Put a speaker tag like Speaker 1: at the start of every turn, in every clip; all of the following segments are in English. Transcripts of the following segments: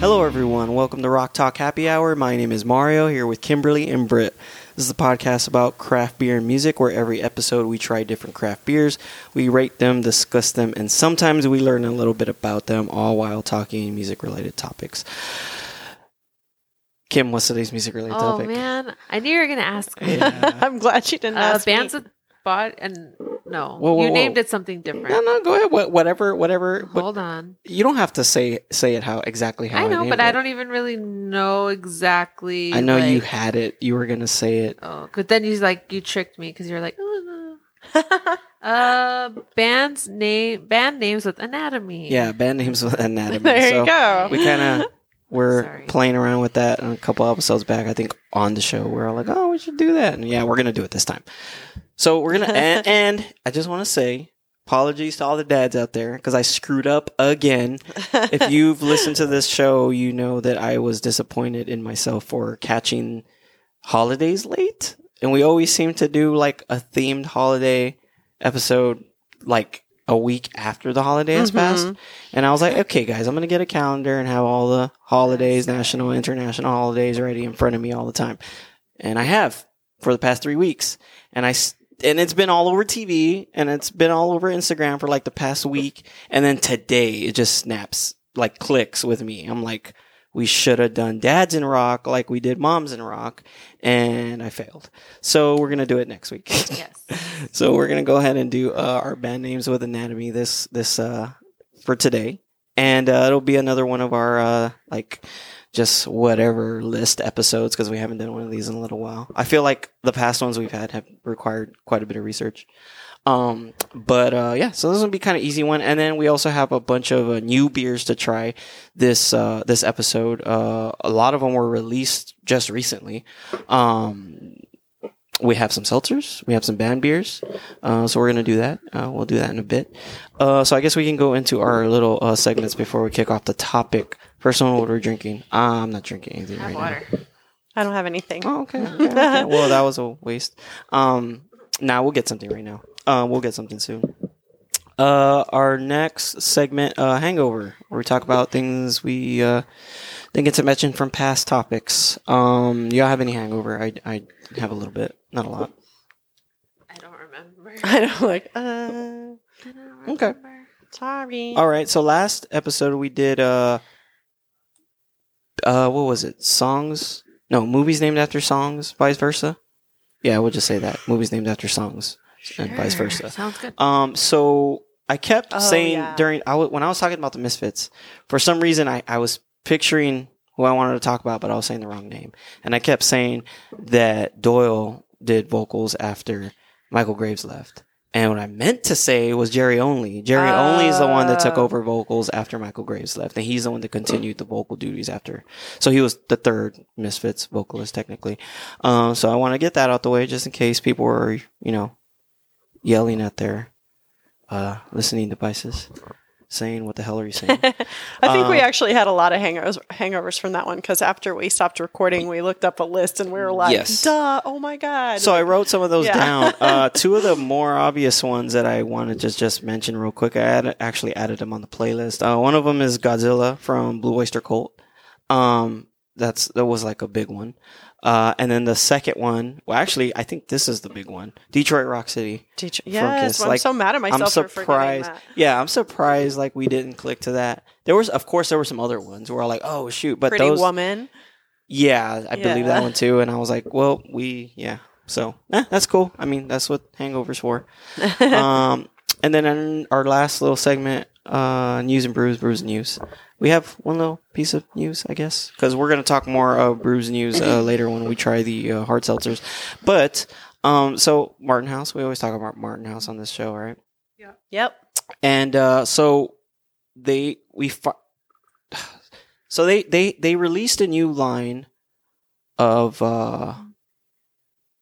Speaker 1: Hello, everyone. Welcome to Rock Talk Happy Hour. My name is Mario here with Kimberly and Britt. This is the podcast about craft beer and music, where every episode we try different craft beers, we rate them, discuss them, and sometimes we learn a little bit about them, all while talking music related topics. Kim, what's today's music related
Speaker 2: Oh
Speaker 1: topic?
Speaker 2: man, I knew you were gonna ask. me.
Speaker 1: Yeah.
Speaker 3: I'm glad she didn't
Speaker 2: Uh,
Speaker 3: ask
Speaker 2: bands
Speaker 3: me.
Speaker 2: with bod and no,
Speaker 1: Whoa, whoa,
Speaker 2: you
Speaker 1: whoa.
Speaker 2: named it something different.
Speaker 1: No, no, go ahead. What, whatever, whatever. But
Speaker 2: Hold on,
Speaker 1: you don't have to say say it how exactly how
Speaker 2: I know,
Speaker 1: named
Speaker 2: but I
Speaker 1: it.
Speaker 2: don't even really know exactly.
Speaker 1: I know you
Speaker 2: like-
Speaker 1: had it. You were gonna say it.
Speaker 2: Oh, but then you like you tricked me because you're like, "Oh, no." uh, bands name band names with anatomy.
Speaker 1: Yeah, band names with anatomy.
Speaker 3: there
Speaker 1: so
Speaker 3: you go.
Speaker 1: we kind of were
Speaker 2: Sorry.
Speaker 1: playing around with that and a couple episodes back. I think on the show we're all like, "Oh, we should do that," and yeah, we're gonna do it this time. So we're gonna and, and I just want to say apologies to all the dads out there because I screwed up again. If you've listened to this show, you know that I was disappointed in myself for catching holidays late, and we always seem to do like a themed holiday episode like a week after the holiday has
Speaker 3: Mhm.
Speaker 1: passed. And I was like, okay, guys, I'm going to get a calendar and have all the holidays, national, international holidays ready in front of me all the time. And I have for the past three weeks. And I, s- and it's been all over TV and it's been all over Instagram for like the past week. And then today it just snaps, like clicks with me. I'm like, we should have done dads in rock like we did moms in rock. And I failed. So we're going to do it next week.
Speaker 2: Yes.
Speaker 1: So we're gonna go ahead and do uh, our band names with anatomy this this uh, for today, and uh, it'll be another one of our uh, like just whatever list episodes because we haven't done one of these in a little while. I feel like the past ones we've had have required quite a bit of research. Um, but uh, yeah, so this will be kind of easy one, and then we also have a bunch of uh, new beers to try this uh, this episode. Uh, a lot of them were released just recently. Um, we have some seltzers, we have some band beers, uh, so we're gonna do that. Uh, we'll do that in a bit. Uh, so I guess we can go into our little uh, segments before we kick off the topic. First one, what are we drinking? Uh, I'm not drinking anything
Speaker 2: Have
Speaker 1: right now.
Speaker 2: water.
Speaker 3: I don't have anything.
Speaker 1: Oh, okay. okay, okay. well, that was a waste. Um, now nah, we'll get something right now. Uh, we'll get something soon. Uh, our next segment, uh, hangover, where we talk about things we uh, didn't get to mention from past topics. Um, y'all have any hangover? I, I have a little bit, not a lot.
Speaker 2: I don't remember.
Speaker 3: I don't like. Uh,
Speaker 2: I don't
Speaker 1: Okay.
Speaker 2: remember.
Speaker 3: sorry.
Speaker 1: All right. So last episode we did uh uh what was it? Songs? No, movies named after songs, vice versa. Yeah, we'll just say that. Movies named after songs and vice
Speaker 2: Sure.
Speaker 1: versa.
Speaker 2: Sounds good.
Speaker 1: Um, so I kept
Speaker 3: Oh,
Speaker 1: saying
Speaker 3: yeah.
Speaker 1: during I w- when I was talking about the Misfits, for some reason I, I was picturing who I wanted to talk about, but I was saying the wrong name, and I kept saying that Doyle did vocals after Michael Graves left. And what I meant to say was Jerry Only. Jerry Only is the one that took
Speaker 3: Oh.
Speaker 1: over vocals after Michael Graves left, and he's the one that continued the vocal duties after. So he was the third Misfits vocalist technically. Um, so I want to get that out the way just in case people were, you know, yelling at their uh, listening devices, saying, "What the hell are you saying?"
Speaker 3: I think
Speaker 1: Um,
Speaker 3: we actually had a lot of hangovers, hangovers from that one because after we stopped recording, we looked up a list and we were like,
Speaker 1: Yes.
Speaker 3: duh, oh my God.
Speaker 1: so I wrote some of those
Speaker 3: Yeah.
Speaker 1: down. Uh, two of the more obvious ones that I wanted to just mention real quick. I add, actually added them on the playlist. Uh, one of them is Godzilla from Blue Oyster Cult. Um, that's that was like a big one. Uh, and then the second one, well, actually, I think this is the big one: Detroit Rock City.
Speaker 3: Teacher- yes,
Speaker 1: Kiss,
Speaker 3: well,
Speaker 1: like,
Speaker 3: I'm so mad at myself
Speaker 1: I'm
Speaker 3: for forgetting
Speaker 1: surprised.
Speaker 3: that.
Speaker 1: Yeah, I'm surprised like we didn't click to that. There was, of course, there were some other ones where I like, oh shoot, but
Speaker 3: Pretty
Speaker 1: those,
Speaker 3: woman.
Speaker 1: Yeah, I believe
Speaker 3: Yeah.
Speaker 1: that one too. And I was like, well, we, yeah. So eh, that's cool. I mean, that's what hangovers for. um, and then in our last little segment, uh, news and brews, brews and news. We have one little piece of news, I guess, because we're gonna talk more of brews news uh, later when we try the uh, hard seltzers. But um, so Martin House, we always talk about Martin House on this show, right?
Speaker 3: Yep.
Speaker 1: and uh, so they we fi- so they they they released a new line of uh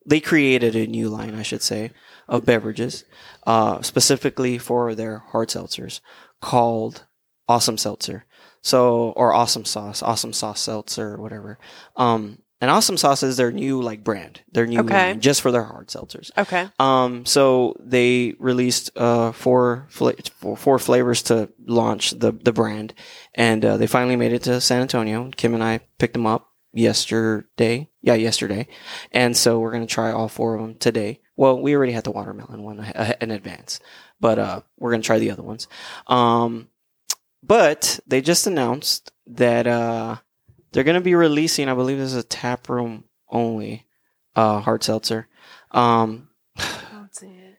Speaker 1: they created a new line i should say of beverages uh specifically for their hard seltzers called awesome seltzer so or awesome sauce awesome sauce seltzer or whatever um And Awesome Sauce is their new like brand, their new
Speaker 3: Okay.
Speaker 1: line, just for their hard seltzers.
Speaker 3: Okay.
Speaker 1: Um, so they released uh, four, fla- four four flavors to launch the the brand, and uh, they finally made it to San Antonio. Kim and I picked them up yesterday. Yeah, yesterday, and so we're gonna try all four of them today. Well, we already had the watermelon one a- in advance, but uh, we're gonna try the other ones. Um, but they just announced that uh, they're gonna be releasing. I believe this is a tap room only uh, hard seltzer. Um,
Speaker 2: Don't say it.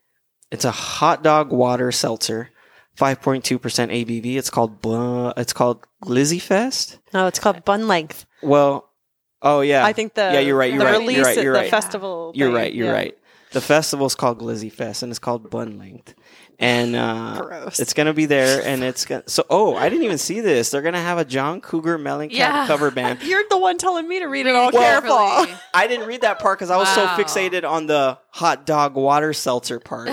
Speaker 1: it's a hot dog water seltzer, five point two percent ABV. It's called Bu- It's called Glizzy Fest.
Speaker 3: No, it's called bun length.
Speaker 1: Well, oh yeah,
Speaker 3: I think the
Speaker 1: Yeah, you're right,
Speaker 3: the
Speaker 2: you're right, you're
Speaker 3: release
Speaker 1: right,
Speaker 3: at
Speaker 1: you're
Speaker 3: the
Speaker 1: right.
Speaker 3: festival.
Speaker 1: you're
Speaker 3: thing,
Speaker 1: right. You're
Speaker 3: yeah.
Speaker 1: right. The festival's called Glizzy Fest, and it's called Bun Length, and uh,
Speaker 3: Gross.
Speaker 1: it's gonna be there. And it's gonna. So, oh, I didn't even see this. They're gonna have a John Cougar Mellencamp
Speaker 2: Yeah.
Speaker 1: cover band.
Speaker 3: You're the one telling me to read it all
Speaker 1: Well-
Speaker 3: careful.
Speaker 1: I didn't read that part because I was
Speaker 2: Wow.
Speaker 1: so fixated on the hot dog water seltzer part.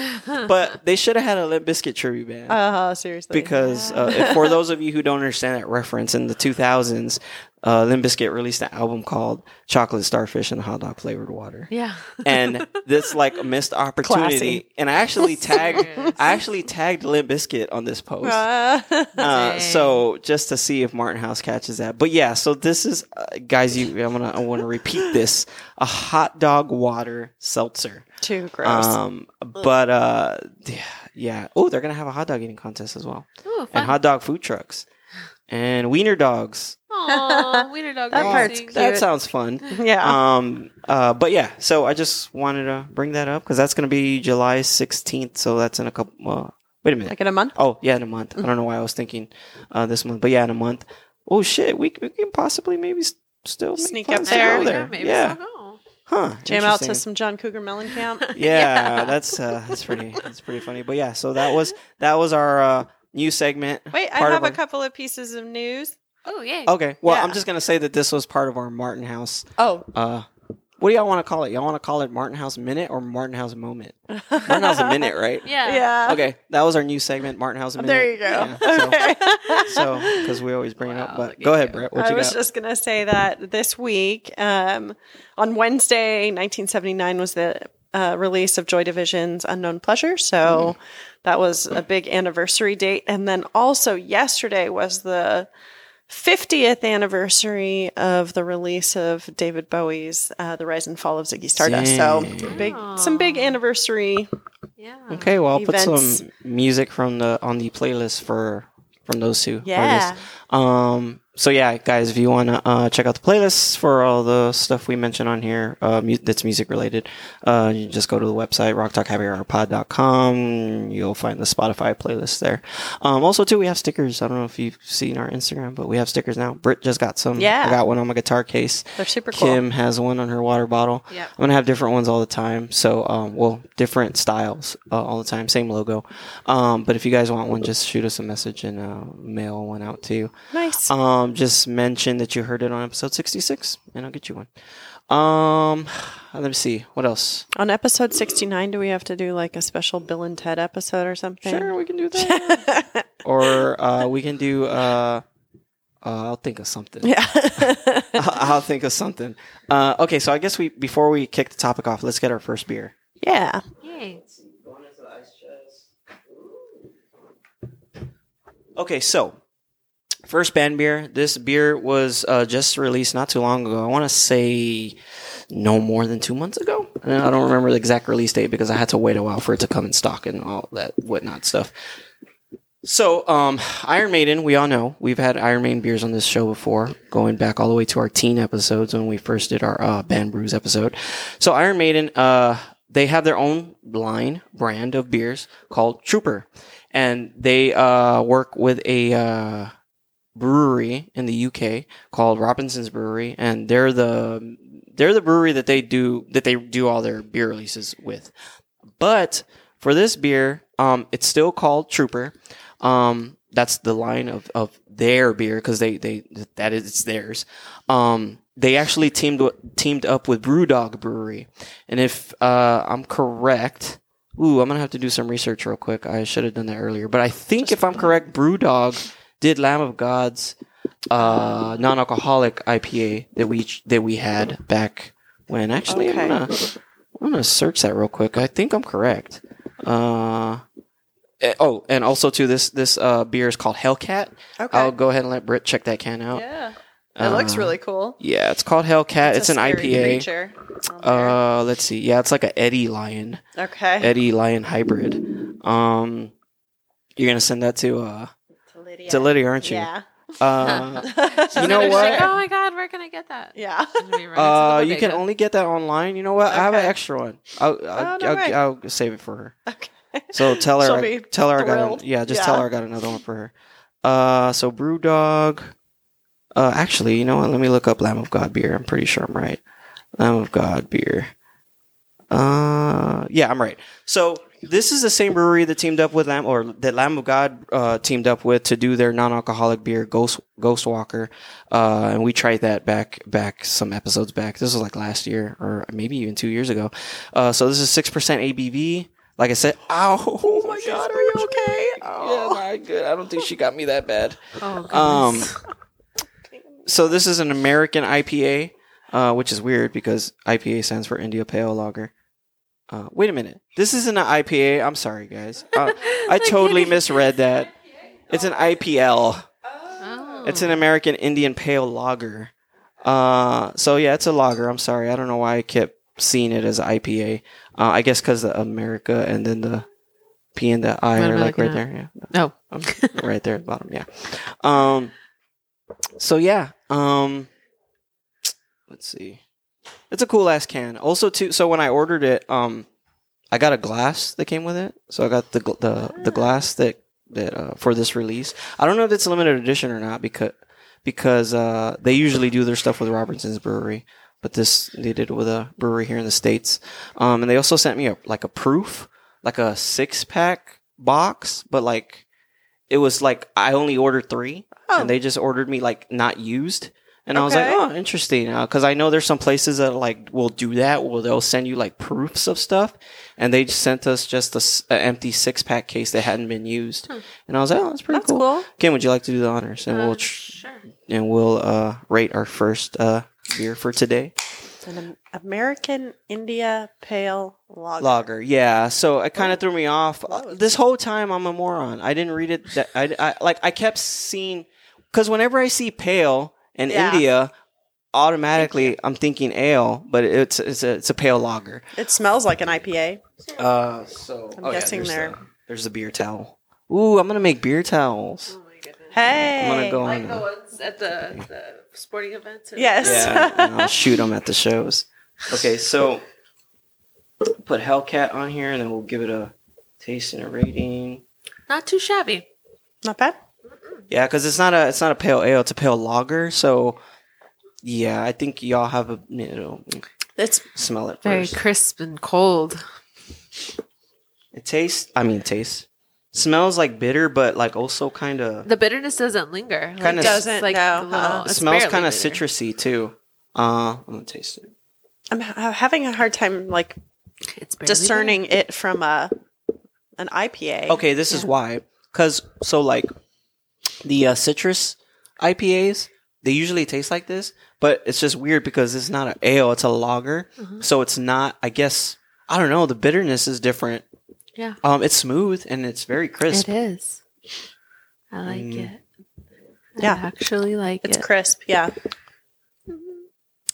Speaker 1: But they should have had a Limp Bizkit tribute band.
Speaker 3: Uh, seriously.
Speaker 1: because
Speaker 2: Yeah.
Speaker 1: uh, if- for those of you who don't understand that reference, in the 2000s, uh, Limp Bizkit released an album called "Chocolate Starfish and Hot Dog Flavored Water,"
Speaker 2: yeah.
Speaker 1: and this like a missed opportunity.
Speaker 3: Classy.
Speaker 1: And I actually tagged,
Speaker 2: Serious.
Speaker 1: I actually tagged Limp Bizkit on this post.
Speaker 3: Uh,
Speaker 1: Uh,
Speaker 2: Dang.
Speaker 1: so just to see if Martin House catches that, but yeah. So this is, uh, guys. You, I'm gonna, I want to repeat this: a hot dog water seltzer.
Speaker 3: too gross.
Speaker 1: Um, but uh, yeah, yeah. Oh, they're gonna have a hot dog eating contest as well
Speaker 2: Ooh,
Speaker 1: and
Speaker 2: fun.
Speaker 1: hot dog food trucks and wiener dogs.
Speaker 2: Aw, wiener dog
Speaker 3: That part's
Speaker 2: racing.
Speaker 1: That sounds fun.
Speaker 3: yeah.
Speaker 1: Um, uh, but yeah, so I just wanted to bring that up because that's going to be July 16th. So that's in a couple. Uh, wait a minute.
Speaker 3: like in a month.
Speaker 1: Oh, yeah, in a month. I don't know why I was thinking uh, this month, but yeah, in a month. Oh, shit. We, we can possibly maybe s- still make
Speaker 3: Sneak
Speaker 1: plans
Speaker 3: up
Speaker 1: to go
Speaker 3: there.
Speaker 2: Yeah,
Speaker 3: Sneak
Speaker 2: Maybe
Speaker 1: Yeah.
Speaker 2: so Oh, go.
Speaker 1: Huh.
Speaker 3: Jam out to
Speaker 1: Interesting.
Speaker 3: some John Cougar Mellencamp.
Speaker 1: Yeah, that's uh, that's pretty that's pretty funny. But yeah, so that was that was our uh, new segment.
Speaker 3: Wait, I
Speaker 1: Part of
Speaker 3: have a
Speaker 1: our-
Speaker 3: couple of pieces of news.
Speaker 2: Oh, yay.
Speaker 1: Okay. Well,
Speaker 3: Yeah.
Speaker 1: I'm just gonna say that this was part of our Martin House
Speaker 3: Oh,
Speaker 1: uh what do y'all want to call it? Y'all want to call it Martin House Minute or Martin House Moment? Martin House Minute, right?
Speaker 2: Yeah.
Speaker 3: yeah.
Speaker 1: Okay, that was our new segment, Martin House Minute.
Speaker 3: There you go.
Speaker 1: Yeah,
Speaker 3: Okay.
Speaker 1: so, because we always bring it up,
Speaker 2: Wow,
Speaker 1: but
Speaker 2: look
Speaker 1: go
Speaker 2: at
Speaker 1: ahead,
Speaker 2: you.
Speaker 1: Brett. What
Speaker 3: I
Speaker 1: you
Speaker 3: was
Speaker 1: got?
Speaker 3: just going to say that this week, um, on Wednesday, 1979, was the uh, release of Joy Division's Unknown Pleasure. So
Speaker 1: Hmm.
Speaker 3: that was a big anniversary date. And then also yesterday was the 50th anniversary of the release of David Bowie's uh, The Rise and Fall of Ziggy Stardust. So
Speaker 1: Dang.
Speaker 3: big, some big anniversary.
Speaker 2: Yeah.
Speaker 1: Um, okay, well, I'll put
Speaker 3: Events.
Speaker 1: some music from the on the playlist for from those two
Speaker 3: Yeah.
Speaker 1: artists. Um, so yeah, guys, if you want to uh, check out the playlists for all the stuff we mentioned on here, uh, mu- that's music related, uh, you just go to the website rocktalkhappyhourpod.com. You'll find the Spotify playlist there. Um, also, too, we have stickers. I don't know if you've seen our Instagram, but we have stickers now. Britt just got some.
Speaker 3: Yeah.
Speaker 1: I got one on my guitar case.
Speaker 3: They're super cool.
Speaker 1: Kim has one on her water bottle.
Speaker 2: Yep.
Speaker 1: I'm gonna have different ones all the time. So, um, well, different styles uh, all the time, same logo. Um, but if you guys want one, just shoot us a message and uh, mail one out to you.
Speaker 3: Nice.
Speaker 1: Um, just mention that you heard it on episode 66, and I'll get you one. Um, let me see what else.
Speaker 3: on episode 69, do we have to do like a special Bill and Ted episode or something?
Speaker 1: Sure, we can do that, or uh, we can do. Uh, uh, I'll think of something.
Speaker 3: yeah.
Speaker 1: I'll think of something. Uh, okay, so I guess we before we kick the topic off, let's get our first beer.
Speaker 3: yeah.
Speaker 2: Yay.
Speaker 1: Okay, so first band beer. This beer was uh, just released not too long ago. I want to say no more than two months ago. And I don't remember the exact release date because I had to wait a while for it to come in stock and all that whatnot stuff. So, um, Iron Maiden, we all know we've had Iron Maiden beers on this show before, going back all the way to our teen episodes when we first did our uh, band brews episode. So, Iron Maiden, uh, they have their own line brand of beers called Trooper, and they uh, work with a uh, brewery in the UK called Robinson's Brewery, and they're the they're the brewery that they do that they do all their beer releases with. But for this beer, um, it's still called Trooper. Um, that's the line of, of their beer because they they that is it's theirs. Um, they actually teamed w- teamed up with BrewDog Brewery, and if uh, I'm correct, ooh, I'm gonna have to do some research real quick. I should have done that earlier, but I think if I'm correct, BrewDog did Lamb of God's uh, non-alcoholic IPA that we that we had back when. Actually,
Speaker 3: Okay.
Speaker 1: I'm gonna I'm gonna search that real quick. I think I'm correct. Uh, eh, oh, and also too, this this uh, beer is called Hellcat.
Speaker 3: Okay.
Speaker 1: I'll go ahead and let Britt check that can out.
Speaker 3: yeah. It looks
Speaker 1: Uh,
Speaker 3: really cool.
Speaker 1: Yeah, it's called Hellcat. It's,
Speaker 3: a
Speaker 1: an
Speaker 3: scary
Speaker 1: IPA.
Speaker 3: creature on there.
Speaker 1: Uh, let's see. Yeah, it's like a Eddie Lion,
Speaker 3: Oh, okay.
Speaker 1: Eddie Lion hybrid. Um, you're gonna send that to uh
Speaker 3: to Lydia.
Speaker 1: to Lydia, aren't you?
Speaker 3: Yeah.
Speaker 1: Uh,
Speaker 2: She's
Speaker 1: You know
Speaker 2: gonna be
Speaker 1: what?
Speaker 2: Like, oh my god, where can I get that?
Speaker 3: yeah.
Speaker 2: She's gonna be running to the
Speaker 1: Uh, you can
Speaker 2: bodega.
Speaker 1: only get that online. You know what? I have an
Speaker 3: Okay.
Speaker 1: extra one. I'll I'll,
Speaker 3: Oh, no way.
Speaker 1: I'll, I'll, save it for her.
Speaker 3: Okay.
Speaker 1: So tell
Speaker 3: She'll
Speaker 1: her, I,
Speaker 3: be
Speaker 1: tell her I got
Speaker 3: thrilled.
Speaker 1: an, yeah, just tell
Speaker 3: Yeah.
Speaker 1: her I got another one for her. Uh, so BrewDog. Uh, actually, you know what? Let me look up Lamb of God beer. I'm pretty sure I'm right. Lamb of God beer. Uh, yeah, I'm right. So this is the same brewery that teamed up with Lamb or that Lamb of God uh, teamed up with to do their non-alcoholic beer Ghost Ghost Walker, uh, and we tried that back back some episodes back. This was like last year or maybe even two years ago. Uh, so this is six percent ABV. Like I said, ow! Oh my god, are you okay? Oh, yeah, not good. I don't think she got me that bad.
Speaker 2: Oh,
Speaker 1: Um,
Speaker 2: goodness.
Speaker 1: so this is an American IPA, uh, which is weird because IPA stands for India Pale Lager. Uh, wait a minute, this isn't an IPA. I'm sorry, guys. Uh, I
Speaker 2: Like
Speaker 1: totally
Speaker 2: any-
Speaker 1: misread that. It's an IPL.
Speaker 2: Oh.
Speaker 1: It's an American Indian Pale Lager. Uh, so yeah, it's a lager. I'm sorry, I don't know why I kept seeing it as IPA. Uh, I guess because the America and then the P and the I
Speaker 2: What
Speaker 1: are
Speaker 2: am I
Speaker 1: like right
Speaker 2: looking
Speaker 1: there. Yeah.
Speaker 2: no.
Speaker 1: Um, right there at the bottom. Yeah. Um. So yeah. Um. Let's see. It's a cool ass can. Also, too. So when I ordered it, um, I got a glass that came with it. So I got the gl- the
Speaker 2: Ah.
Speaker 1: the glass that that uh, for this release. I don't know if it's limited edition or not because because uh, they usually do their stuff with Robertson's Brewery, but this they did it with a brewery here in the states. Um, and they also sent me a like a proof, like a six pack box, but like it was like I only ordered three,
Speaker 3: Oh.
Speaker 1: and they just ordered me like not used. And I was like,
Speaker 3: Okay.
Speaker 1: oh, interesting, because I know there's some places that like will do that, where they'll send you like proofs of stuff, and they sent us just an empty six pack case that hadn't been used,
Speaker 2: Hmm.
Speaker 1: and I was like, oh, that's pretty
Speaker 3: That's
Speaker 1: cool.
Speaker 3: cool.
Speaker 1: Kim, would you like to do the honors, and
Speaker 2: Uh,
Speaker 1: we'll tr-
Speaker 2: sure.
Speaker 1: and we'll uh, rate our first uh, beer for today.
Speaker 3: It's an Am- American India Pale Lager.
Speaker 1: Lager, yeah. So it kind of threw me off. Uh,
Speaker 3: Close.
Speaker 1: This whole time, I'm a moron. I didn't read it. That, I, I like. I kept seeing because whenever I see pale in
Speaker 3: Yeah.
Speaker 1: India, automatically I'm thinking ale, but it's it's a it's a pale lager.
Speaker 3: It smells like an IPA.
Speaker 1: Uh, so
Speaker 3: I'm guessing
Speaker 1: there's
Speaker 3: they're-
Speaker 1: the, there's the beer towel. Ooh, I'm gonna make beer towels.
Speaker 2: Oh my goodness.
Speaker 3: Hey.
Speaker 1: I'm gonna go
Speaker 2: Like
Speaker 1: on.
Speaker 2: the
Speaker 1: uh,
Speaker 2: ones at the, the sporting events. or-
Speaker 3: Yes.
Speaker 1: Yeah, and I'll shoot them at the shows. Okay, so put Hellcat on here, and then we'll give it a taste and a rating.
Speaker 2: Not too shabby.
Speaker 3: Not bad.
Speaker 1: Yeah, because it's not a it's not a pale ale; it's a pale lager. So, yeah, I think y'all have a you know
Speaker 3: It's
Speaker 1: smell it
Speaker 2: Very
Speaker 1: first.
Speaker 2: crisp and cold.
Speaker 1: It tastes. I mean, tastes. Smells like bitter, but like also kind of
Speaker 2: The bitterness doesn't linger. Like,
Speaker 1: Kinda-
Speaker 2: it's
Speaker 3: Doesn't,
Speaker 2: like a
Speaker 3: no,
Speaker 2: little-
Speaker 3: uh-uh.
Speaker 1: it
Speaker 2: it's
Speaker 1: smells
Speaker 2: barely
Speaker 1: kind of
Speaker 2: bitter.
Speaker 1: citrusy too. Uh, I'm gonna taste it.
Speaker 3: I'm ha- having a hard time like
Speaker 2: It's barely
Speaker 3: discerning it from a an IPA.
Speaker 1: Okay, this is why. Cause so like the uh, citrus IPAs, they usually taste like this, but it's just weird because it's not an ale; it's a lager.
Speaker 2: Mhm.
Speaker 1: So it's not. I guess I don't know. The bitterness is different.
Speaker 2: Yeah.
Speaker 1: Um, it's smooth and it's very crisp.
Speaker 2: It is. I like
Speaker 1: Mm.
Speaker 2: it.
Speaker 3: Yeah.
Speaker 2: I actually like
Speaker 3: It's
Speaker 2: it.
Speaker 3: crisp. Yeah.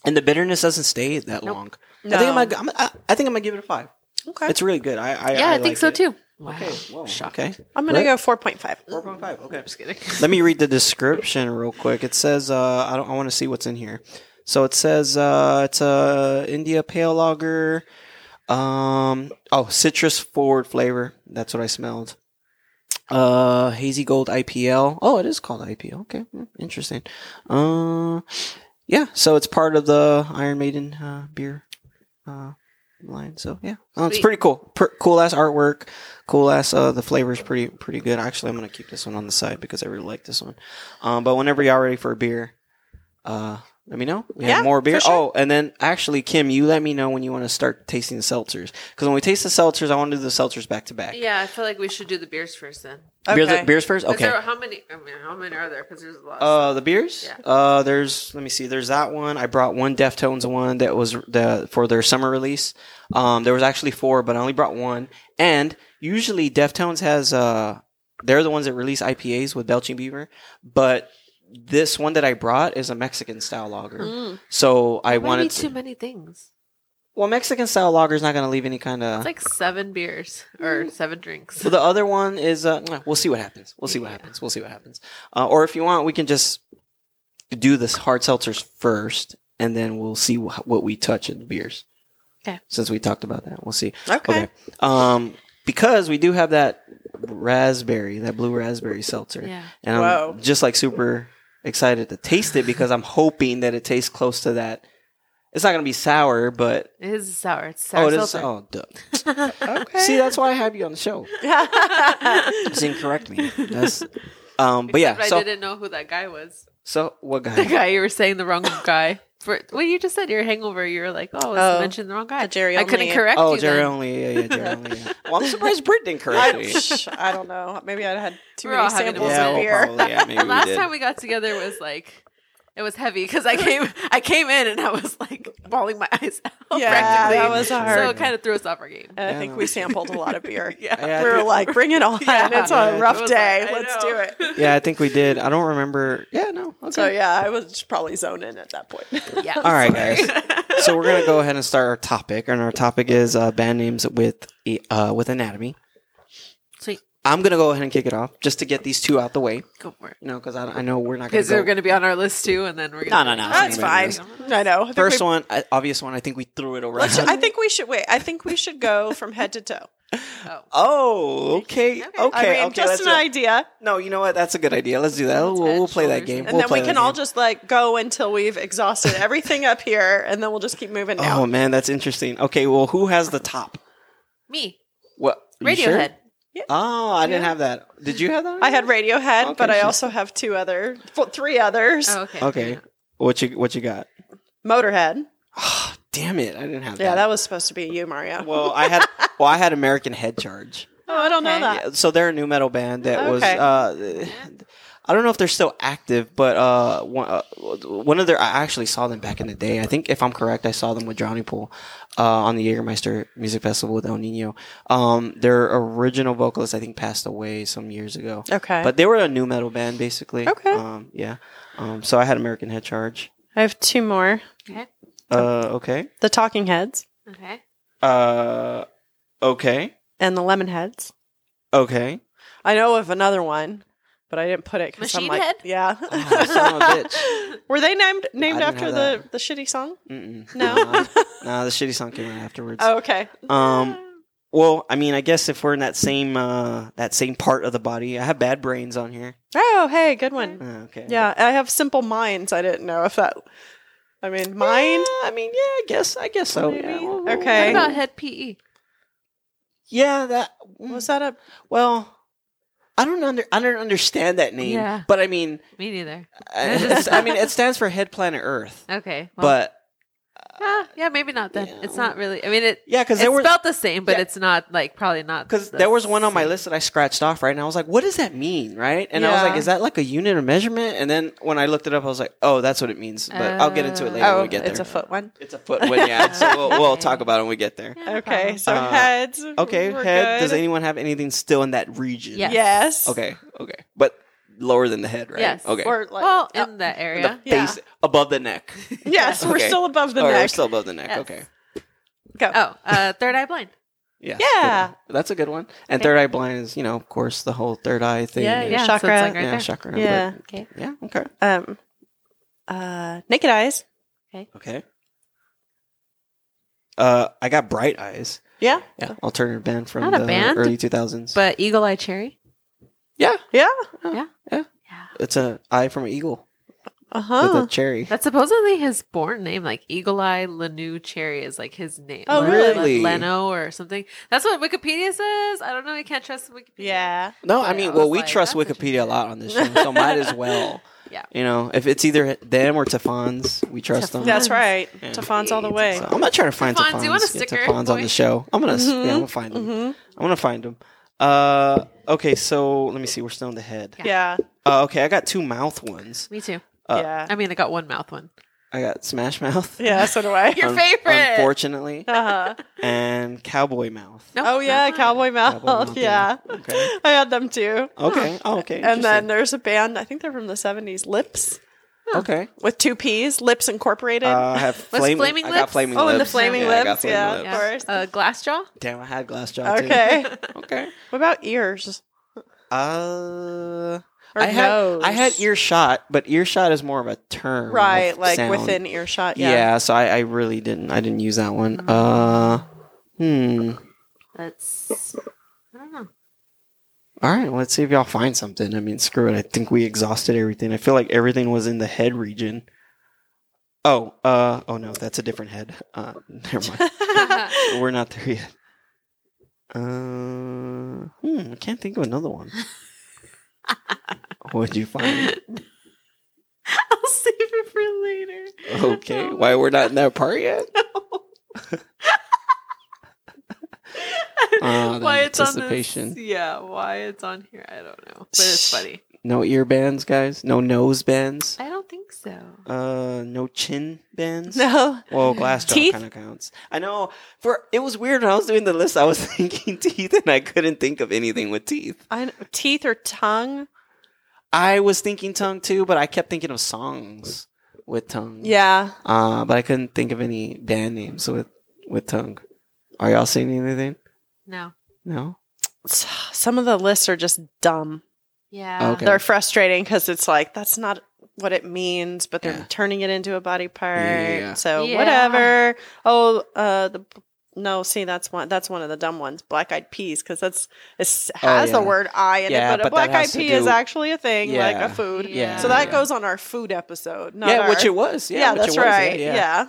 Speaker 1: and the bitterness doesn't stay that
Speaker 2: Nope.
Speaker 1: long. I think I'm gonna, I'm, I, I think I'm gonna give it a five.
Speaker 3: okay.
Speaker 1: It's really good. I, I
Speaker 2: yeah, I, think
Speaker 1: like
Speaker 2: so
Speaker 1: it.
Speaker 2: too. Wow.
Speaker 1: Okay, whoa,
Speaker 2: Shock.
Speaker 1: okay,
Speaker 3: I'm gonna
Speaker 1: Right?
Speaker 3: go four point five.
Speaker 1: four point five. Okay,
Speaker 2: Just kidding.
Speaker 1: let me read the description real quick. It says, uh, I don't, I want to see what's in here. So it says, uh, it's a India Pale Lager. Um, oh, citrus forward flavor. That's what I smelled. Uh, hazy gold IPL. Oh, it is called IPL. Okay, Hmm, interesting. Uh, yeah. So it's part of the Iron Maiden uh, beer uh, line. So yeah, oh, it's
Speaker 2: Sweet.
Speaker 1: pretty cool. Pr- cool ass artwork. Cool ass. Uh, the flavor's pretty pretty good. Actually, I'm gonna keep this one on the side because I really like this one. Um, but whenever y'all ready for a beer, uh, Let me know. We
Speaker 3: Yeah,
Speaker 1: have more beer.
Speaker 3: for sure.
Speaker 1: Oh, and then actually, Kim, you let me know when you want to start tasting the seltzers. Because when we taste the seltzers, I want to do the seltzers back to back.
Speaker 2: Yeah, I feel like we should do the beers first then.
Speaker 1: Beer-
Speaker 3: Okay.
Speaker 1: beers first.
Speaker 2: Is
Speaker 1: Okay.
Speaker 2: there- how many? I mean, how many are there? Because there's a lot.
Speaker 1: Uh, the beers.
Speaker 2: Yeah.
Speaker 1: Uh, there's let me see. There's that one. I brought one Deftones one that was the for their summer release. Um, there was actually four, but I only brought one. And usually Deftones has uh, they're the ones that release IPAs with Belching Beaver, but this one that I brought is a Mexican style lager.
Speaker 3: Mm.
Speaker 1: So I
Speaker 2: Might be
Speaker 1: wanted
Speaker 2: too
Speaker 1: to.
Speaker 2: many things.
Speaker 1: Well, Mexican style lager is not going to leave any kind
Speaker 2: It's
Speaker 1: of.
Speaker 2: like seven beers or seven drinks.
Speaker 1: So the other one is uh, nah, we'll see what happens. We'll see what
Speaker 2: Yeah.
Speaker 1: happens. We'll see what happens. Uh, or if you want, we can just do this hard seltzers first, and then we'll see wh- what we touch in the beers.
Speaker 2: Okay.
Speaker 1: Since we talked about that, we'll see.
Speaker 3: Okay.
Speaker 1: Okay. Um, because we do have that raspberry, that blue raspberry seltzer,
Speaker 2: yeah.
Speaker 1: and I'm
Speaker 3: Whoa.
Speaker 1: just like super excited to taste it because I'm hoping that it tastes close to that. It's not gonna be sour, but
Speaker 2: It is sour. It's sour.
Speaker 1: oh, it is.
Speaker 2: seltzer.
Speaker 1: Oh, duh.
Speaker 3: Okay.
Speaker 1: See, that's why I have you on the show. You
Speaker 3: that's
Speaker 1: didn't correct me. That's, um, but yeah.
Speaker 2: Except I
Speaker 1: So,
Speaker 2: didn't know who that guy was.
Speaker 1: so what
Speaker 2: The
Speaker 1: guy?
Speaker 2: guy you were saying the wrong guy. For well, you just said your hangover. You were like, oh, I was
Speaker 3: Oh.
Speaker 2: mentioned the wrong guy.
Speaker 3: A Jerry
Speaker 2: I couldn't
Speaker 3: only-
Speaker 2: correct
Speaker 1: Oh,
Speaker 2: you.
Speaker 1: Jerry
Speaker 2: then.
Speaker 1: only. Yeah, yeah, Jerry only. yeah. Well, I'm surprised Britt didn't correct me.
Speaker 3: I, I don't know. Maybe I had too
Speaker 2: We're all
Speaker 3: many
Speaker 2: having a
Speaker 3: samples
Speaker 2: moment.
Speaker 3: of
Speaker 1: well,
Speaker 3: beer.
Speaker 1: probably. Yeah, maybe
Speaker 2: The
Speaker 1: we
Speaker 2: last
Speaker 1: did.
Speaker 2: time we got together was like. It was heavy because I came, I came in and I was like bawling my eyes out.
Speaker 3: yeah,
Speaker 2: practically.
Speaker 3: that was a hard.
Speaker 2: so it kind of threw us off our game.
Speaker 3: I
Speaker 1: Yeah,
Speaker 3: think
Speaker 1: no.
Speaker 3: we sampled a lot of beer.
Speaker 2: Yeah.
Speaker 1: Yeah, I
Speaker 3: we were
Speaker 1: think-
Speaker 3: like, bring it on.
Speaker 2: Yeah.
Speaker 3: It's
Speaker 1: Yeah,
Speaker 3: a
Speaker 1: I
Speaker 3: rough
Speaker 2: was
Speaker 3: day.
Speaker 2: like, I
Speaker 3: Let's
Speaker 2: know.
Speaker 3: do it.
Speaker 1: yeah, I think we did. I don't remember. Yeah, no. Okay.
Speaker 3: So yeah, I was probably zoned in at that point.
Speaker 2: Yeah.
Speaker 1: All right, guys. So we're gonna go ahead and start our topic, and our topic is uh, band names with uh, with anatomy.
Speaker 2: Sweet.
Speaker 1: I'm gonna go ahead and kick it off just to get these two out the way.
Speaker 2: Go for it.
Speaker 1: You know, because I, I know we're not gonna.
Speaker 2: Because
Speaker 1: Go.
Speaker 2: they're going to be on our list too, and then we're
Speaker 1: No,
Speaker 2: going
Speaker 1: no, no.
Speaker 3: That's
Speaker 1: Maybe
Speaker 3: fine.
Speaker 1: this-
Speaker 3: I know. I think
Speaker 1: First
Speaker 3: we-
Speaker 1: one, uh, obvious one. I think we threw it around.
Speaker 3: let's ju- I think we should wait. I think we should go from head to toe.
Speaker 2: Oh.
Speaker 1: Oh, okay, okay,
Speaker 2: Okay.
Speaker 1: okay.
Speaker 3: I mean, just
Speaker 1: let's
Speaker 3: an
Speaker 1: do it.
Speaker 3: idea,
Speaker 1: No, you know what? That's a good idea. Let's do that. We'll,
Speaker 2: head,
Speaker 1: we'll play that
Speaker 2: shoulders,
Speaker 1: game.
Speaker 2: and
Speaker 3: and
Speaker 1: We'll
Speaker 3: then
Speaker 1: play
Speaker 3: we
Speaker 1: that
Speaker 3: can all
Speaker 1: game.
Speaker 3: just like go until we've exhausted everything up here, and then we'll just keep moving
Speaker 1: Oh
Speaker 3: down.
Speaker 1: man, that's interesting. Okay, well, who has the top?
Speaker 2: Me.
Speaker 1: What? you sure?
Speaker 2: Radiohead.
Speaker 1: Oh, I didn't have that. Did you have that?
Speaker 3: I had Radiohead,
Speaker 1: Okay,
Speaker 3: but I
Speaker 1: sure.
Speaker 3: also have two other, f- three others.
Speaker 2: Oh, okay.
Speaker 1: Okay. What you What you got?
Speaker 3: Motorhead.
Speaker 1: Oh, damn it! I didn't have
Speaker 3: Yeah,
Speaker 1: that.
Speaker 3: that was supposed to be you, Mario.
Speaker 1: well, I had. Well, I had American Head Charge.
Speaker 3: oh, I don't know
Speaker 2: Okay.
Speaker 3: that.
Speaker 1: Yeah, so they're a new metal band that was.
Speaker 3: Okay.
Speaker 1: Uh, I don't know if they're still active, but uh, one, uh, one of their I actually saw them back in the day. I think if I'm correct, I saw them with Drowning Pool uh, on the Jägermeister Music Festival with El Nino. Um, their original vocalist, I think, passed away some years ago.
Speaker 3: Okay.
Speaker 1: But they were a new metal band, basically.
Speaker 3: Okay.
Speaker 1: Um, yeah. Um, so I had American Head Charge.
Speaker 3: I have two more.
Speaker 2: Okay.
Speaker 3: Oh.
Speaker 1: Uh, okay.
Speaker 3: The Talking Heads
Speaker 2: Okay.
Speaker 1: Uh, okay.
Speaker 3: and the Lemon Heads.
Speaker 1: Okay.
Speaker 3: I know of another one, but I didn't put it because I'm
Speaker 2: Machine
Speaker 3: like,
Speaker 2: Head?
Speaker 3: yeah.
Speaker 1: Oh, son of a bitch.
Speaker 3: Were they named named
Speaker 1: I didn't
Speaker 3: after
Speaker 1: have
Speaker 3: the the shitty song?
Speaker 1: Mm-mm.
Speaker 3: No.
Speaker 1: Nah, Nah, the shitty song came out afterwards.
Speaker 3: Oh, okay.
Speaker 1: Um, well, I mean, I guess if we're in that same uh, that same part of the body, I have bad brains on here.
Speaker 3: Oh, hey, good one.
Speaker 1: Uh, okay.
Speaker 3: Yeah, I have simple minds. I didn't know if that. I mean, mind.
Speaker 1: Yeah, I mean, yeah, I guess, I guess so.
Speaker 3: Maybe.
Speaker 1: Yeah, well,
Speaker 3: Okay.
Speaker 2: What
Speaker 1: well,
Speaker 2: about Head E? PE?
Speaker 1: Yeah, that mm.
Speaker 3: Was that a?
Speaker 1: well, I don't under, I don't understand that name.
Speaker 2: Yeah.
Speaker 1: But I mean,
Speaker 2: Me neither.
Speaker 1: I, I mean, it stands for Head Planet Earth.
Speaker 2: Okay. well,
Speaker 1: But
Speaker 2: ah, yeah, maybe not then.
Speaker 1: Yeah.
Speaker 2: It's not really. I mean, it.
Speaker 1: yeah, because
Speaker 2: It's
Speaker 1: there were
Speaker 2: spelled the same, but
Speaker 1: Yeah.
Speaker 2: it's not like probably not.
Speaker 1: because
Speaker 2: the
Speaker 1: there was one on my
Speaker 2: same.
Speaker 1: list that I scratched off, right? And I was like, what does that mean, right? And I was
Speaker 3: Yeah.
Speaker 1: like, is that like a unit of measurement? And then when I looked it up, I was like, oh, that's what it means. But I'll get into it later when
Speaker 3: Oh,
Speaker 1: we get there.
Speaker 3: it's a foot one.
Speaker 1: It's a foot win, yeah. So we'll, we'll talk about it when we get there.
Speaker 2: Yeah, no
Speaker 3: Okay,
Speaker 2: problem.
Speaker 3: so
Speaker 1: Uh,
Speaker 3: heads.
Speaker 1: Okay,
Speaker 3: we're
Speaker 1: head. Does
Speaker 3: good.
Speaker 1: anyone have anything still in that region?
Speaker 2: Yes.
Speaker 3: Yes.
Speaker 1: Okay, okay. But lower than the head, right?
Speaker 2: Yes.
Speaker 1: Okay.
Speaker 3: Or like,
Speaker 2: well,
Speaker 3: uh,
Speaker 2: in that
Speaker 1: the
Speaker 2: area.
Speaker 3: yeah.
Speaker 1: face above the neck.
Speaker 3: yes, we're
Speaker 1: Okay.
Speaker 3: still above the
Speaker 1: Or we're
Speaker 3: neck.
Speaker 1: still above the neck.
Speaker 2: Yes.
Speaker 1: Okay.
Speaker 3: Go.
Speaker 2: Oh, uh, third eye blind.
Speaker 1: Yeah.
Speaker 3: Yeah.
Speaker 1: good one. That's a good one. And
Speaker 2: Okay.
Speaker 1: third eye blind is, you know, of course, the whole third eye thing.
Speaker 2: Yeah,
Speaker 1: and-
Speaker 2: yeah. So it's
Speaker 3: Chakra.
Speaker 2: like right
Speaker 1: yeah,
Speaker 2: there.
Speaker 1: chakra. but-
Speaker 3: yeah.
Speaker 2: Okay.
Speaker 1: Yeah, okay.
Speaker 3: Um. Uh. Naked eyes.
Speaker 1: Okay. Uh, I got bright eyes.
Speaker 3: Yeah.
Speaker 1: Yeah, alternative band from
Speaker 2: Not a
Speaker 1: the
Speaker 2: band,
Speaker 1: early 2000s.
Speaker 2: But eagle eye cherry.
Speaker 1: yeah,
Speaker 3: Yeah.
Speaker 2: Yeah.
Speaker 1: it's an eye from an eagle
Speaker 3: Uh
Speaker 1: with a
Speaker 3: huh.
Speaker 1: cherry.
Speaker 2: That's supposedly his born name, like Eagle Eye Lenu Cherry is like his name.
Speaker 3: Oh,
Speaker 2: Len-
Speaker 1: really?
Speaker 2: Len- Leno or something. That's what Wikipedia says. I don't know. You can't trust Wikipedia.
Speaker 3: Yeah.
Speaker 1: No,
Speaker 2: But
Speaker 1: I
Speaker 2: I
Speaker 1: mean,
Speaker 2: was
Speaker 1: well, we
Speaker 2: like,
Speaker 1: trust
Speaker 2: that's
Speaker 1: Wikipedia a
Speaker 2: interesting.
Speaker 1: lot on this show, so might as well.
Speaker 2: Yeah.
Speaker 1: You know, if it's either them or Tefan's, we trust them.
Speaker 3: That's
Speaker 2: Tefons.
Speaker 3: right.
Speaker 1: Yeah.
Speaker 3: Tefan's all the way.
Speaker 1: So I'm gonna try to find
Speaker 2: Tefon,
Speaker 1: Tefan's.
Speaker 2: do you want a
Speaker 1: get
Speaker 2: sticker,
Speaker 1: Tefan's on
Speaker 2: boy?
Speaker 1: the show. I'm gonna, yeah, I'm gonna find him.
Speaker 3: Mm-hmm.
Speaker 1: I'm gonna find him. Uh, okay, so let me see. We're still in the head.
Speaker 3: Yeah.
Speaker 1: Uh, okay, I got two mouth ones.
Speaker 2: Me too.
Speaker 1: Uh,
Speaker 3: yeah.
Speaker 2: I mean, I got one mouth one.
Speaker 1: I got Smash Mouth.
Speaker 3: Yeah, so do I.
Speaker 2: Your favorite.
Speaker 1: Unfortunately,
Speaker 3: Uh-huh.
Speaker 1: and Cowboy Mouth.
Speaker 2: No,
Speaker 3: Oh, yeah,
Speaker 2: not mine.
Speaker 3: Cowboy Mouth.
Speaker 1: Cowboy Mouth,
Speaker 3: yeah.
Speaker 1: Okay.
Speaker 3: I had them too.
Speaker 1: Okay. Oh, okay.
Speaker 3: And then
Speaker 1: interesting.
Speaker 3: there's a band, I think they're from the 70s, Lips,
Speaker 1: okay.
Speaker 3: with two P's, Lips Incorporated.
Speaker 1: Uh, I have flaming.
Speaker 2: Flaming
Speaker 1: I got
Speaker 2: Lips?
Speaker 1: flaming
Speaker 3: oh,
Speaker 1: lips.
Speaker 3: and the Flaming
Speaker 1: I got
Speaker 3: Lips.
Speaker 1: Flaming
Speaker 3: yeah,
Speaker 1: Lips.
Speaker 3: of course.
Speaker 2: Uh, glass jaw.
Speaker 1: Damn, I had glass jaw too.
Speaker 3: okay.
Speaker 1: Okay.
Speaker 3: what about ears?
Speaker 1: Uh,
Speaker 3: Or
Speaker 1: I had
Speaker 3: nose?
Speaker 1: I had earshot, but earshot is more of a term,
Speaker 3: Right,
Speaker 1: of
Speaker 3: like
Speaker 1: sound.
Speaker 3: within earshot.
Speaker 1: Yeah.
Speaker 3: Yeah. Mm-hmm.
Speaker 1: so I, I really didn't. I didn't use that one. Uh, hmm.
Speaker 2: That's. I don't know.
Speaker 1: All right, let's see if y'all find something. I mean, screw it. I think we exhausted everything. I feel like everything was in the head region. Oh, uh, oh no, that's a different head. Uh, never mind. We're not there yet. Uh, hmm, I can't think of another one. What'd you find?
Speaker 2: I'll save it for later.
Speaker 1: Okay, why we're not in that part yet? Ah, the
Speaker 2: why it's on this,
Speaker 1: anticipation.
Speaker 2: yeah, why it's on here, I don't know, but it's funny.
Speaker 1: No ear bands, guys. No nose bands.
Speaker 2: I don't think so.
Speaker 1: Uh, no chin bands.
Speaker 3: No.
Speaker 1: Well, glass jaw
Speaker 3: Teeth?
Speaker 1: kind of counts. I know. For it was weird when I was doing the list. I was thinking teeth, and I couldn't think of anything with teeth.
Speaker 3: I, kn- teeth or tongue?
Speaker 1: I was thinking tongue too, but I kept thinking of songs with tongue.
Speaker 3: Yeah.
Speaker 1: Uh, but I couldn't think of any band names with with tongue. Are y'all seeing anything?
Speaker 2: No.
Speaker 1: No.
Speaker 3: S- Some of the lists are just dumb.
Speaker 2: Yeah.
Speaker 1: Okay.
Speaker 3: They're frustrating because it's like, that's not what it means, but they're
Speaker 1: Yeah.
Speaker 3: turning it into a body part.
Speaker 1: Yeah.
Speaker 3: So
Speaker 2: Yeah.
Speaker 3: whatever. Oh, uh, the. No, see that's one. That's one of the dumb ones. Black eyed peas, because that's it has
Speaker 1: Oh, yeah.
Speaker 3: the word "I" in
Speaker 1: Yeah,
Speaker 3: it, but,
Speaker 1: but that
Speaker 3: a black eyed
Speaker 1: has to
Speaker 3: pea is
Speaker 1: do-
Speaker 3: actually a thing, like
Speaker 1: Yeah.
Speaker 3: a food.
Speaker 1: Yeah.
Speaker 3: So that
Speaker 1: Yeah.
Speaker 3: goes on our food episode. Not
Speaker 1: yeah, which
Speaker 3: our-
Speaker 1: it was. Yeah,
Speaker 3: yeah,
Speaker 1: which
Speaker 3: that's
Speaker 1: it was.
Speaker 3: right.
Speaker 1: Yeah, yeah.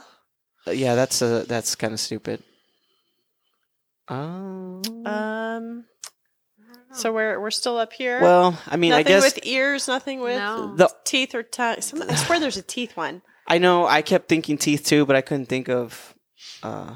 Speaker 3: yeah.
Speaker 1: Uh, yeah that's uh, that's kind of stupid. Um.
Speaker 2: Mm-hmm.
Speaker 3: Um.
Speaker 2: I don't know.
Speaker 3: So we're we're still up here.
Speaker 1: well, I mean,
Speaker 3: nothing
Speaker 1: I guess
Speaker 3: with ears. Nothing with
Speaker 2: No.
Speaker 1: the
Speaker 3: teeth or tongue. Some, I swear, there's a teeth one.
Speaker 1: I know I kept thinking teeth too, but I couldn't think of. uh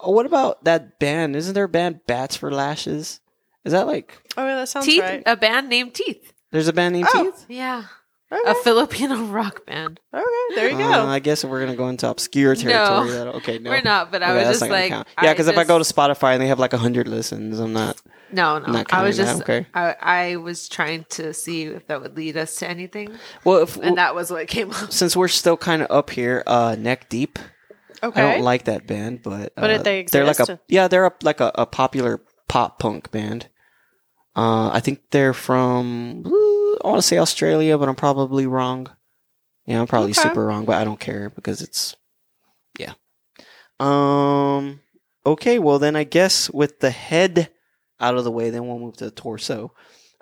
Speaker 1: oh, What about that band? Isn't there a band Bats for Lashes? Is that like
Speaker 3: Oh, yeah, that sounds
Speaker 2: Teeth,
Speaker 3: right.
Speaker 2: a band named Teeth.
Speaker 1: there's a band named
Speaker 3: Oh,
Speaker 1: Teeth?
Speaker 2: Yeah.
Speaker 3: Okay.
Speaker 2: A Filipino rock band.
Speaker 3: okay, there you go.
Speaker 1: Uh, I guess if we're gonna go into obscure territory. that'll- Okay, no,
Speaker 2: We're not, but I
Speaker 1: Okay, that's
Speaker 2: was
Speaker 1: not
Speaker 2: just
Speaker 1: gonna
Speaker 2: like,
Speaker 1: count. yeah, because if I
Speaker 2: just-
Speaker 1: go to Spotify and they have like hundred listens, I'm not.
Speaker 2: no, no,
Speaker 1: not
Speaker 2: I
Speaker 1: counting
Speaker 2: was
Speaker 1: that,
Speaker 2: just,
Speaker 1: okay.
Speaker 2: I, I was trying to see if that would lead us to anything,
Speaker 1: Well, if,
Speaker 2: and that was what came up.
Speaker 1: since we're still kind of up here, uh, neck deep.
Speaker 3: okay.
Speaker 1: I don't like that band, but
Speaker 3: But
Speaker 1: uh,
Speaker 3: if they
Speaker 1: they're like a
Speaker 3: exist-
Speaker 1: yeah, they're a, like a, a popular pop punk band. Uh, I think they're from ooh, I want to say Australia, but I'm probably wrong. Yeah, I'm probably
Speaker 3: Okay.
Speaker 1: super wrong, but I don't care because it's yeah. Um. Okay, well then I guess with the head out of the way, then we'll move to the torso.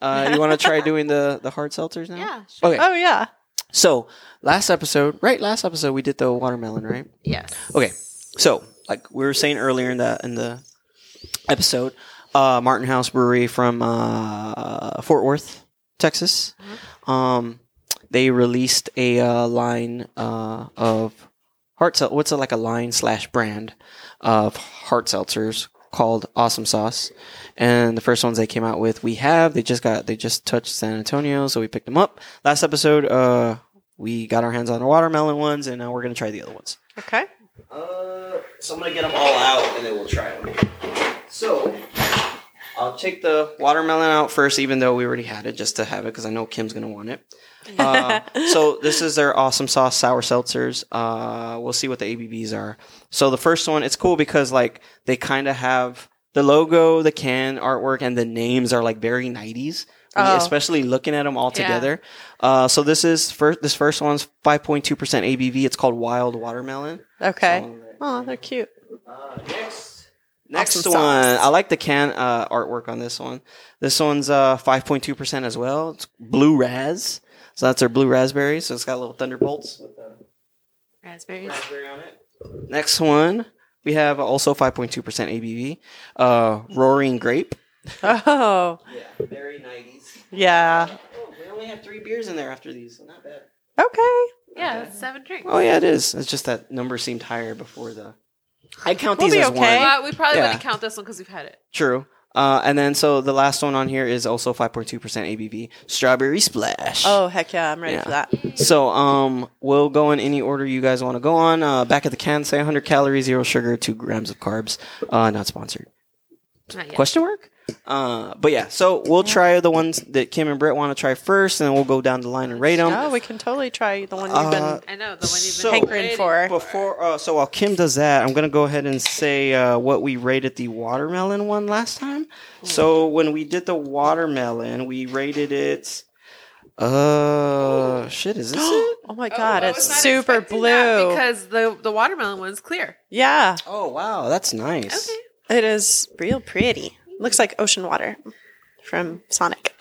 Speaker 1: Uh, you want to try doing the the hard seltzers now?
Speaker 2: Yeah. Sure.
Speaker 1: Okay.
Speaker 3: oh yeah.
Speaker 1: So last episode, right? Last episode we did the watermelon, right?
Speaker 2: Yes.
Speaker 1: Okay. So, like we were saying earlier in the in the episode, uh, Martin House Brewery from uh, Fort Worth, Texas, um, they released a uh, line uh, of heart sel- What's it like a line slash brand of heart seltzers called Awesome Sauce, and the first ones they came out with we have. They just got they just touched San Antonio, so we picked them up last episode. Uh, we got our hands on the watermelon ones, and now we're gonna try the other ones.
Speaker 3: Okay.
Speaker 1: Uh, so I'm gonna get them all out, and then we'll try them. So I'll take the watermelon out first, even though we already had it, just to have it, because I know Kim's gonna want it. Uh, so this is their awesome sauce sour seltzers. Uh, we'll see what the ABVs are. So the first one, it's cool because like they kind of have the logo, the can artwork, and the names are like very 90s. when you-
Speaker 3: Oh.
Speaker 1: Especially looking at them all
Speaker 2: Yeah.
Speaker 1: together. Uh, so this is first. This first one's 5.2 percent ABV. It's called Wild Watermelon.
Speaker 3: Okay.
Speaker 1: So,
Speaker 3: Oh, they're cute.
Speaker 1: uh, next next
Speaker 3: Awesome
Speaker 1: one.
Speaker 3: sauce.
Speaker 1: I like the can uh, artwork on this one. This one's uh, 5.2% as well. It's blue raz. So that's our blue raspberry. So it's got little thunderbolts with the
Speaker 2: Raspberries.
Speaker 1: raspberry on it. Next one, we have also 5.2% ABV. Uh, roaring grape.
Speaker 3: Oh
Speaker 1: Yeah, very 90s.
Speaker 3: yeah.
Speaker 1: Oh, where only had three beers in there after these. So not bad.
Speaker 3: Okay.
Speaker 2: Yeah, that's seven drinks.
Speaker 1: Oh yeah, it is. It's just that number seemed higher before the. I count
Speaker 3: We'll
Speaker 1: these
Speaker 3: be
Speaker 1: as
Speaker 3: okay.
Speaker 1: one.
Speaker 2: Well, we probably
Speaker 1: Yeah.
Speaker 2: wouldn't count this one because we've had it.
Speaker 1: True. Uh, and then so the last one on here is also 5.2% ABV, Strawberry Splash.
Speaker 3: Oh heck yeah, I'm ready
Speaker 1: Yeah.
Speaker 3: for that.
Speaker 1: So um, we'll go in any order you guys want to go on. Uh, back at the can, say 100 calories, zero sugar, two grams of carbs. Uh, not sponsored.
Speaker 2: Not yet.
Speaker 1: Question mark? Uh, but yeah, so we'll try the ones that Kim and Britt want to try first, and then we'll go down the line and rate them.
Speaker 3: Oh, we can totally try the one you've
Speaker 1: Uh,
Speaker 3: been
Speaker 2: I know the one you've
Speaker 1: So-
Speaker 2: been
Speaker 3: hankering
Speaker 2: waiting
Speaker 3: for.
Speaker 1: Before, uh, so while Kim does that, I'm gonna go ahead and say uh, what we rated the watermelon one last time. So when we did the watermelon, we rated it. Uh, shit, is this it?
Speaker 3: oh my
Speaker 2: Oh,
Speaker 3: god,
Speaker 2: I
Speaker 3: it's
Speaker 2: was not
Speaker 3: super
Speaker 2: expecting
Speaker 3: blue.
Speaker 2: that because the the watermelon one's clear.
Speaker 3: yeah,
Speaker 1: Oh wow, that's nice.
Speaker 2: Okay.
Speaker 3: it is real pretty. Looks like ocean water from Sonic.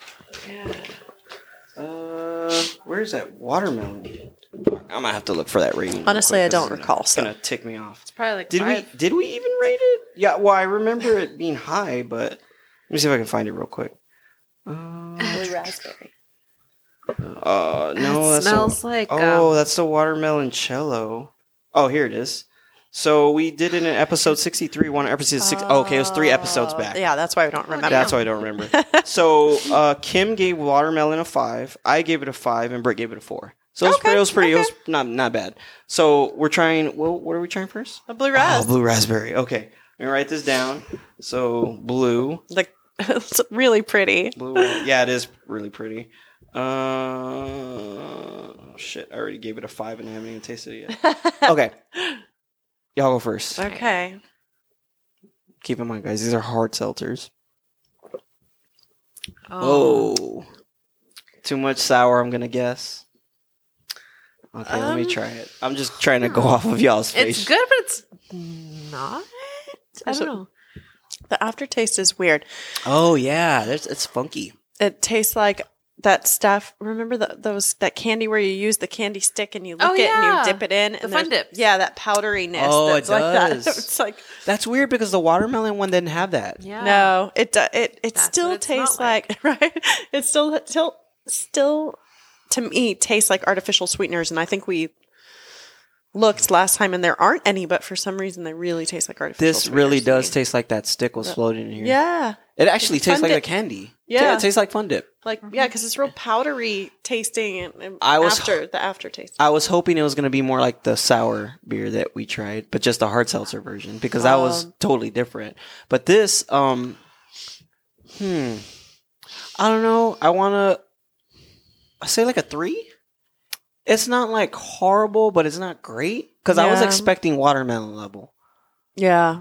Speaker 1: Uh, where's that watermelon? I'm gonna have to look for that rating. real
Speaker 3: Honestly,
Speaker 1: quick,
Speaker 3: I
Speaker 1: 'cause
Speaker 3: don't
Speaker 1: it's gonna-
Speaker 3: recall,
Speaker 1: It's
Speaker 3: so.
Speaker 1: gonna tick me off.
Speaker 2: It's probably like
Speaker 1: Did we?
Speaker 2: five.
Speaker 1: Did we even rate it? Yeah. Well, I remember it being high, but let me see if I can find it real quick. Uh,
Speaker 3: Blue raspberry.
Speaker 1: Uh, no,
Speaker 2: That
Speaker 1: that's the-
Speaker 2: smells like,
Speaker 1: Oh,
Speaker 2: um,
Speaker 1: that's the watermelon cello. Oh, here it is. So we did it in episode sixty-three. One episode six. oh, okay, it was three episodes back.
Speaker 3: Uh, Yeah, that's why we don't remember.
Speaker 1: That's why I don't remember. so uh, Kim gave watermelon a five. I gave it a five, and Britt gave it a four. So it was,
Speaker 3: Okay,
Speaker 1: pretty, it was pretty. It was
Speaker 3: okay.
Speaker 1: not not bad. So we're trying. Well, what are we trying first?
Speaker 3: A blue ras.
Speaker 1: Oh, blue raspberry. Okay, let me write this down. So blue.
Speaker 3: Like it's really pretty.
Speaker 1: Blue Whale. Yeah, it is really pretty. Uh, shit, I already gave it a five and I haven't even tasted it yet. Okay. Y'all go first.
Speaker 3: Okay.
Speaker 1: Keep in mind, guys, these are hard seltzers.
Speaker 2: Oh.
Speaker 1: Oh. Too much sour, I'm going to guess. Okay, let me
Speaker 2: Um,
Speaker 1: try it. I'm just trying to go off of y'all's face.
Speaker 2: It's good, but it's not. I don't know.
Speaker 3: The aftertaste is weird.
Speaker 1: Oh, yeah. There's, it's funky.
Speaker 3: It tastes like that stuff. Remember the, those that candy where you use the candy stick and you lick
Speaker 2: Oh,
Speaker 3: it
Speaker 2: yeah.
Speaker 3: and you dip it in.
Speaker 2: The
Speaker 3: and
Speaker 2: fun
Speaker 3: there's-
Speaker 2: dips.
Speaker 3: Yeah, that powderiness.
Speaker 1: Oh,
Speaker 3: that's
Speaker 1: it
Speaker 3: like
Speaker 1: does.
Speaker 3: That. It's like
Speaker 1: That's weird because the watermelon one didn't have that.
Speaker 2: Yeah.
Speaker 3: no, it do- it it
Speaker 2: That's
Speaker 3: still
Speaker 2: what it smelled
Speaker 3: tastes like, right. It still still still to me tastes like artificial sweeteners, and I think we looked last time and there aren't any, but for some reason they really taste like artificial.
Speaker 1: This really
Speaker 3: sweeteners
Speaker 1: does
Speaker 3: to me.
Speaker 1: taste like that stick was floating in here.
Speaker 3: Yeah,
Speaker 1: It actually
Speaker 3: It's
Speaker 1: tastes
Speaker 3: Fun
Speaker 1: like a
Speaker 3: Dip.
Speaker 1: candy.
Speaker 3: Yeah.
Speaker 1: it tastes like fun dip.
Speaker 3: like yeah,
Speaker 2: Mm-hmm.
Speaker 3: because it's real powdery tasting. And, and
Speaker 1: I was-
Speaker 3: after the aftertaste.
Speaker 1: I was hoping it was going to be more like the sour beer that we tried, but just the hard seltzer version because that was
Speaker 3: Um.
Speaker 1: totally different. But this, um, hmm, I don't know. I want to, I say like a three. It's not like horrible, but it's not great because I was
Speaker 3: Yeah.
Speaker 1: expecting watermelon level.
Speaker 3: Yeah,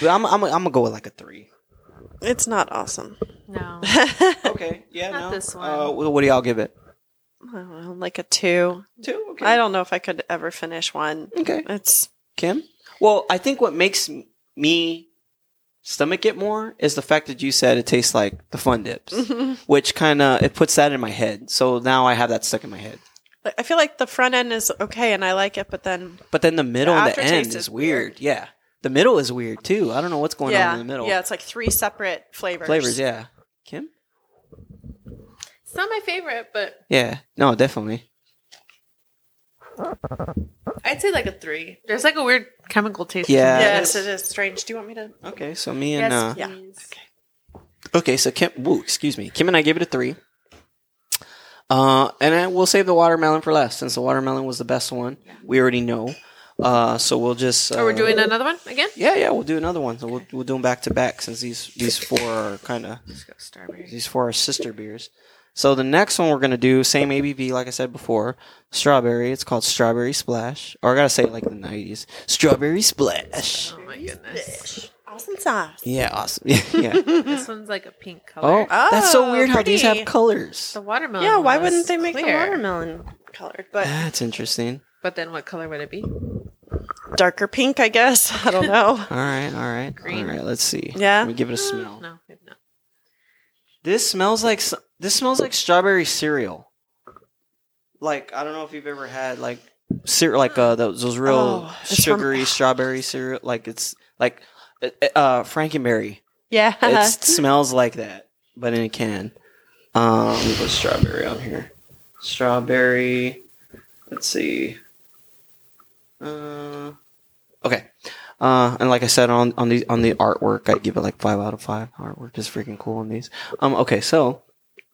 Speaker 1: But I'm, I'm, I'm gonna go with like a three.
Speaker 3: it's not awesome.
Speaker 2: No.
Speaker 3: I
Speaker 1: Okay, yeah,
Speaker 2: Not
Speaker 1: no.
Speaker 2: this one.
Speaker 1: Uh, what do y'all give it?
Speaker 3: don't know, like a two.
Speaker 1: Two. Okay.
Speaker 3: I don't know if I could ever finish one.
Speaker 1: Okay.
Speaker 3: It's
Speaker 1: Kim? Well, I think what makes m- me stomach it more is the fact that you said it tastes like the fun dips, which kind of it puts that in my head. So now I have that stuck in my head.
Speaker 3: Like, I feel like the front end is okay and I like it, but then
Speaker 1: But then the middle and the
Speaker 3: aftertaste
Speaker 1: end
Speaker 3: is
Speaker 1: is, weird. Yeah. The middle is weird too. I don't know what's going
Speaker 3: yeah,
Speaker 1: on in the middle.
Speaker 3: yeah, it's like three separate flavors.
Speaker 1: Flavors, yeah. Kim?
Speaker 2: It's not my favorite, but
Speaker 1: Yeah. No, definitely.
Speaker 2: I'd say like a three. There's like a weird chemical taste.
Speaker 1: Yeah.
Speaker 3: Yes, it is strange. Do you want me to?
Speaker 1: Okay, so me
Speaker 2: to
Speaker 1: and
Speaker 2: it.
Speaker 1: uh
Speaker 2: Yes,
Speaker 3: Yeah.
Speaker 2: please.
Speaker 1: Okay, so Kim, woo, excuse me. Kim and I gave it a three. Uh, and I, we'll save the watermelon for last since the watermelon was the best one. We already know. Uh, so we'll just. Uh,
Speaker 2: Oh, we're doing another one again?
Speaker 1: Yeah, yeah, we'll do another one. So we'll, we'll do them back to back since these these four are kind of
Speaker 2: Let's go strawberry.
Speaker 1: these four are sister beers. So the next one we're gonna do same ABV like I said before, strawberry. It's called Strawberry Splash, or I gotta say it like the nineties, Strawberry Splash.
Speaker 2: Oh my goodness.
Speaker 3: Awesome sauce.
Speaker 1: Yeah, awesome. yeah.
Speaker 2: This one's like a pink
Speaker 1: Oh,
Speaker 2: color. Uh,
Speaker 1: that's so weird how these
Speaker 3: pretty.
Speaker 1: have colors.
Speaker 2: The watermelon.
Speaker 3: Yeah, why
Speaker 2: one was
Speaker 3: wouldn't they make
Speaker 2: clear.
Speaker 3: the watermelon colored? But
Speaker 1: That's interesting.
Speaker 2: But then what color would it be?
Speaker 3: darker pink, I guess. I don't
Speaker 1: All
Speaker 3: know.
Speaker 1: right, all right,
Speaker 2: Green.
Speaker 1: all right. Let's see.
Speaker 3: Yeah.
Speaker 1: let me give it a smell.
Speaker 2: No, maybe not.
Speaker 1: This smells like s- this smells like strawberry cereal. Like I don't know if you've ever had like cereal, like uh, those, those real
Speaker 3: Oh, it's from-
Speaker 1: sugary strawberry cereal. Like it's like uh, uh, Frankenberry.
Speaker 3: yeah.
Speaker 1: It smells like that, but in a can. Um, put strawberry on here. Strawberry. Let's see. Uh, okay. Uh, and like I said on on the on the artwork, I give it like five out of five. Artwork is freaking cool on these. Um, okay, so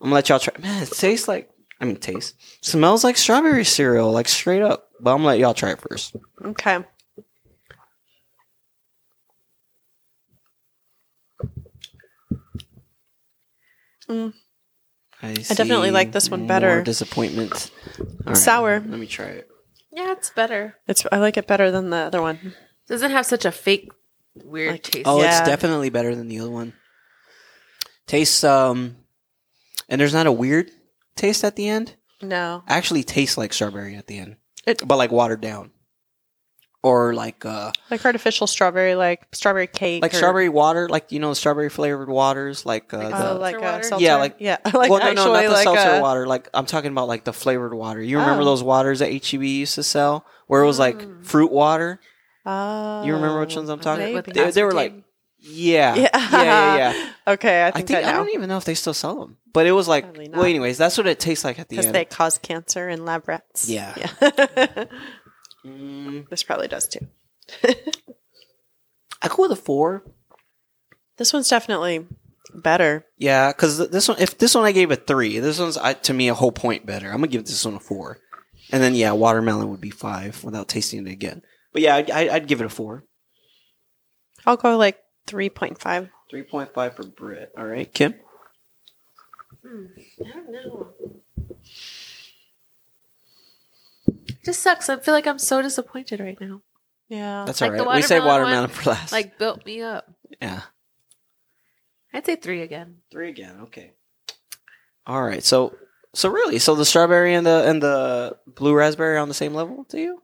Speaker 1: I'm gonna let y'all try. Man, it tastes like I mean, taste smells like strawberry cereal, like straight up. But I'm gonna let y'all try it first.
Speaker 3: Okay.
Speaker 1: I,
Speaker 3: definitely
Speaker 1: see
Speaker 3: like this one
Speaker 1: more
Speaker 3: better.
Speaker 1: Disappointment. All
Speaker 3: Sour.
Speaker 1: Let me try it.
Speaker 2: Yeah, it's better.
Speaker 3: It's I like it better than the other one.
Speaker 2: Doesn't have such a fake weird
Speaker 3: Like-
Speaker 2: taste.
Speaker 1: Oh,
Speaker 3: Yeah.
Speaker 1: it's definitely better than the other one. Tastes um, and there's not a weird taste at the end.
Speaker 3: No.
Speaker 1: Actually, tastes like strawberry at the end,
Speaker 3: It-
Speaker 1: but like watered down, or like uh,
Speaker 3: Like artificial strawberry, like strawberry cake.
Speaker 1: like
Speaker 3: or-
Speaker 1: strawberry water, like you know, strawberry flavored waters, like uh,
Speaker 3: Oh,
Speaker 1: the,
Speaker 3: like
Speaker 2: Seltzer
Speaker 3: a
Speaker 2: water?
Speaker 3: seltzer.
Speaker 1: Yeah, like-
Speaker 3: yeah, like
Speaker 1: well, no,
Speaker 3: actually,
Speaker 1: no, not the
Speaker 3: like uh,
Speaker 1: seltzer
Speaker 3: a,
Speaker 1: water. Like I'm talking about like the flavored water. You remember
Speaker 3: Oh.
Speaker 1: those waters that HEB used to sell, where it was like
Speaker 2: Mm.
Speaker 1: fruit water?
Speaker 3: Oh,
Speaker 1: You remember which ones I'm talking
Speaker 3: maybe.
Speaker 1: about? They, they were like, yeah,
Speaker 3: Yeah.
Speaker 1: yeah, yeah, yeah.
Speaker 3: okay, I
Speaker 1: I
Speaker 3: think,
Speaker 1: think
Speaker 3: I
Speaker 1: I
Speaker 3: know
Speaker 1: don't even know if they still sell them, but it was like.
Speaker 3: Probably
Speaker 1: Well,
Speaker 3: not.
Speaker 1: anyways, that's what it tastes like at the
Speaker 3: because
Speaker 1: end.
Speaker 3: they cause cancer in lab rats.
Speaker 1: Yeah.
Speaker 3: yeah.
Speaker 1: Mm,
Speaker 3: this probably does too.
Speaker 1: I go with a four.
Speaker 3: This one's definitely better.
Speaker 1: Yeah, because this one, if this one I gave a three, this one's I, to me a whole point better. I'm gonna give this one a four, and then yeah, watermelon would be five without tasting it again. But yeah, I'd, I'd I'd give it a four.
Speaker 3: I'll go like three point five.
Speaker 1: Three point five for Brit. All right, Kim.
Speaker 2: Hmm, I don't know. It just sucks. I feel like I'm so disappointed right now.
Speaker 3: Yeah,
Speaker 1: That's all
Speaker 2: Like the
Speaker 1: right. We say
Speaker 2: watermelon
Speaker 1: watermelon for last.
Speaker 2: Like built me up.
Speaker 1: yeah,
Speaker 2: I'd say three again.
Speaker 1: three again. Okay. All right. So so really, so the strawberry and the and the blue raspberry are on the same level to you?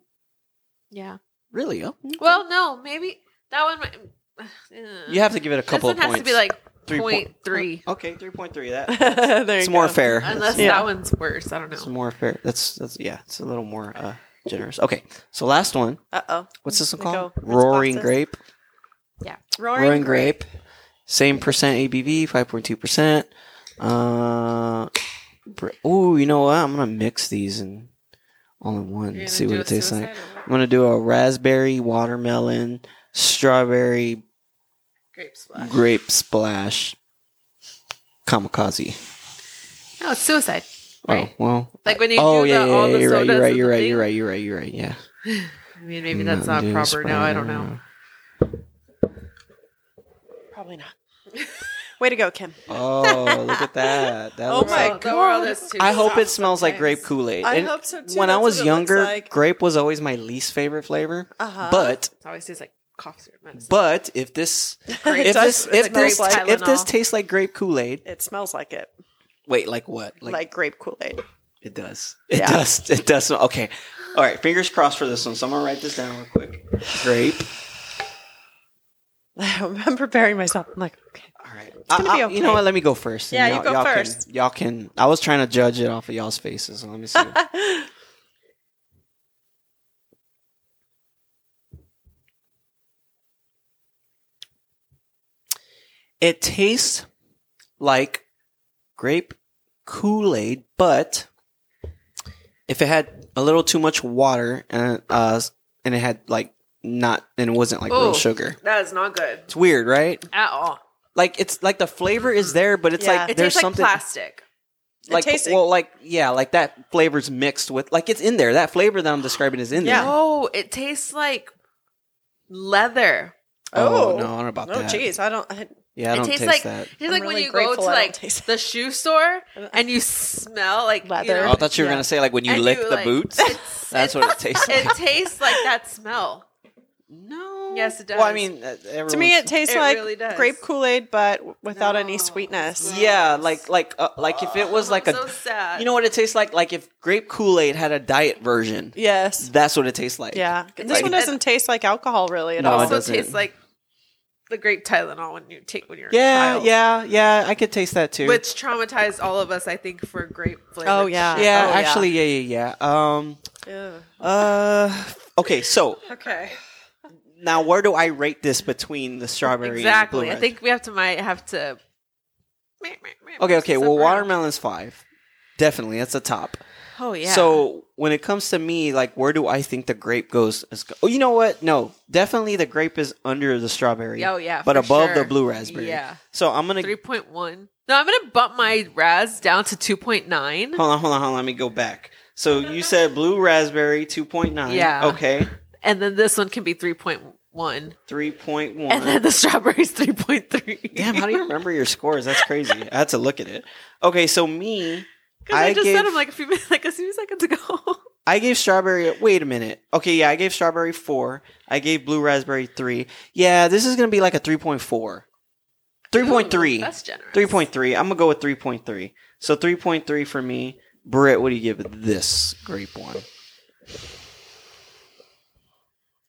Speaker 2: Yeah.
Speaker 1: Really? Oh, okay.
Speaker 2: Well, no, maybe that one. Might,
Speaker 1: you have to give it a couple
Speaker 2: This
Speaker 1: of
Speaker 2: one
Speaker 1: points.
Speaker 2: has to be like
Speaker 1: Three point-
Speaker 2: 0.3.
Speaker 1: okay, three point three. That
Speaker 3: there
Speaker 1: it's
Speaker 3: you
Speaker 1: more
Speaker 3: go.
Speaker 1: fair.
Speaker 2: Unless
Speaker 3: Yeah.
Speaker 2: that one's worse. I don't
Speaker 1: It's
Speaker 2: know.
Speaker 1: more fair. That's that's yeah. It's a little more uh, generous. Okay, so last one.
Speaker 3: Uh oh,
Speaker 1: What's this one
Speaker 3: Let
Speaker 1: called?
Speaker 3: go. Let's
Speaker 1: Roaring
Speaker 3: pause this.
Speaker 1: grape.
Speaker 3: roaring,
Speaker 1: Roaring grape. Same percent ABV, five point two percent. Uh, br- ooh, you know what? I'm gonna mix these and all in one. and See what it tastes like. I'm gonna do a raspberry, watermelon, strawberry,
Speaker 2: Grape splash.
Speaker 1: grape splash, kamikaze.
Speaker 2: No, it's suicide. Right.
Speaker 1: Oh well.
Speaker 2: Like when you
Speaker 1: oh
Speaker 2: do
Speaker 1: yeah,
Speaker 2: the,
Speaker 1: yeah,
Speaker 2: all
Speaker 1: yeah.
Speaker 2: the
Speaker 1: You're right.
Speaker 2: sodas
Speaker 1: You're right.
Speaker 2: and
Speaker 1: You're
Speaker 2: the
Speaker 1: right.
Speaker 2: thing.
Speaker 1: You're right. You're right. You're right. Yeah.
Speaker 2: I mean, maybe that's not
Speaker 1: Mountain Dew
Speaker 2: proper now. I don't know.
Speaker 3: Probably not. Way to go, Kim.
Speaker 1: Oh, look at that. That
Speaker 3: Oh
Speaker 1: looks
Speaker 3: my
Speaker 1: like-
Speaker 2: The world
Speaker 3: God.
Speaker 2: is too
Speaker 1: I hope it
Speaker 2: soft
Speaker 1: smells like grape
Speaker 2: sometimes.
Speaker 1: Kool Aid.
Speaker 3: I hope so, too.
Speaker 1: When I
Speaker 3: That's
Speaker 1: was
Speaker 3: what it looks
Speaker 1: younger,
Speaker 3: like.
Speaker 1: grape was always my least favorite flavor.
Speaker 3: Uh-huh.
Speaker 1: But
Speaker 2: It always tastes like cough syrup medicine.
Speaker 1: but if this
Speaker 3: It
Speaker 1: if this
Speaker 3: does- it's
Speaker 1: if this
Speaker 3: grape
Speaker 1: if this
Speaker 2: Tylenol.
Speaker 1: tastes like grape Kool Aid,
Speaker 3: It smells like it,
Speaker 1: wait, like what?
Speaker 3: like, grape Kool Aid.
Speaker 1: It does. It
Speaker 3: Yeah.
Speaker 1: does. It does. smell- Okay. All right. Fingers crossed for this one. So I'm gonna write this down real quick. Grape.
Speaker 3: I'm preparing myself. I'm like, okay.
Speaker 1: All right.
Speaker 3: gonna
Speaker 1: I-
Speaker 3: be
Speaker 1: I- You know
Speaker 3: okay.
Speaker 1: what? Let me go first. and
Speaker 3: Yeah, you
Speaker 1: y'all-
Speaker 3: go
Speaker 1: y'all can-
Speaker 3: first.
Speaker 1: y'all can. I was trying to judge it off of y'all's faces. So let me see. it tastes like grape Kool Aid, but if it had a little too much water and uh, and it had like not and it wasn't like real
Speaker 2: Ooh.
Speaker 1: sugar.
Speaker 2: That is not good
Speaker 1: It's weird, right?
Speaker 2: at all.
Speaker 1: Like it's like the flavor is there, but it's
Speaker 3: Yeah.
Speaker 1: like
Speaker 2: It
Speaker 1: there's
Speaker 2: tastes like
Speaker 1: something
Speaker 2: plastic.
Speaker 1: like
Speaker 3: it tastes
Speaker 1: well, like yeah, like that flavor's mixed with like it's in there. That flavor that I'm describing is in
Speaker 3: Yeah.
Speaker 1: there.
Speaker 2: No, it tastes like leather.
Speaker 1: Oh,
Speaker 3: Oh.
Speaker 1: no, I don't know about
Speaker 3: oh,
Speaker 1: that.
Speaker 3: geez, I don't. I,
Speaker 1: Yeah, I
Speaker 2: it
Speaker 1: don't
Speaker 2: tastes
Speaker 1: taste
Speaker 2: like
Speaker 1: that.
Speaker 2: it's
Speaker 3: I'm
Speaker 2: like
Speaker 3: really
Speaker 2: when you go to
Speaker 3: grateful I don't
Speaker 2: like
Speaker 3: taste
Speaker 2: the shoe store
Speaker 3: I-
Speaker 2: and you smell like you
Speaker 3: Leather.
Speaker 1: Oh,
Speaker 2: know,
Speaker 1: I thought you were
Speaker 3: Yeah.
Speaker 1: gonna say like when you
Speaker 2: and
Speaker 1: lick the
Speaker 2: like-
Speaker 1: boots.
Speaker 2: it's-
Speaker 1: That's what it tastes like.
Speaker 2: It tastes like that smell.
Speaker 1: No.
Speaker 2: Yes, it
Speaker 1: Well, I
Speaker 2: does.
Speaker 1: mean, uh,
Speaker 3: to me, it
Speaker 1: everyone's-
Speaker 3: tastes
Speaker 2: It
Speaker 3: like
Speaker 2: really does.
Speaker 3: grape Kool Aid, but w- without any
Speaker 2: No.
Speaker 3: sweetness.
Speaker 2: tastes-
Speaker 1: yeah, like like uh, like if it was like
Speaker 2: I'm
Speaker 1: a,
Speaker 2: so sad.
Speaker 1: you know what it tastes like? Like if grape Kool Aid had a diet version,
Speaker 3: Yes.
Speaker 1: that's what it tastes like.
Speaker 3: Yeah. This
Speaker 1: like-
Speaker 3: one doesn't taste like alcohol really at
Speaker 1: No, it
Speaker 3: all.
Speaker 2: also
Speaker 1: doesn't.
Speaker 2: tastes like the grape Tylenol when you take when you're a
Speaker 1: yeah,
Speaker 2: child.
Speaker 1: yeah, yeah. I could taste that too.
Speaker 2: which traumatized all of us, I think, for grape flavor.
Speaker 3: Oh, yeah.
Speaker 1: yeah,
Speaker 3: Oh, yeah.
Speaker 1: actually, yeah. yeah, yeah, Um,
Speaker 3: Ew.
Speaker 1: uh, okay. So
Speaker 3: Okay.
Speaker 1: now, where do I rate this between the strawberry?
Speaker 2: exactly.
Speaker 1: And
Speaker 2: I
Speaker 1: blue raspberry?
Speaker 2: think we have to might have to
Speaker 1: Okay, okay. Well,
Speaker 2: watermelon.
Speaker 1: watermelon's five. Definitely, that's the top.
Speaker 2: Oh yeah.
Speaker 1: So when it comes to me, like, where do I think the grape goes? As- oh, you know what? No, definitely the grape is under the strawberry,
Speaker 2: oh yeah,
Speaker 1: but
Speaker 2: for
Speaker 1: above
Speaker 2: sure.
Speaker 1: the blue raspberry.
Speaker 2: Yeah,
Speaker 1: So I'm gonna
Speaker 2: three point one. No, I'm gonna bump my Raz down to two point nine,
Speaker 1: hold on, hold on, hold on. Let me go back. So you said blue raspberry, two point nine.
Speaker 2: Yeah.
Speaker 1: Okay,
Speaker 2: and then this one can be three point one,
Speaker 1: three point
Speaker 2: and then
Speaker 1: one.
Speaker 2: the strawberry's three point three.
Speaker 1: Damn, how do you remember your scores? That's crazy. I had to look at it. Okay, so me,
Speaker 2: Because I,
Speaker 1: I
Speaker 2: just said
Speaker 1: gave-
Speaker 2: them like a few minutes, like a few seconds ago.
Speaker 1: I gave strawberry. Wait a minute. Okay, yeah, I gave strawberry four. I gave blue raspberry three. Yeah, this is gonna be like a three point four. Three point
Speaker 2: Ooh,
Speaker 1: three.
Speaker 2: That's generous.
Speaker 1: Three point three. I'm gonna go with three point three. So three point three for me. Britt, what do you give this grape one?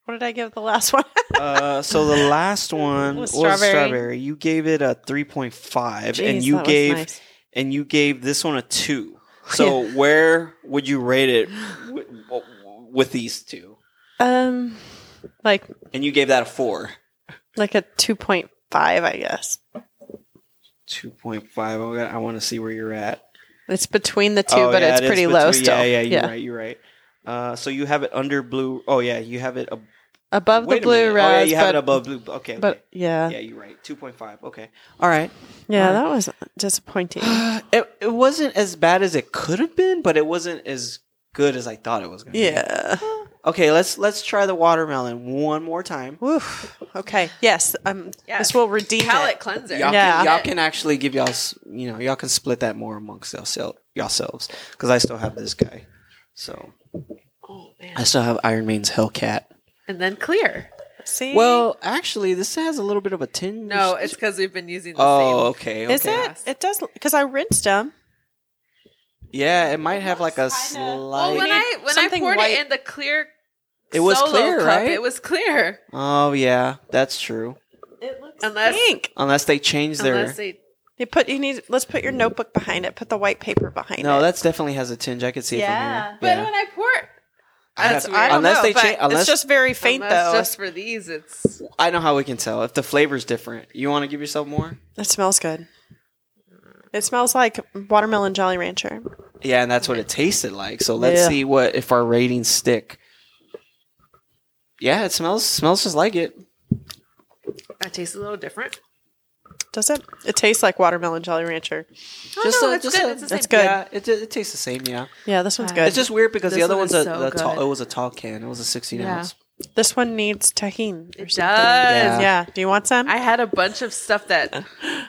Speaker 3: What did I give the last one?
Speaker 1: Uh, so the last one was
Speaker 3: Was
Speaker 1: strawberry.
Speaker 3: strawberry.
Speaker 1: You gave it a three point five, and
Speaker 3: Jeez,
Speaker 1: you
Speaker 3: that was
Speaker 1: gave
Speaker 3: nice.
Speaker 1: and you gave this one a two. So where would you rate it w- w- with these two?
Speaker 3: um like
Speaker 1: And you gave that a four.
Speaker 3: like a 2.5 i guess
Speaker 1: Two point five. oh, I want to see where you're at.
Speaker 3: it's between the two,
Speaker 1: Oh,
Speaker 3: but
Speaker 1: yeah,
Speaker 3: it's
Speaker 1: it is
Speaker 3: pretty low
Speaker 1: between-
Speaker 3: still
Speaker 1: Yeah, yeah, you're right. You're right. Uh, so you have it under blue. Oh yeah, you have it ab-
Speaker 3: above
Speaker 1: wait a
Speaker 3: the blue
Speaker 1: minute.
Speaker 3: raz
Speaker 1: Oh, yeah, you
Speaker 3: but,
Speaker 1: have it above blue. Okay,
Speaker 3: but
Speaker 1: okay.
Speaker 3: yeah
Speaker 1: yeah, you're right. Two point five. Okay, all right.
Speaker 3: yeah that was disappointing
Speaker 1: Uh, It, it wasn't as bad as it could have been, but it wasn't as good as I thought it was going to be.
Speaker 3: yeah
Speaker 1: Okay, let's let's try the watermelon one more time.
Speaker 3: Woof. Okay. Yes. Um. This will redeem
Speaker 2: palate
Speaker 3: it.
Speaker 2: cleanser.
Speaker 1: Y'all,
Speaker 3: Yeah.
Speaker 1: can, y'all can actually give y'all, s- you know, y'all can split that more amongst yourself, yourselves because I still have this guy. So
Speaker 2: Oh, man.
Speaker 1: I still have Iron Man's Hellcat.
Speaker 2: And then clear.
Speaker 3: See.
Speaker 1: Well, actually, this has a little bit of a tinge.
Speaker 2: No, it's because we've been using the
Speaker 1: Oh, okay. okay.
Speaker 3: is it?
Speaker 2: okay.
Speaker 3: It does because I rinsed them.
Speaker 1: Yeah, it might have like a
Speaker 3: Kinda. Oh,
Speaker 2: same. Oh,
Speaker 1: slight.
Speaker 2: when I when I
Speaker 3: Something
Speaker 2: poured
Speaker 3: white.
Speaker 2: it in the clear,
Speaker 1: It was
Speaker 2: solo
Speaker 1: clear,
Speaker 2: cup,
Speaker 1: right?
Speaker 2: It was clear.
Speaker 1: Oh yeah, that's true.
Speaker 3: It looks
Speaker 2: Unless-
Speaker 3: pink.
Speaker 1: Unless they change their.
Speaker 2: Unless they
Speaker 3: You put. You need. Let's put your notebook behind it. Put the white paper behind
Speaker 1: No,
Speaker 3: it.
Speaker 1: that's definitely has a tinge. I could see
Speaker 3: Yeah.
Speaker 1: it from
Speaker 2: But
Speaker 1: here.
Speaker 2: when I pour,
Speaker 1: I
Speaker 2: that's
Speaker 1: have-
Speaker 2: weird.
Speaker 3: I don't
Speaker 1: Unless
Speaker 3: know,
Speaker 1: they
Speaker 3: but
Speaker 1: change- unless-
Speaker 3: it's just very faint
Speaker 2: Unless
Speaker 3: though.
Speaker 2: Just for these, it's
Speaker 1: I know how we can tell if the flavor's different. You want to give yourself more?
Speaker 3: It smells good. It smells like watermelon Jolly Rancher.
Speaker 1: Yeah, and that's what it tasted like. So let's
Speaker 3: Yeah.
Speaker 1: see what if our ratings stick. Yeah, it smells smells just like it.
Speaker 2: that tastes a little different.
Speaker 3: Does it? It tastes like watermelon Jolly Rancher.
Speaker 2: Oh,
Speaker 1: Just
Speaker 2: no,
Speaker 1: a-
Speaker 2: it's
Speaker 1: just
Speaker 2: good.
Speaker 1: a-
Speaker 2: it's the same.
Speaker 3: it's good.
Speaker 1: Yeah, it, it tastes the same. Yeah,
Speaker 3: Yeah, this one's
Speaker 2: Uh,
Speaker 3: good.
Speaker 1: it's just weird because the
Speaker 2: This
Speaker 1: other
Speaker 2: one
Speaker 1: one's
Speaker 2: is
Speaker 1: a
Speaker 2: so
Speaker 1: the tall,
Speaker 2: good.
Speaker 1: it was a tall can. It was a sixteen
Speaker 2: Yeah.
Speaker 1: ounce.
Speaker 3: this one needs tahine. or
Speaker 2: It does.
Speaker 3: something. Yeah. Do you want some?
Speaker 2: I had a bunch of stuff that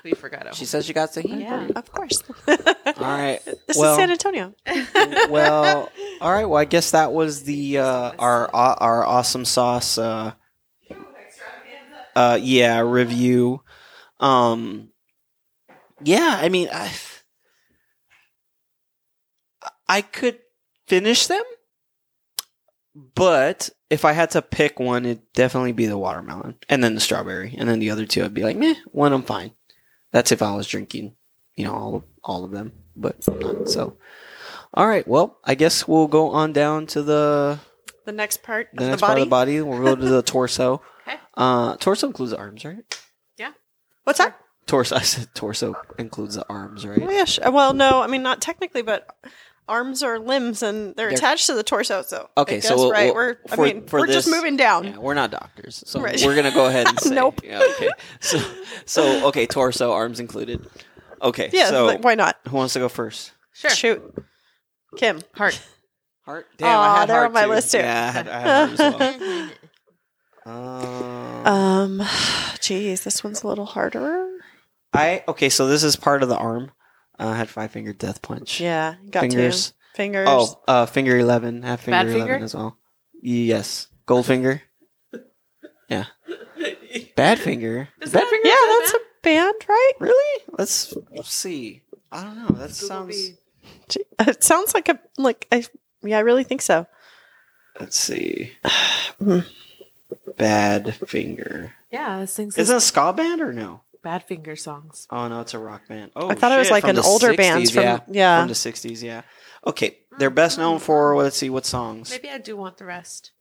Speaker 2: we forgot.
Speaker 1: She says she got the heat.
Speaker 2: Yeah.
Speaker 3: of course.
Speaker 1: All right.
Speaker 3: This
Speaker 1: Uh, well,
Speaker 3: is San Antonio.
Speaker 1: Um, well. All right. Well, I guess that was the uh, our uh, our awesome sauce. Uh, uh, yeah, review. Um, yeah. I mean, I I could finish them, but if I had to pick one, it'd definitely be the watermelon, and then the strawberry, and then the other two. I'd be like, meh, one I'm fine. That's if I was drinking, you know, all of, all of them, but I'm not, so. All right. Well, I guess we'll go on down to the
Speaker 3: The next part
Speaker 1: the
Speaker 3: of
Speaker 1: next
Speaker 3: the
Speaker 1: part
Speaker 3: body.
Speaker 1: of the body. We'll go to the torso.
Speaker 2: Okay.
Speaker 1: Uh, torso includes the arms, right?
Speaker 3: What's that?
Speaker 1: Torso. I said torso includes the arms,
Speaker 3: Oh,
Speaker 1: right?
Speaker 3: yeah, sh- Well, no, I mean not technically, but arms are limbs and they're,
Speaker 1: They're-
Speaker 3: attached to the torso. So I
Speaker 1: Okay, so
Speaker 3: guess,
Speaker 1: we'll-
Speaker 3: right,
Speaker 1: we'll-
Speaker 3: we're I
Speaker 1: for-
Speaker 3: mean
Speaker 1: for
Speaker 3: we're just
Speaker 1: this-
Speaker 3: moving down.
Speaker 1: Yeah, we're not doctors, so
Speaker 3: Right.
Speaker 1: we're gonna go ahead and say.
Speaker 3: Nope.
Speaker 1: Yeah, okay. So, so okay, torso, arms included. Okay.
Speaker 3: Yeah,
Speaker 1: so,
Speaker 3: like, why not?
Speaker 1: who wants to go first?
Speaker 2: Sure.
Speaker 3: Shoot, Kim.
Speaker 2: Heart.
Speaker 1: Heart.
Speaker 3: Aw, they're on my list too.
Speaker 1: Yeah, I had, I had heart as well.
Speaker 2: That's
Speaker 1: Um,
Speaker 3: Um, geez, this one's a little harder.
Speaker 1: I okay. So this is part of the arm. Uh, I had five finger death punch.
Speaker 3: Yeah, got
Speaker 1: Fingers.
Speaker 3: two fingers.
Speaker 1: Oh, uh, finger eleven, half finger
Speaker 2: Bad
Speaker 1: eleven
Speaker 2: finger?
Speaker 1: as well. Yes, gold finger. Yeah, bad finger.
Speaker 2: Is
Speaker 1: Bad
Speaker 2: that-
Speaker 1: finger?
Speaker 3: yeah, that's a band, right?
Speaker 1: Really? Let's see. I don't know. That sounds.
Speaker 3: Gee, It sounds like a like I yeah, I really think so.
Speaker 1: Let's see.
Speaker 3: Hmm.
Speaker 1: bad finger.
Speaker 2: Yeah, this thing's
Speaker 1: Is it a ska band or no?
Speaker 2: bad finger songs.
Speaker 1: Oh no, it's a rock band. Oh,
Speaker 3: I thought it was
Speaker 1: shit,
Speaker 3: like
Speaker 1: from
Speaker 3: an
Speaker 1: the
Speaker 3: older band
Speaker 1: 60s,
Speaker 3: from uh,
Speaker 1: yeah,
Speaker 3: yeah.
Speaker 1: from the '60s. Yeah. Okay, they're best known for. Let's see what songs.
Speaker 2: Maybe I do want the rest.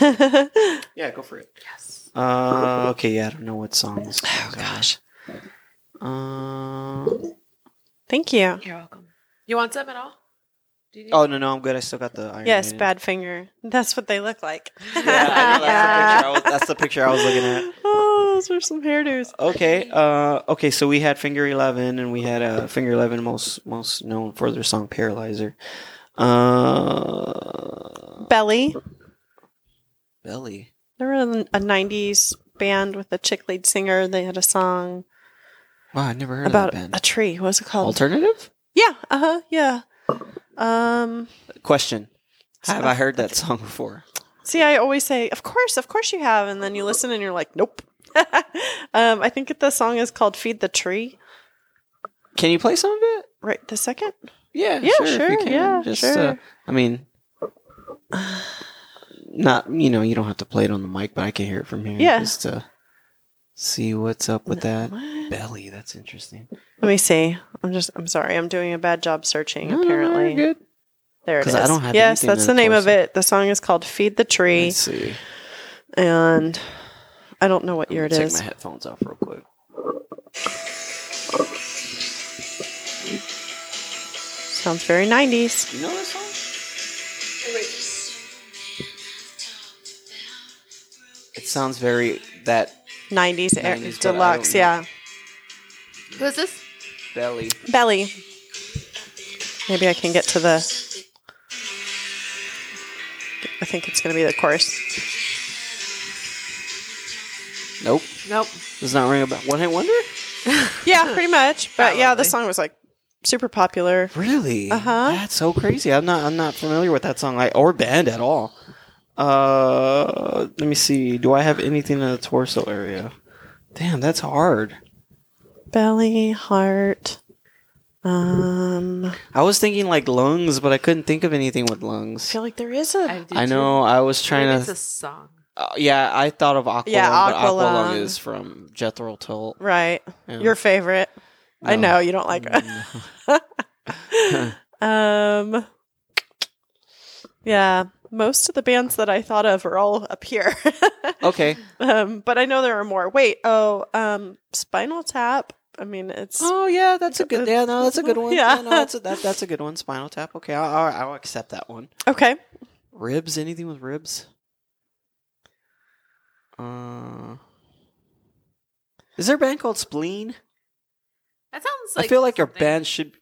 Speaker 1: Yeah, go for it.
Speaker 2: Yes.
Speaker 1: Uh, okay, yeah, I don't know what songs. Oh
Speaker 3: gosh.
Speaker 1: Um,
Speaker 3: Thank you.
Speaker 2: You're welcome. You want some at all? Do you need
Speaker 1: oh no, no, I'm good. I still got the Iron
Speaker 3: Yes,
Speaker 1: Maiden.
Speaker 3: bad finger. That's what they look like.
Speaker 1: Yeah, I know, that's, the picture I was, that's the picture I was looking at.
Speaker 3: Oh, those were some hairdos.
Speaker 1: Okay, uh, okay. So we had Finger Eleven, and we had uh, Finger Eleven most most known for their song "Paralyzer." Uh,
Speaker 3: Belly.
Speaker 1: Belly.
Speaker 3: They were in a 90s band with a chick lead singer. They had a song
Speaker 1: Wow, I never heard
Speaker 3: about
Speaker 1: of that
Speaker 3: a
Speaker 1: band.
Speaker 3: tree. What's it called?
Speaker 1: Alternative?
Speaker 3: yeah. Uh huh. Yeah. Um,
Speaker 1: Question: Have I heard that song before?
Speaker 3: see, I always say, of course, of course you have. And then you listen and you're like, nope. um, I think that the song is called Feed the Tree.
Speaker 1: Can you play some of it?
Speaker 3: Right the second?
Speaker 1: Yeah,
Speaker 3: Yeah,
Speaker 1: if
Speaker 3: sure,
Speaker 1: you can.
Speaker 3: yeah,
Speaker 1: Just,
Speaker 3: sure.
Speaker 1: Uh, I mean, not you know you don't have to play it on the mic, but I can hear it from here.
Speaker 3: Yeah.
Speaker 1: just to see what's up with that
Speaker 3: What?
Speaker 1: belly. That's interesting.
Speaker 3: Let me see. I'm just, I'm sorry. I'm doing a bad job searching,
Speaker 1: No, no, no,
Speaker 3: apparently.
Speaker 1: you're good.
Speaker 3: There it
Speaker 1: 'Cause
Speaker 3: is.
Speaker 1: I don't have
Speaker 3: yes,
Speaker 1: anything
Speaker 3: that's
Speaker 1: that
Speaker 3: the name of
Speaker 1: close.
Speaker 3: it. The song is called Feed the Tree.
Speaker 1: Let's see.
Speaker 3: And I don't know what year
Speaker 1: I'm
Speaker 3: it
Speaker 1: gonna take
Speaker 3: is.
Speaker 1: my headphones off real quick.
Speaker 3: Sounds very 90s.
Speaker 1: You know this song? It sounds very that 90s,
Speaker 3: 90s, 90s
Speaker 1: but I don't
Speaker 3: deluxe,
Speaker 1: know.
Speaker 3: yeah.
Speaker 2: Who's this?
Speaker 1: belly.
Speaker 3: Belly. Maybe I can get to the. I think it's going to be the chorus.
Speaker 1: Nope,
Speaker 2: Nope.
Speaker 1: does not ring a bell. One hit wonder?
Speaker 3: Yeah, pretty much. But yeah,
Speaker 2: Probably.
Speaker 3: the song was like super popular.
Speaker 1: Really?
Speaker 3: Uh-huh.
Speaker 1: That's so crazy. I'm not. I'm not familiar with that song I, or band at all. Uh, let me see. Do I have anything in the torso area? Damn, that's hard.
Speaker 3: Belly, heart. Um, I
Speaker 1: I was thinking like lungs, but I couldn't think of anything with lungs.
Speaker 3: feel like there is a.
Speaker 2: do
Speaker 1: I
Speaker 2: too.
Speaker 1: know. I was
Speaker 2: Maybe
Speaker 1: trying
Speaker 2: It's
Speaker 1: to.
Speaker 2: a song.
Speaker 1: uh, yeah, I thought of Aqualung,
Speaker 3: Yeah,
Speaker 1: but Aqualung
Speaker 3: Aqualung.
Speaker 1: is from Jethro Tull.
Speaker 3: Right.
Speaker 1: Yeah.
Speaker 3: Your favorite.
Speaker 1: No.
Speaker 3: I
Speaker 1: Mm,
Speaker 3: know you don't like it. Um, yeah, most of the bands that I thought of are all up here.
Speaker 1: okay.
Speaker 3: um, but I know there are more. Wait, oh, um, Spinal Tap. I mean, it's
Speaker 1: Oh yeah, that's a good. Yeah, no, that's a good one. Yeah,
Speaker 3: Yeah.
Speaker 1: no, that's a, that, that's a good one. Spinal Tap. Okay, I'll, I'll, I'll accept that one.
Speaker 3: okay.
Speaker 1: Ribs? Anything with ribs? Uh, is there a band called Spleen?
Speaker 2: That sounds like.
Speaker 1: I feel like your
Speaker 2: something.
Speaker 1: band should.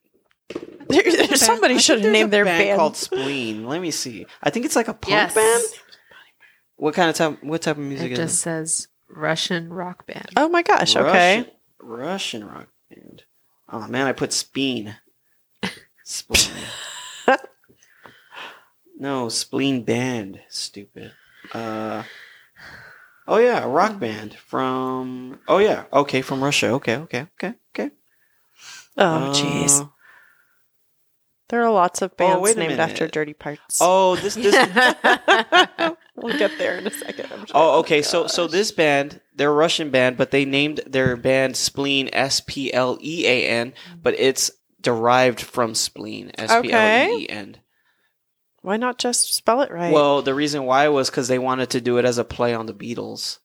Speaker 3: There- somebody
Speaker 1: I think
Speaker 3: should
Speaker 1: there's
Speaker 3: have named
Speaker 1: a
Speaker 3: their
Speaker 1: band,
Speaker 3: band.
Speaker 1: called Spleen. Let me see. I think it's like a punk
Speaker 2: Yes.
Speaker 1: band. What kind of type? What type of music
Speaker 2: It
Speaker 1: is
Speaker 2: just says Russian rock band.
Speaker 3: oh my gosh.
Speaker 1: it?
Speaker 3: Okay.
Speaker 1: Russian, Russian rock band. Oh man, I put Spleen. Spleen. no, Spleen band. Stupid. Uh. Oh yeah, a rock band from. Oh yeah, okay, from Russia. Okay, okay, okay, okay.
Speaker 3: Oh jeez.
Speaker 1: Uh, oh,
Speaker 3: there are lots of bands
Speaker 1: wait a
Speaker 3: named after
Speaker 1: minute.
Speaker 3: dirty parts.
Speaker 1: oh, this this.
Speaker 3: we'll get there in a second. I'm sure.
Speaker 1: Oh, okay. So, so
Speaker 3: gosh.
Speaker 1: this band, they're a Russian band, but they named their band Spleen S P L E A N, but it's derived from spleen S P L E E N.
Speaker 3: why not just spell it right?
Speaker 1: Well, the reason why was because they wanted to do it as a play on the Beatles,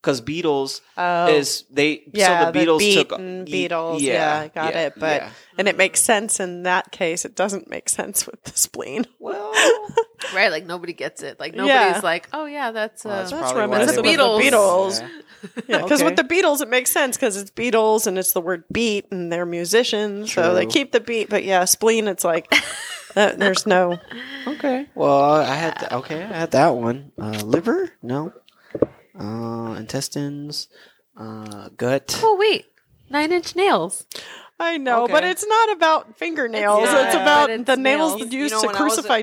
Speaker 1: because Beatles
Speaker 3: oh,
Speaker 1: is they.
Speaker 3: Yeah,
Speaker 1: so the
Speaker 3: the
Speaker 1: Beatles
Speaker 3: beat
Speaker 1: took
Speaker 3: and
Speaker 1: Ye-
Speaker 3: Beatles, yeah, got it, but- and it makes sense in that case. It doesn't make sense with the spleen.
Speaker 1: well,
Speaker 2: Right, like nobody gets it. Like
Speaker 3: Yeah.
Speaker 2: nobody's like, oh yeah, that's,
Speaker 1: Well,
Speaker 2: uh,
Speaker 3: that's
Speaker 1: probably why
Speaker 3: reminiscent
Speaker 1: they
Speaker 2: of
Speaker 1: went
Speaker 2: the
Speaker 1: with-
Speaker 3: Beatles.
Speaker 1: yeah.
Speaker 3: Yeah, because
Speaker 1: Okay.
Speaker 3: with the Beatles, it makes sense because it's Beatles and it's the word beat and they're musicians, so they
Speaker 1: True.
Speaker 3: keep the beat. But yeah, spleen, it's like uh, there's no.
Speaker 1: Okay. Well, I had th- okay. I had that one. Uh, liver? No. Uh, intestines. Uh, gut.
Speaker 2: oh wait, Nine Inch Nails.
Speaker 3: I know, but
Speaker 1: Okay.
Speaker 3: it's not, about fingernails.
Speaker 1: It's
Speaker 3: It's,
Speaker 1: not, but
Speaker 3: about
Speaker 2: it's
Speaker 3: the nails,
Speaker 2: nails.
Speaker 3: used
Speaker 1: You know,
Speaker 3: to
Speaker 1: when I was a-
Speaker 3: crucify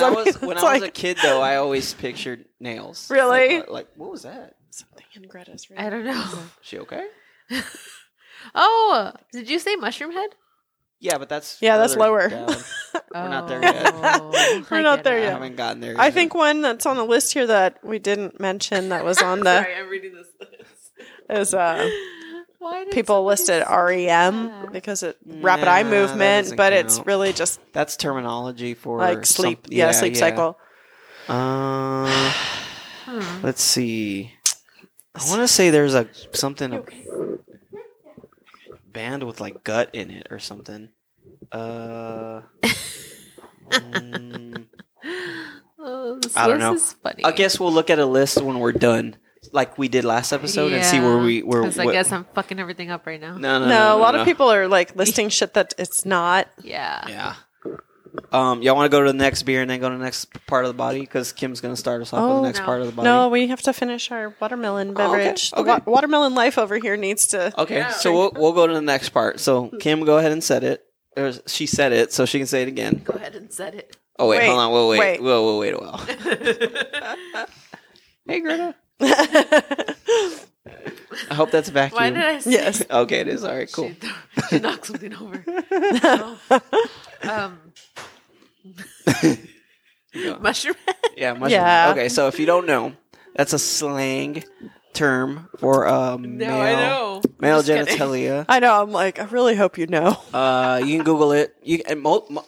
Speaker 1: When
Speaker 3: I
Speaker 1: I
Speaker 3: mean,
Speaker 1: was when
Speaker 3: it's
Speaker 1: I was a
Speaker 3: like-
Speaker 1: kid though, I always pictured nails.
Speaker 3: Really?
Speaker 1: Like, like, what was that?
Speaker 3: something in Greta's room.
Speaker 2: I don't know.
Speaker 1: She okay?
Speaker 2: Oh, did you say Mushroom Head?
Speaker 1: Yeah, but that's
Speaker 3: Yeah, that's
Speaker 1: further
Speaker 3: lower.
Speaker 1: down. We're not there
Speaker 2: Oh,
Speaker 1: yet.
Speaker 2: I
Speaker 3: We're not
Speaker 2: get
Speaker 3: there
Speaker 2: it.
Speaker 1: I
Speaker 3: yet.
Speaker 1: haven't gotten there.
Speaker 3: I
Speaker 1: yet.
Speaker 3: think one that's on the list here that we didn't mention that was on the
Speaker 2: Sorry, I'm reading this list.
Speaker 3: is uh,
Speaker 2: Why did
Speaker 3: people
Speaker 2: somebody
Speaker 3: listed
Speaker 2: say
Speaker 3: REM
Speaker 2: that?
Speaker 3: because it rapid eye
Speaker 1: Nah, that
Speaker 3: movement,
Speaker 1: doesn't
Speaker 3: but it's
Speaker 1: count.
Speaker 3: really just
Speaker 1: that's terminology for
Speaker 3: like sleep.
Speaker 1: some-
Speaker 3: yeah, sleep cycle.
Speaker 1: Uh,
Speaker 2: Hmm.
Speaker 1: let's see. I want to say there's a something. band with like gut in it or something. Uh, mm,
Speaker 2: Oh, this
Speaker 1: I don't
Speaker 2: list
Speaker 1: know.
Speaker 2: is funny.
Speaker 1: I guess we'll look at a list when we're done, like we did last episode, and see where
Speaker 2: Yeah.
Speaker 1: we where.
Speaker 2: 'Cause I
Speaker 1: what-
Speaker 2: guess I'm fucking everything up right now.
Speaker 1: no, no, no,
Speaker 3: No, a
Speaker 1: no,
Speaker 3: lot
Speaker 1: no.
Speaker 3: of people are like listing shit that it's not.
Speaker 2: Yeah.
Speaker 1: Yeah. Um, y'all want to go to the next beer and then go to the next part of the body because Kim's gonna start us off with
Speaker 3: Oh,
Speaker 1: the next
Speaker 2: no.
Speaker 1: part of the body.
Speaker 3: No, we have to finish our watermelon
Speaker 1: okay,
Speaker 3: beverage. The
Speaker 1: okay. Oh.
Speaker 3: wa- watermelon life over here needs to.
Speaker 1: Okay,
Speaker 2: Yeah.
Speaker 1: so we'll we'll go to the next part. So Kim, go ahead and set it. Or she said it, so she can say it again.
Speaker 2: Go ahead and set it.
Speaker 1: Oh wait, hold
Speaker 3: Wait,
Speaker 1: on. We'll wait.
Speaker 3: wait.
Speaker 1: We'll, we'll wait a while. hey Greta, I hope that's a vacuum.
Speaker 2: Why did I say
Speaker 3: yes.
Speaker 1: okay, it is. All right, cool.
Speaker 2: She, she knocked something over. No. Um, mushroom head.
Speaker 1: Yeah, mushroom.
Speaker 3: Yeah.
Speaker 1: Okay, so if you don't know, that's a slang term for uh, male
Speaker 2: No, I know.
Speaker 1: male
Speaker 2: Just kidding.
Speaker 1: genitalia.
Speaker 3: I know. I'm like, I really hope you know.
Speaker 1: Uh, you can Google it. You and mo- mo-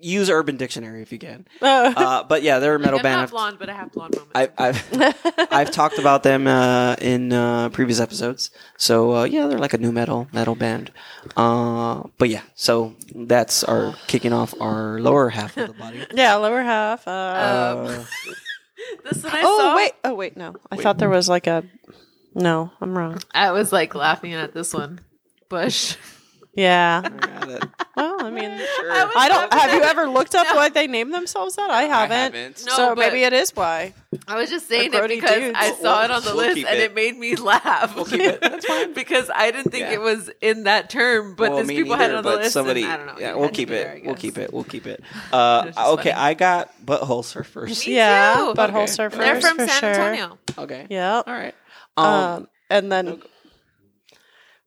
Speaker 1: use Urban Dictionary if you can. Uh, but yeah, they're a metal
Speaker 2: I'm
Speaker 1: band.
Speaker 2: not
Speaker 1: I've-
Speaker 2: blonde, but I have blonde moments.
Speaker 1: I've, I've, I've talked about them uh, in uh, previous episodes. So uh, yeah, they're like a new metal metal band. Uh, but yeah, so that's our kicking off our lower half of the body.
Speaker 3: yeah, lower half. Uh,
Speaker 2: Um,
Speaker 1: Uh,
Speaker 2: this one I
Speaker 3: oh
Speaker 2: saw.
Speaker 3: wait. Oh wait. No, I thought there was like a. No, I'm wrong.
Speaker 2: I was like laughing at this one. Bush.
Speaker 3: Yeah.
Speaker 1: yeah, that-
Speaker 3: Well, I mean,
Speaker 2: I was
Speaker 3: I don't.
Speaker 2: laughing
Speaker 3: Have you
Speaker 2: at-
Speaker 3: ever looked up
Speaker 2: No.
Speaker 3: why they name themselves that? I haven't.
Speaker 1: haven't.
Speaker 2: No,
Speaker 3: so
Speaker 2: but-
Speaker 3: maybe it is why.
Speaker 2: I was just saying it
Speaker 3: grody
Speaker 2: because
Speaker 3: dudes.
Speaker 2: I
Speaker 1: We'll-
Speaker 2: saw
Speaker 1: we'll-
Speaker 2: it on the
Speaker 1: we'll
Speaker 2: list
Speaker 1: keep
Speaker 2: and
Speaker 1: it.
Speaker 2: it made me laugh.
Speaker 1: We'll keep it. That's fine.
Speaker 2: because I didn't think
Speaker 1: Yeah.
Speaker 2: it was in that term, but
Speaker 1: well,
Speaker 2: these
Speaker 1: me
Speaker 2: people had it
Speaker 1: neither,
Speaker 2: on the
Speaker 1: but
Speaker 2: list.
Speaker 1: Somebody,
Speaker 2: and I don't know.
Speaker 1: Yeah,
Speaker 2: you
Speaker 1: we'll
Speaker 2: had to
Speaker 1: keep
Speaker 2: be
Speaker 1: it.
Speaker 2: there, I
Speaker 1: we'll
Speaker 2: guess.
Speaker 1: keep it. We'll keep it. Uh,
Speaker 2: It's just
Speaker 1: okay,
Speaker 2: funny.
Speaker 1: I got butthole surfers.
Speaker 2: Me
Speaker 3: yeah,
Speaker 2: too.
Speaker 3: butthole
Speaker 1: Okay.
Speaker 3: surfers.
Speaker 2: They're from
Speaker 3: for
Speaker 2: San
Speaker 3: sure.
Speaker 2: Antonio.
Speaker 1: Okay.
Speaker 3: Yep.
Speaker 1: All right. Um,
Speaker 3: Um, and then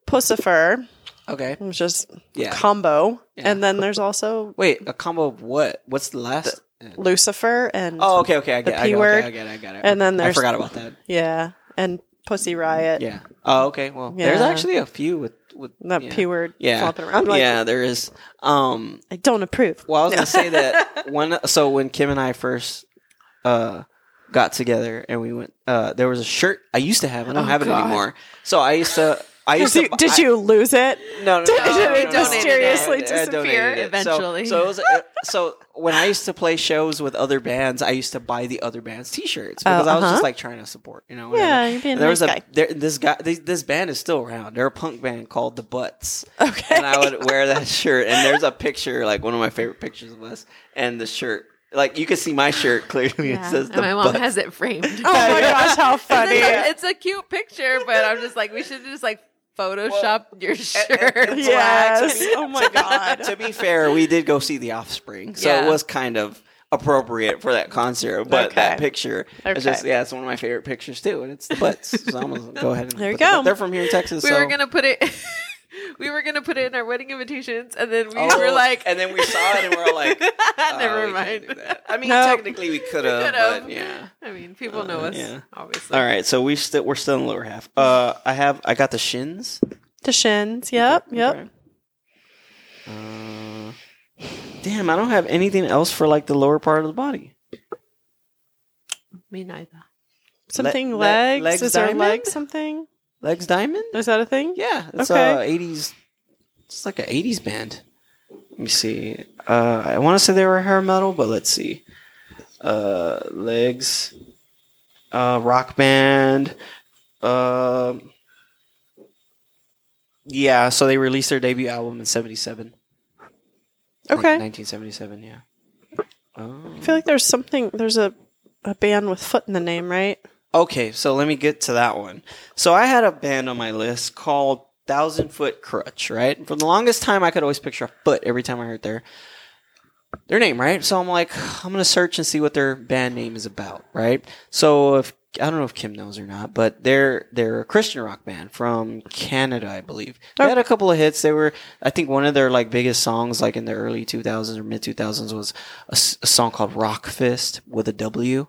Speaker 3: pussifer,
Speaker 1: okay.
Speaker 3: which is
Speaker 1: Yeah.
Speaker 3: combo,
Speaker 1: Yeah.
Speaker 3: and then there's also
Speaker 1: Wait, a combo of what? What's the last?
Speaker 3: Lucifer and
Speaker 1: oh, okay, okay. I get, I
Speaker 3: P
Speaker 1: get,
Speaker 3: word.
Speaker 1: Okay, I get, it, I get it.
Speaker 3: And then
Speaker 1: I
Speaker 3: there's-
Speaker 1: forgot about that.
Speaker 3: yeah, and Pussy Riot.
Speaker 1: Yeah. Oh, okay. Well, there's
Speaker 3: Yeah.
Speaker 1: actually a few with with
Speaker 3: That
Speaker 1: yeah.
Speaker 3: p word
Speaker 1: Yeah.
Speaker 3: flopping around. Like,
Speaker 1: yeah, there is. Um.
Speaker 3: I don't approve.
Speaker 1: Well, I was gonna say that one. So when Kim and I first uh got together and we went, uh, there was a shirt I used to have. I don't
Speaker 2: Oh,
Speaker 1: have it
Speaker 2: God.
Speaker 1: anymore. So I used to. I used to.
Speaker 3: Did you, did you lose it?
Speaker 1: No, no,
Speaker 3: Did
Speaker 1: no,
Speaker 3: it
Speaker 1: no, no, no,
Speaker 2: mysteriously
Speaker 1: no, no, no. I donated
Speaker 3: disappear
Speaker 1: it. So-
Speaker 2: eventually?
Speaker 1: So, it was, uh, so when I used to play shows with other bands, I used to buy the other bands' T-shirts because I was
Speaker 3: uh-huh.
Speaker 1: just like trying to support, you know. whatever.
Speaker 3: Yeah, you're being a
Speaker 1: there was
Speaker 3: nice
Speaker 1: a
Speaker 3: guy.
Speaker 1: there, this guy. This, this band is still around. They're a punk band called the Butts,
Speaker 3: Okay.
Speaker 1: and I would wear that shirt. And there's a picture, like one of my favorite pictures of us, and the shirt. Like you can see my shirt clearly. It says the
Speaker 2: and my mom
Speaker 1: Butts.
Speaker 2: has it framed.
Speaker 3: Oh my gosh, how funny!
Speaker 2: it's a cute picture, but I'm just like, we should just like Photoshop your shirt.
Speaker 3: yes. Oh my god.
Speaker 1: to be fair, we did go see The Offspring, so
Speaker 2: Yeah.
Speaker 1: it was kind of appropriate for that concert. But
Speaker 3: Okay.
Speaker 1: that picture, it's just
Speaker 3: Okay.
Speaker 1: yeah, it's one of my favorite pictures too, and it's the butts. so I'm gonna go ahead and
Speaker 3: There you
Speaker 1: put the butt-
Speaker 3: go.
Speaker 1: They're from here in Texas.
Speaker 2: We
Speaker 1: so.
Speaker 2: were gonna put it. we were gonna put it in our wedding invitations, and then we
Speaker 1: Oh,
Speaker 2: were like,
Speaker 1: and then we saw it, and we're like, oh,
Speaker 2: never
Speaker 1: we can't
Speaker 2: mind.
Speaker 1: do that. I mean,
Speaker 3: Nope.
Speaker 1: technically we could have,
Speaker 2: could've.
Speaker 1: but yeah.
Speaker 2: I mean, people know
Speaker 1: Uh,
Speaker 2: us,
Speaker 1: yeah.
Speaker 2: obviously.
Speaker 1: All right, so we still we're still in the lower half. Uh, I have I got the shins.
Speaker 3: The shins. Yep. Yep.
Speaker 1: Okay. Uh, damn, I don't have anything else for like the lower part of the body.
Speaker 2: Me neither.
Speaker 3: Something
Speaker 1: Le- le-
Speaker 3: legs.
Speaker 1: legs
Speaker 3: Is there
Speaker 1: diamond?
Speaker 3: leg something?
Speaker 1: Legs Diamond?
Speaker 3: Is that a thing?
Speaker 1: Yeah, it's
Speaker 3: Okay.
Speaker 1: uh, 80s. It's like an 80s band. Let me see. Uh, I want to say they were hair metal, but let's see. Uh, legs, uh, rock band. Uh, yeah, so they released their debut album in 77. Like,
Speaker 3: Okay.
Speaker 1: 1977, yeah. Oh.
Speaker 3: I feel like there's something. There's a a band with foot in the name, right?
Speaker 1: Uh, Okay, so let me get to that one. So I had a band on my list called Thousand Foot Crutch, right? For the longest time, I could always picture a foot every time I heard their their name, right? So I'm like, I'm gonna search and see what their band name is about, right? So if I don't know if Kim knows or not, but they're they're a Christian rock band from Canada, I believe. They had a couple of hits. They were, I think, one of their like biggest songs, like in the early 2000s or mid 2000s, was a, s- a song called Rock Fist with a W.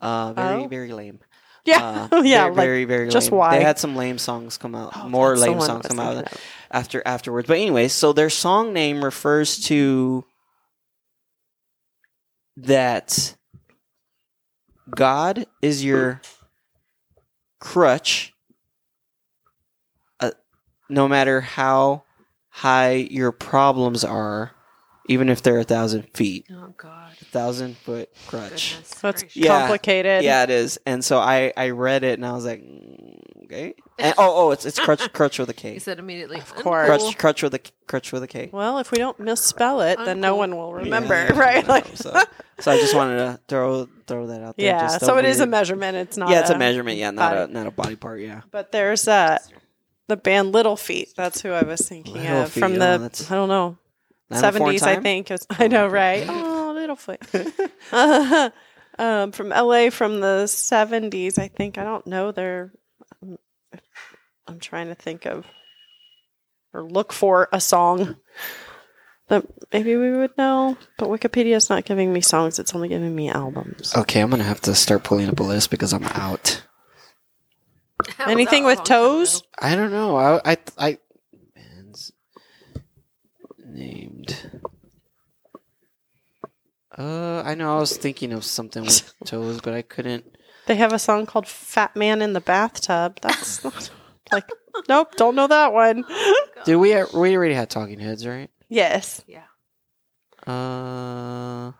Speaker 1: Uh, very
Speaker 3: Oh.
Speaker 1: very lame.
Speaker 3: Yeah.
Speaker 1: Uh,
Speaker 3: Oh, yeah.
Speaker 1: very,
Speaker 3: like,
Speaker 1: very, very
Speaker 3: just
Speaker 1: lame.
Speaker 3: why?
Speaker 1: They had some lame songs come out,
Speaker 3: Oh,
Speaker 1: more
Speaker 3: that's the
Speaker 1: lame
Speaker 3: one I
Speaker 1: songs
Speaker 3: was
Speaker 1: come out
Speaker 3: thinking of.
Speaker 1: after afterwards. But anyway, so their song name refers to that God is your crutch, a, uh, no matter how high your problems are, even if they're a thousand feet,
Speaker 2: Oh God.
Speaker 1: a thousand foot crutch.
Speaker 2: Goodness.
Speaker 3: That's
Speaker 2: gracious.
Speaker 1: Yeah.
Speaker 3: complicated.
Speaker 1: Yeah, it is. And so I I read it and I was like, mm, okay. And, oh oh, it's it's crutch crutch with a
Speaker 2: He
Speaker 1: K.
Speaker 2: said immediately.
Speaker 3: Of course.
Speaker 2: uncool.
Speaker 1: Crutch crutch with a crutch with a K.
Speaker 3: Well, if we don't misspell it, then no
Speaker 2: Uncool.
Speaker 3: one will remember,
Speaker 1: Yeah,
Speaker 3: right? Like,
Speaker 1: so, so I just wanted to throw throw that out there.
Speaker 3: yeah.
Speaker 1: just
Speaker 3: So it is a
Speaker 1: weird-
Speaker 3: measurement. It's not.
Speaker 1: Yeah, it's a measurement. Yeah, not
Speaker 3: body.
Speaker 1: a not a body part. Yeah.
Speaker 3: But there's uh, the band Little Feet. That's who I was thinking
Speaker 1: Little
Speaker 3: of
Speaker 1: Feet,
Speaker 3: from
Speaker 1: oh,
Speaker 3: the
Speaker 1: that's-
Speaker 3: I don't know
Speaker 1: Not a foreign
Speaker 3: seventies. I
Speaker 1: oh time?
Speaker 3: think it was, I know, right? Oh, Little Feet. um, from L.A. from the seventies. I think I don't know their. I'm trying to think of or look for a song that maybe we would know, but Wikipedia's not giving me songs. It's only giving me albums.
Speaker 1: Okay, I'm gonna have to start pulling up a list because I'm out.
Speaker 2: That was
Speaker 3: Anything
Speaker 2: out
Speaker 3: with
Speaker 2: long time
Speaker 3: toes?
Speaker 2: ago.
Speaker 1: I don't know. I I I bands named. Uh, I know I was thinking of something with toes, but I couldn't.
Speaker 3: They have a song called "Fat Man in the Bathtub." That's not, like, nope, don't know that one.
Speaker 2: Oh,
Speaker 1: Dude, we we already had Talking Heads, right?
Speaker 3: yes,
Speaker 2: Yeah.
Speaker 1: Uh,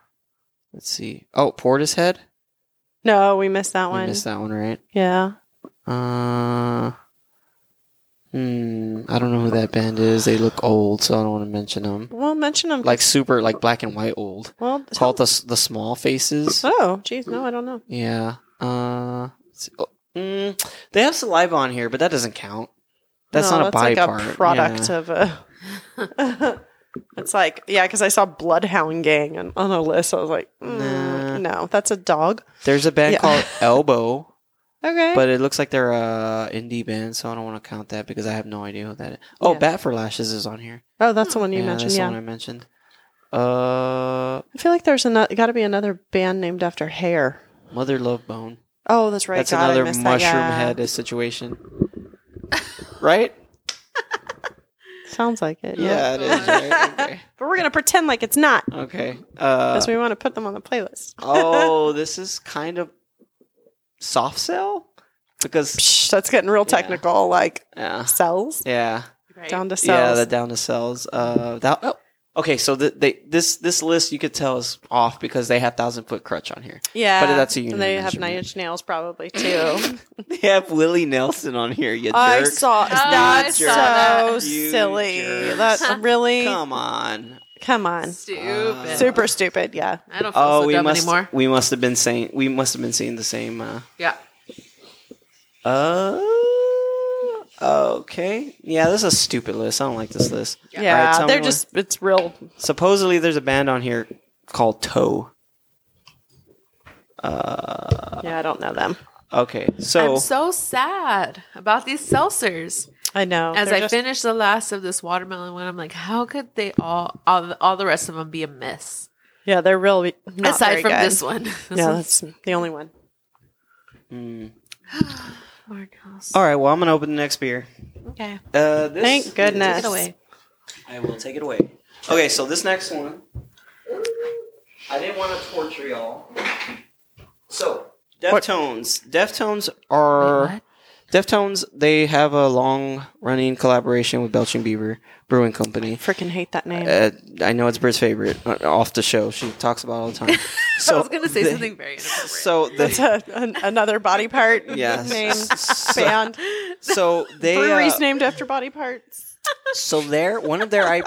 Speaker 1: let's see. Oh, Portishead.
Speaker 3: no, we missed that
Speaker 1: We
Speaker 3: one.
Speaker 1: missed that one, right?
Speaker 3: Yeah,
Speaker 1: Uh, hmm. I don't know who that band is. They look old, so I don't want to mention them.
Speaker 3: we'll mention them.
Speaker 1: Like super, like black and white old.
Speaker 3: well,
Speaker 1: It's called the S- the Small Faces.
Speaker 3: oh, geez, no, I don't know.
Speaker 1: Yeah. Uh, let's see. Oh, mm, they have saliva on here, but that doesn't count. That's
Speaker 3: No,
Speaker 1: not a body
Speaker 3: like
Speaker 1: part.
Speaker 3: A product
Speaker 1: Yeah.
Speaker 3: of a. it's like yeah, because I saw Bloodhound Gang on, on a list. I was like, mm,
Speaker 1: Nah.
Speaker 3: no, that's a dog.
Speaker 1: There's a band
Speaker 3: Yeah.
Speaker 1: called Elbow,
Speaker 3: Okay,
Speaker 1: but it looks like they're a indie band, so I don't want to count that because I have no idea who that is. Oh,
Speaker 2: Yeah.
Speaker 1: Bat for Lashes is on here.
Speaker 3: oh, that's the one you
Speaker 1: yeah,
Speaker 3: mentioned.
Speaker 1: that's
Speaker 3: Yeah,
Speaker 1: the one I mentioned. Uh,
Speaker 3: I feel like there's another. Got to be another band named after hair.
Speaker 1: Mother Love Bone.
Speaker 3: Oh, that's right.
Speaker 1: That's
Speaker 3: God, I
Speaker 1: another
Speaker 3: missed
Speaker 1: mushroom
Speaker 3: that, yeah.
Speaker 1: head situation. right?
Speaker 3: Sounds like it.
Speaker 1: Yeah, it is. Right? Okay.
Speaker 3: But we're going to pretend like it's not
Speaker 1: Okay.
Speaker 3: because
Speaker 1: Uh,
Speaker 3: we want to put them on the playlist.
Speaker 1: oh, this is kind of soft sell because
Speaker 3: Psh, that's getting real technical, like
Speaker 1: yeah,
Speaker 3: cells
Speaker 1: yeah,
Speaker 2: Right.
Speaker 3: down to
Speaker 1: yeah.
Speaker 3: cells.
Speaker 1: The down to cells. Uh, that. Oh. Okay, so the, they this this list you could tell is off because they have thousand foot crutch on here.
Speaker 3: Yeah.
Speaker 1: But that's a union
Speaker 3: And they have
Speaker 1: measurement.
Speaker 3: nine inch nails probably too.
Speaker 1: They have Willie Nelson on here. You
Speaker 3: I
Speaker 1: jerks.
Speaker 3: saw that's
Speaker 1: Oh, saw
Speaker 3: so
Speaker 2: that.
Speaker 1: You
Speaker 3: silly.
Speaker 1: jerks.
Speaker 3: That's really come,
Speaker 1: Come on.
Speaker 3: on.
Speaker 2: Stupid.
Speaker 3: Super stupid, yeah.
Speaker 2: I don't feel
Speaker 1: Oh,
Speaker 2: so
Speaker 1: we
Speaker 2: dumb
Speaker 1: must
Speaker 2: anymore.
Speaker 1: we must have been saying we must have been seeing the same. Uh,
Speaker 2: Yeah.
Speaker 1: Uh, oh, okay. Yeah, this is a stupid list. I don't like this list.
Speaker 3: Yeah,
Speaker 1: Alright, tell me
Speaker 3: they're
Speaker 1: what-
Speaker 3: just it's real
Speaker 1: Supposedly, there's a band on here called Toe.
Speaker 3: Yeah, I don't know them.
Speaker 1: Okay, so
Speaker 2: I'm so sad about these seltzers.
Speaker 3: I know.
Speaker 2: As
Speaker 3: They're
Speaker 2: I
Speaker 3: just-
Speaker 2: finish the last of this watermelon one, I'm like, how could they all, all, the- all the rest of them be a miss?
Speaker 3: Yeah, they're real not
Speaker 2: Aside
Speaker 3: very
Speaker 2: from
Speaker 3: good.
Speaker 2: this one. This
Speaker 3: Yeah,
Speaker 2: one's-
Speaker 3: that's the only one.
Speaker 1: Mm.
Speaker 2: Lord knows.
Speaker 1: all right. Well, I'm gonna open the next beer.
Speaker 2: Oh, Okay.
Speaker 1: Uh, this,
Speaker 3: Thank goodness.
Speaker 2: Take it away.
Speaker 1: I will take it away. Okay, so this next one, I didn't want to torture y'all. So, Deftones. Deftones are.
Speaker 2: Wait, what?
Speaker 1: Deftones, they have a long running collaboration with Belching Beaver Brewing Company.
Speaker 3: Freaking hate that name.
Speaker 1: Uh, I know it's Britt's favorite uh, off the show. She talks about it all the time. So
Speaker 2: I was going to say
Speaker 1: they-
Speaker 2: something very inappropriate.
Speaker 1: So
Speaker 3: That's
Speaker 1: the
Speaker 3: a, an, another body part
Speaker 1: yes,
Speaker 3: name
Speaker 1: so,
Speaker 3: band.
Speaker 1: so they
Speaker 3: Breweries
Speaker 1: uh,
Speaker 3: named after body parts.
Speaker 1: so their one of their IP,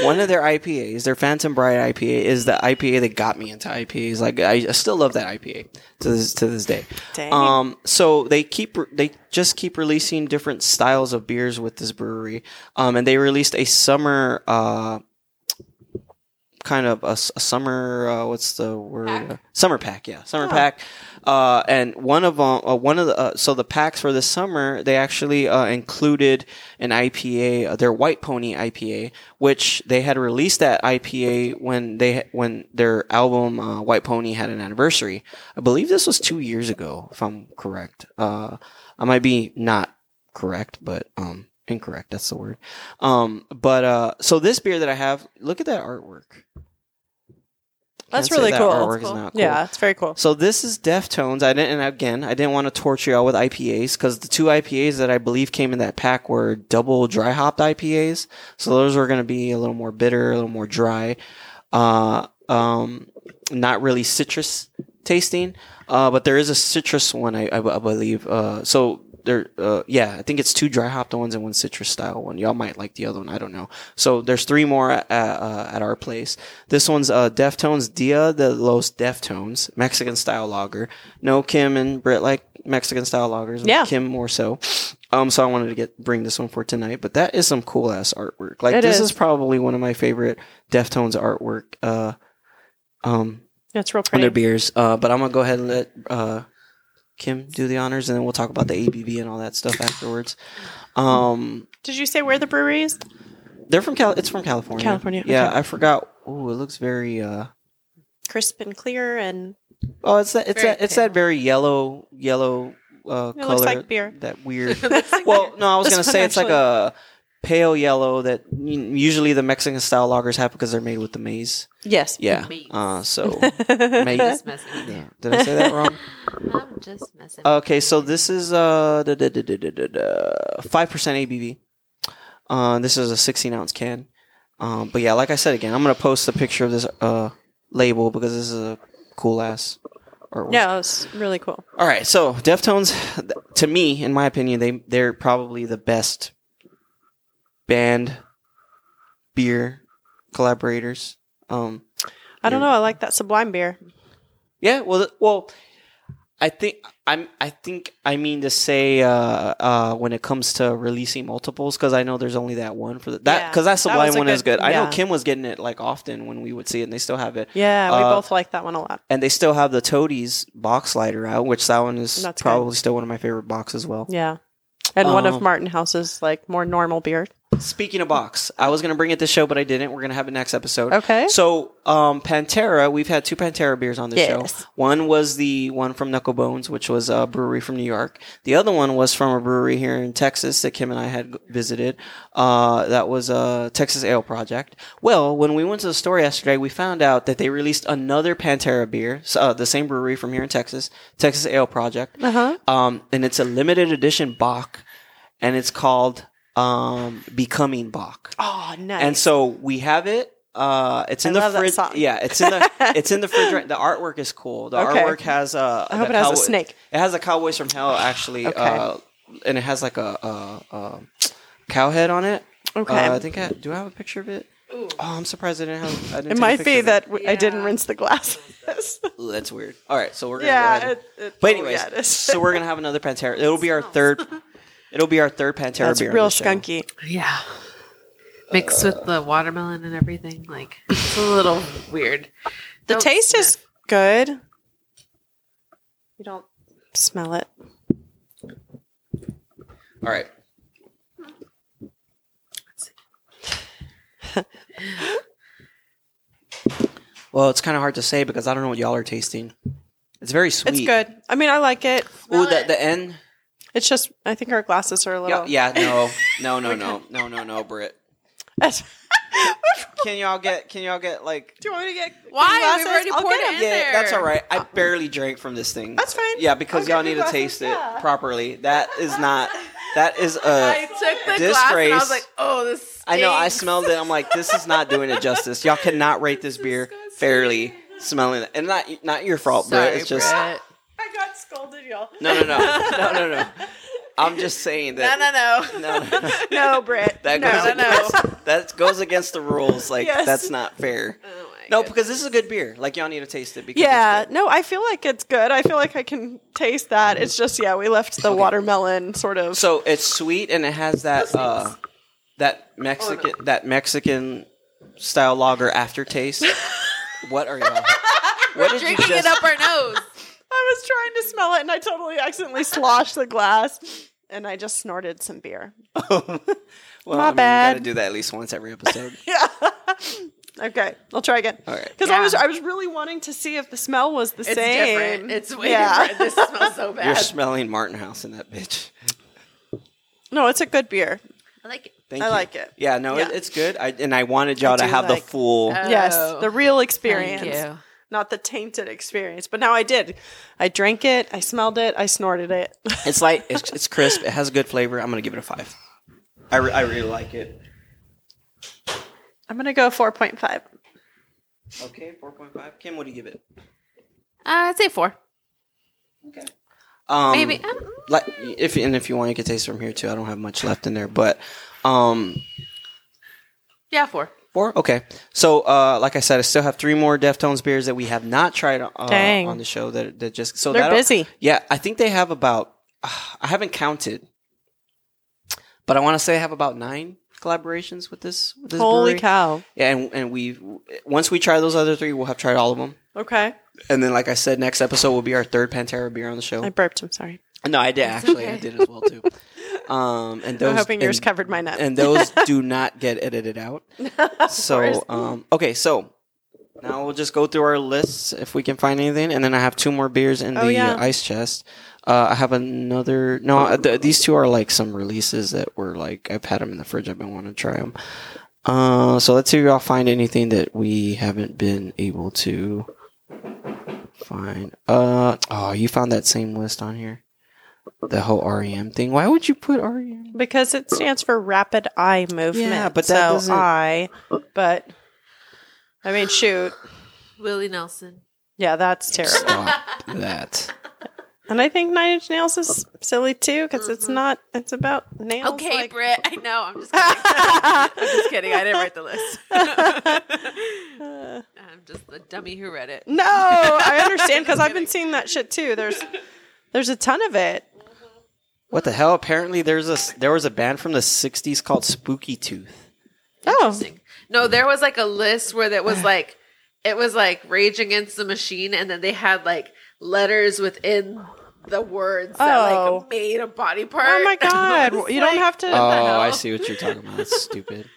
Speaker 1: one of their IPAs, their Phantom Bride IPA is the IPA that got me into IPAs. Like I, I still love that IPA to this to this day.
Speaker 3: Dang.
Speaker 1: Um, so they keep they just keep releasing different styles of beers with this brewery. Um, and they released a summer uh, kind of a, s- a summer uh, what's the word
Speaker 2: Pack?
Speaker 1: summer pack yeah summer
Speaker 3: Oh.
Speaker 1: pack. Uh, and one of them, uh, one of the uh, so the packs for this summer they actually uh, included an IPA, uh, their White Pony IPA, which they had released that IPA when they when their album uh, White Pony had an anniversary. I believe this was two years ago, if I'm correct. Uh, I might be not correct, but um, incorrect. That's the word. Um, but uh, so this beer that I have, look at that artwork.
Speaker 3: That's
Speaker 1: Can't say
Speaker 3: really
Speaker 1: that
Speaker 3: cool.
Speaker 1: artwork is not cool.
Speaker 3: Yeah, it's very cool.
Speaker 1: So this is Deftones. I didn't, and again, I didn't want to torture y'all with IPAs because the two IPAs that I believe came in that pack were double dry hopped IPAs. So those were going to be a little more bitter, a little more dry, uh, um, not really citrus tasting. Uh, but there is a citrus one, I, I, I believe. Uh, so there, uh, yeah, I think it's two dry hopped ones and one citrus style one. Y'all might like the other one. I don't know. So there's three more at, at, uh, at our place. This one's uh, Deftones Dia de los Deftones, Mexican style lager. No, Kim and Britt like Mexican style lagers.
Speaker 3: Yeah.
Speaker 1: Kim more so. Um, so I wanted to get bring this one for tonight, but that is some cool ass artwork. Like
Speaker 3: It
Speaker 1: this
Speaker 3: is.
Speaker 1: is probably one of my favorite Deftones artwork. Uh, um,
Speaker 3: It's real
Speaker 1: on
Speaker 3: pretty.
Speaker 1: their beers. Uh, but I'm gonna go ahead and let uh, Kim do the honors, and then we'll talk about the ABV and all that stuff afterwards. Um,
Speaker 3: Did you say where the brewery is?
Speaker 1: they're from Cal. It's from California.
Speaker 3: California,
Speaker 1: Yeah,
Speaker 3: okay.
Speaker 1: I forgot. Ooh, it looks very. Uh,
Speaker 3: Crisp and clear, and
Speaker 1: oh, it's that. It's
Speaker 2: Very
Speaker 1: that. It's that
Speaker 2: pale.
Speaker 1: very yellow, yellow uh,
Speaker 3: it
Speaker 1: color.
Speaker 3: looks like beer.
Speaker 1: That weird.
Speaker 2: Looks like
Speaker 1: well, no, I was
Speaker 3: This
Speaker 1: gonna
Speaker 3: one
Speaker 1: say it's like a
Speaker 3: actually-
Speaker 1: pale yellow that u- usually the Mexican style lagers have because they're made with the maize.
Speaker 3: Yes.
Speaker 1: Yeah.
Speaker 2: Maize.
Speaker 1: Uh, so
Speaker 2: I'm
Speaker 1: maize.
Speaker 2: just messing with you.
Speaker 1: Yeah. Did I say that wrong?
Speaker 2: I'm just messing.
Speaker 1: Okay, so this is uh five percent ABV. Uh, this is a sixteen ounce can. Um, but yeah, like I said again, I'm gonna post a picture of this uh label because this is a cool ass. artwork.
Speaker 3: Yeah, it was really cool.
Speaker 1: All right, so Deftones, th- to me, in my opinion, they they're probably the best band beer collaborators. Um,
Speaker 3: I don't know. I like that Sublime beer.
Speaker 1: Yeah, well, th- well, I think I'm. I think I mean to say uh, uh, when it comes to releasing multiples, because I know there's only that one for the, that
Speaker 3: Yeah,
Speaker 1: because that
Speaker 3: that
Speaker 1: Sublime
Speaker 3: was a
Speaker 1: one is good.
Speaker 3: good-
Speaker 1: I know
Speaker 3: yeah.
Speaker 1: Kim was getting it like often when we would see it, and they still have it,
Speaker 3: Yeah, we
Speaker 1: Uh,
Speaker 3: both like that one a lot.
Speaker 1: and they still have the Toadies box lighter out, which that one is
Speaker 3: That's good.
Speaker 1: probably still one of my favorite boxes. as well.
Speaker 3: Yeah. And one
Speaker 1: um,
Speaker 3: of Martin House's like more normal beer.
Speaker 1: Speaking of box, I was gonna bring it this show, but I didn't. We're gonna have it next episode.
Speaker 3: Okay.
Speaker 1: So, um, Pantera, we've had two Pantera beers on the show.
Speaker 3: Yes.
Speaker 1: One was the one from Knuckle Bones, which was a brewery from New York. The other one was from a brewery here in Texas that Kim and I had g- visited. Uh, that was a Texas Ale Project. Well, when we went to the store yesterday, we found out that they released another Pantera beer, so, uh, the same brewery from here in Texas, Texas Ale Project.
Speaker 3: Uh-huh.
Speaker 1: Um, and it's a limited edition Bach, and it's called um, Becoming Bach.
Speaker 3: Oh, nice.
Speaker 1: And so we have it. Uh, it's in
Speaker 3: I
Speaker 1: the
Speaker 3: love that
Speaker 1: fridge.
Speaker 3: song.
Speaker 1: Yeah, it's in the it's in the fridge. right- The artwork is cool. The
Speaker 3: Okay.
Speaker 1: artwork has uh,
Speaker 3: I hope
Speaker 1: the
Speaker 3: it has a
Speaker 1: cowboy-
Speaker 3: snake.
Speaker 1: It has a cowboys from hell actually.
Speaker 3: Okay.
Speaker 1: Uh, and it has like a, uh uh cow head on it.
Speaker 3: Okay.
Speaker 1: Uh, I think I do. I have a picture of it. Oh, I'm surprised I didn't have. I didn't
Speaker 3: it
Speaker 1: take a
Speaker 3: might
Speaker 1: picture
Speaker 3: be
Speaker 1: of it.
Speaker 3: that w I didn't
Speaker 2: Yeah.
Speaker 3: rinse the glasses.
Speaker 1: Ooh, that's weird. All right, so we're gonna go ahead
Speaker 3: yeah.
Speaker 1: and-
Speaker 3: It, it,
Speaker 1: but
Speaker 3: oh,
Speaker 1: anyways,
Speaker 3: yeah, it is.
Speaker 1: so we're gonna have another Pantera. It'll be our third. It'll be our third Pantera
Speaker 3: That's
Speaker 1: beer. on
Speaker 3: real
Speaker 1: the show.
Speaker 3: skunky.
Speaker 2: Yeah. Mixed with the watermelon and everything, like it's a little weird.
Speaker 3: The
Speaker 2: Don't
Speaker 3: taste
Speaker 2: sniff.
Speaker 3: is good. You don't smell it.
Speaker 1: All right. well, it's kind of hard to say because I don't know what y'all are tasting. It's very sweet.
Speaker 3: It's good. I mean, I like it.
Speaker 1: Ooh,
Speaker 2: Smell
Speaker 1: the,
Speaker 2: it.
Speaker 1: the end.
Speaker 3: It's just I think our glasses are a
Speaker 1: Yeah,
Speaker 3: little.
Speaker 1: yeah, no, no, no, no, no, no, no, Britt.
Speaker 3: Do
Speaker 1: Can y'all get? Can y'all get like?
Speaker 3: you want me to get?
Speaker 2: Why?
Speaker 3: glasses?
Speaker 2: We've already
Speaker 3: I'll
Speaker 2: poured
Speaker 3: get
Speaker 2: it in
Speaker 1: Yeah,
Speaker 2: there.
Speaker 1: that's all right. I barely drank from this thing.
Speaker 3: That's fine.
Speaker 1: Yeah, because
Speaker 3: I'll
Speaker 1: y'all need
Speaker 3: get you
Speaker 1: to
Speaker 3: glasses,
Speaker 1: taste
Speaker 3: yeah.
Speaker 1: it properly. That is not. That is
Speaker 2: I
Speaker 1: a.
Speaker 2: took the
Speaker 1: This
Speaker 2: glass and I
Speaker 1: race-
Speaker 2: was like, "Oh, this."
Speaker 1: I know. I
Speaker 2: stinks.
Speaker 1: smelled it. I'm like, this is not doing it justice. Y'all cannot rate this beer fairly. Smelling it, and not not your fault,
Speaker 2: Sorry,
Speaker 1: Britt. It's just
Speaker 2: Brett.
Speaker 3: I got scolded, y'all.
Speaker 1: no, no, no, no, no, no. I'm just saying
Speaker 2: no,
Speaker 1: that.
Speaker 2: no, no.
Speaker 1: No, no, no.
Speaker 3: No, Britt.
Speaker 1: That
Speaker 3: no.
Speaker 1: goes
Speaker 2: no, no.
Speaker 1: against that goes against the rules. Like
Speaker 3: Yes.
Speaker 1: that's not fair.
Speaker 2: Oh my
Speaker 1: No,
Speaker 2: goodness.
Speaker 1: because this is a good beer. Like y'all need to taste it. Because it's
Speaker 3: Yeah,
Speaker 1: good.
Speaker 3: no, I feel like it's good. I feel like I can taste that. It's just yeah, we left the watermelon sort of.
Speaker 1: Mm-hmm. So it's sweet and it has that uh, that Mexican that Mexican style lager aftertaste. what are y'all? What did
Speaker 2: drinking it up our nose.
Speaker 3: I was trying to smell it and I totally accidentally sloshed the glass and I just snorted some beer.
Speaker 1: well,
Speaker 3: My
Speaker 1: I mean, You gotta
Speaker 3: bad.
Speaker 1: do that at least once every episode.
Speaker 3: Yeah. okay, I'll try again.
Speaker 1: All right.
Speaker 3: Because I
Speaker 2: Yeah.
Speaker 3: was I was really wanting to see if the smell was the
Speaker 2: It's
Speaker 3: same.
Speaker 2: different. It's way
Speaker 3: Yeah.
Speaker 2: different. This smells so
Speaker 1: You're
Speaker 2: bad.
Speaker 1: smelling Martin House in that bitch.
Speaker 3: No, it's a good beer.
Speaker 2: I like it.
Speaker 1: Thank
Speaker 3: I
Speaker 1: you.
Speaker 3: like it.
Speaker 1: Yeah, no,
Speaker 3: Yeah.
Speaker 1: It, it's good. I, and I wanted y'all
Speaker 3: I
Speaker 1: to
Speaker 3: do
Speaker 1: have
Speaker 3: like- uh,
Speaker 1: the full.
Speaker 2: Oh,
Speaker 3: yes, the real experience.
Speaker 2: Thank you.
Speaker 3: Not the tainted experience, but now I did. I drank it, I smelled it, I snorted it.
Speaker 1: It's light. It's, it's crisp. It has a good flavor. I'm gonna give it a five. I, re- I really like it.
Speaker 3: I'm gonna go 4.5.
Speaker 1: Okay, four point five. Kim, what do you give it?
Speaker 2: Uh, I'd say four.
Speaker 1: Um,
Speaker 2: Maybe. I don't-
Speaker 1: Like if and if you want, you can taste from here too. I don't have much left in there, but um,
Speaker 2: yeah, four.
Speaker 1: Four? Okay. So, uh, like I said, I still have three more Deftones beers that we have not tried uh,
Speaker 3: Dang.
Speaker 1: on the show. That that just so
Speaker 3: They're
Speaker 1: that'll-
Speaker 3: busy.
Speaker 1: Yeah, I think they have about. ah, I haven't counted, but I want to say I have about nine collaborations with this. With this
Speaker 3: Holy
Speaker 1: brewery.
Speaker 3: cow.
Speaker 1: Yeah, and and we once we try those other three, we'll have tried all of them.
Speaker 3: Okay.
Speaker 1: And then, like I said, next episode will be our third Pantera beer on the show.
Speaker 3: I burped, I'm sorry.
Speaker 1: no, I did actually. I
Speaker 2: okay.
Speaker 1: did as well too. Um, and those
Speaker 3: I'm hoping yours
Speaker 1: and-
Speaker 3: covered mine up.
Speaker 1: and those do not get edited out. So, um, okay, so now we'll just go through our lists if we can find anything, and then I have two more beers in
Speaker 3: Oh,
Speaker 1: the
Speaker 3: yeah.
Speaker 1: uh, ice chest. Uh, I have another. No, uh, th- these two are like some releases that were like I've had them in the fridge. I've been wanting to try them. Uh, so let's see if y'all find anything that we haven't been able to find. Uh, oh, you found that same list on here. The whole REM thing. Why would you put E REM?
Speaker 3: Because it stands for rapid eye movement.
Speaker 1: Yeah, but that
Speaker 3: so
Speaker 1: doesn't-
Speaker 3: eye, but I mean, shoot,
Speaker 2: Willie Nelson.
Speaker 3: yeah, that's terrible.
Speaker 1: Stop that.
Speaker 3: And I think Nine Inch Nails is silly too because
Speaker 1: Mm-hmm.
Speaker 3: it's not. It's about nails.
Speaker 2: Okay,
Speaker 3: like-
Speaker 2: Britt. I know. I'm just kidding. I'm just kidding. I didn't write the list.
Speaker 3: Uh,
Speaker 2: I'm just the dummy who read it.
Speaker 3: no, I understand because I've been seeing that shit too. There's, there's a ton of it.
Speaker 1: What the hell? Apparently, there's a there was a band from the '60s called Spooky Tooth.
Speaker 3: Oh,
Speaker 2: Interesting. No, there was like a list where that was like it was like Rage Against the Machine, and then they had like letters within the words that
Speaker 3: Oh.
Speaker 2: like made a body part.
Speaker 3: oh my god!
Speaker 2: It's
Speaker 3: You don't
Speaker 2: like-
Speaker 3: have to.
Speaker 1: Oh,
Speaker 2: hell?
Speaker 1: I see what you're talking about. That's stupid.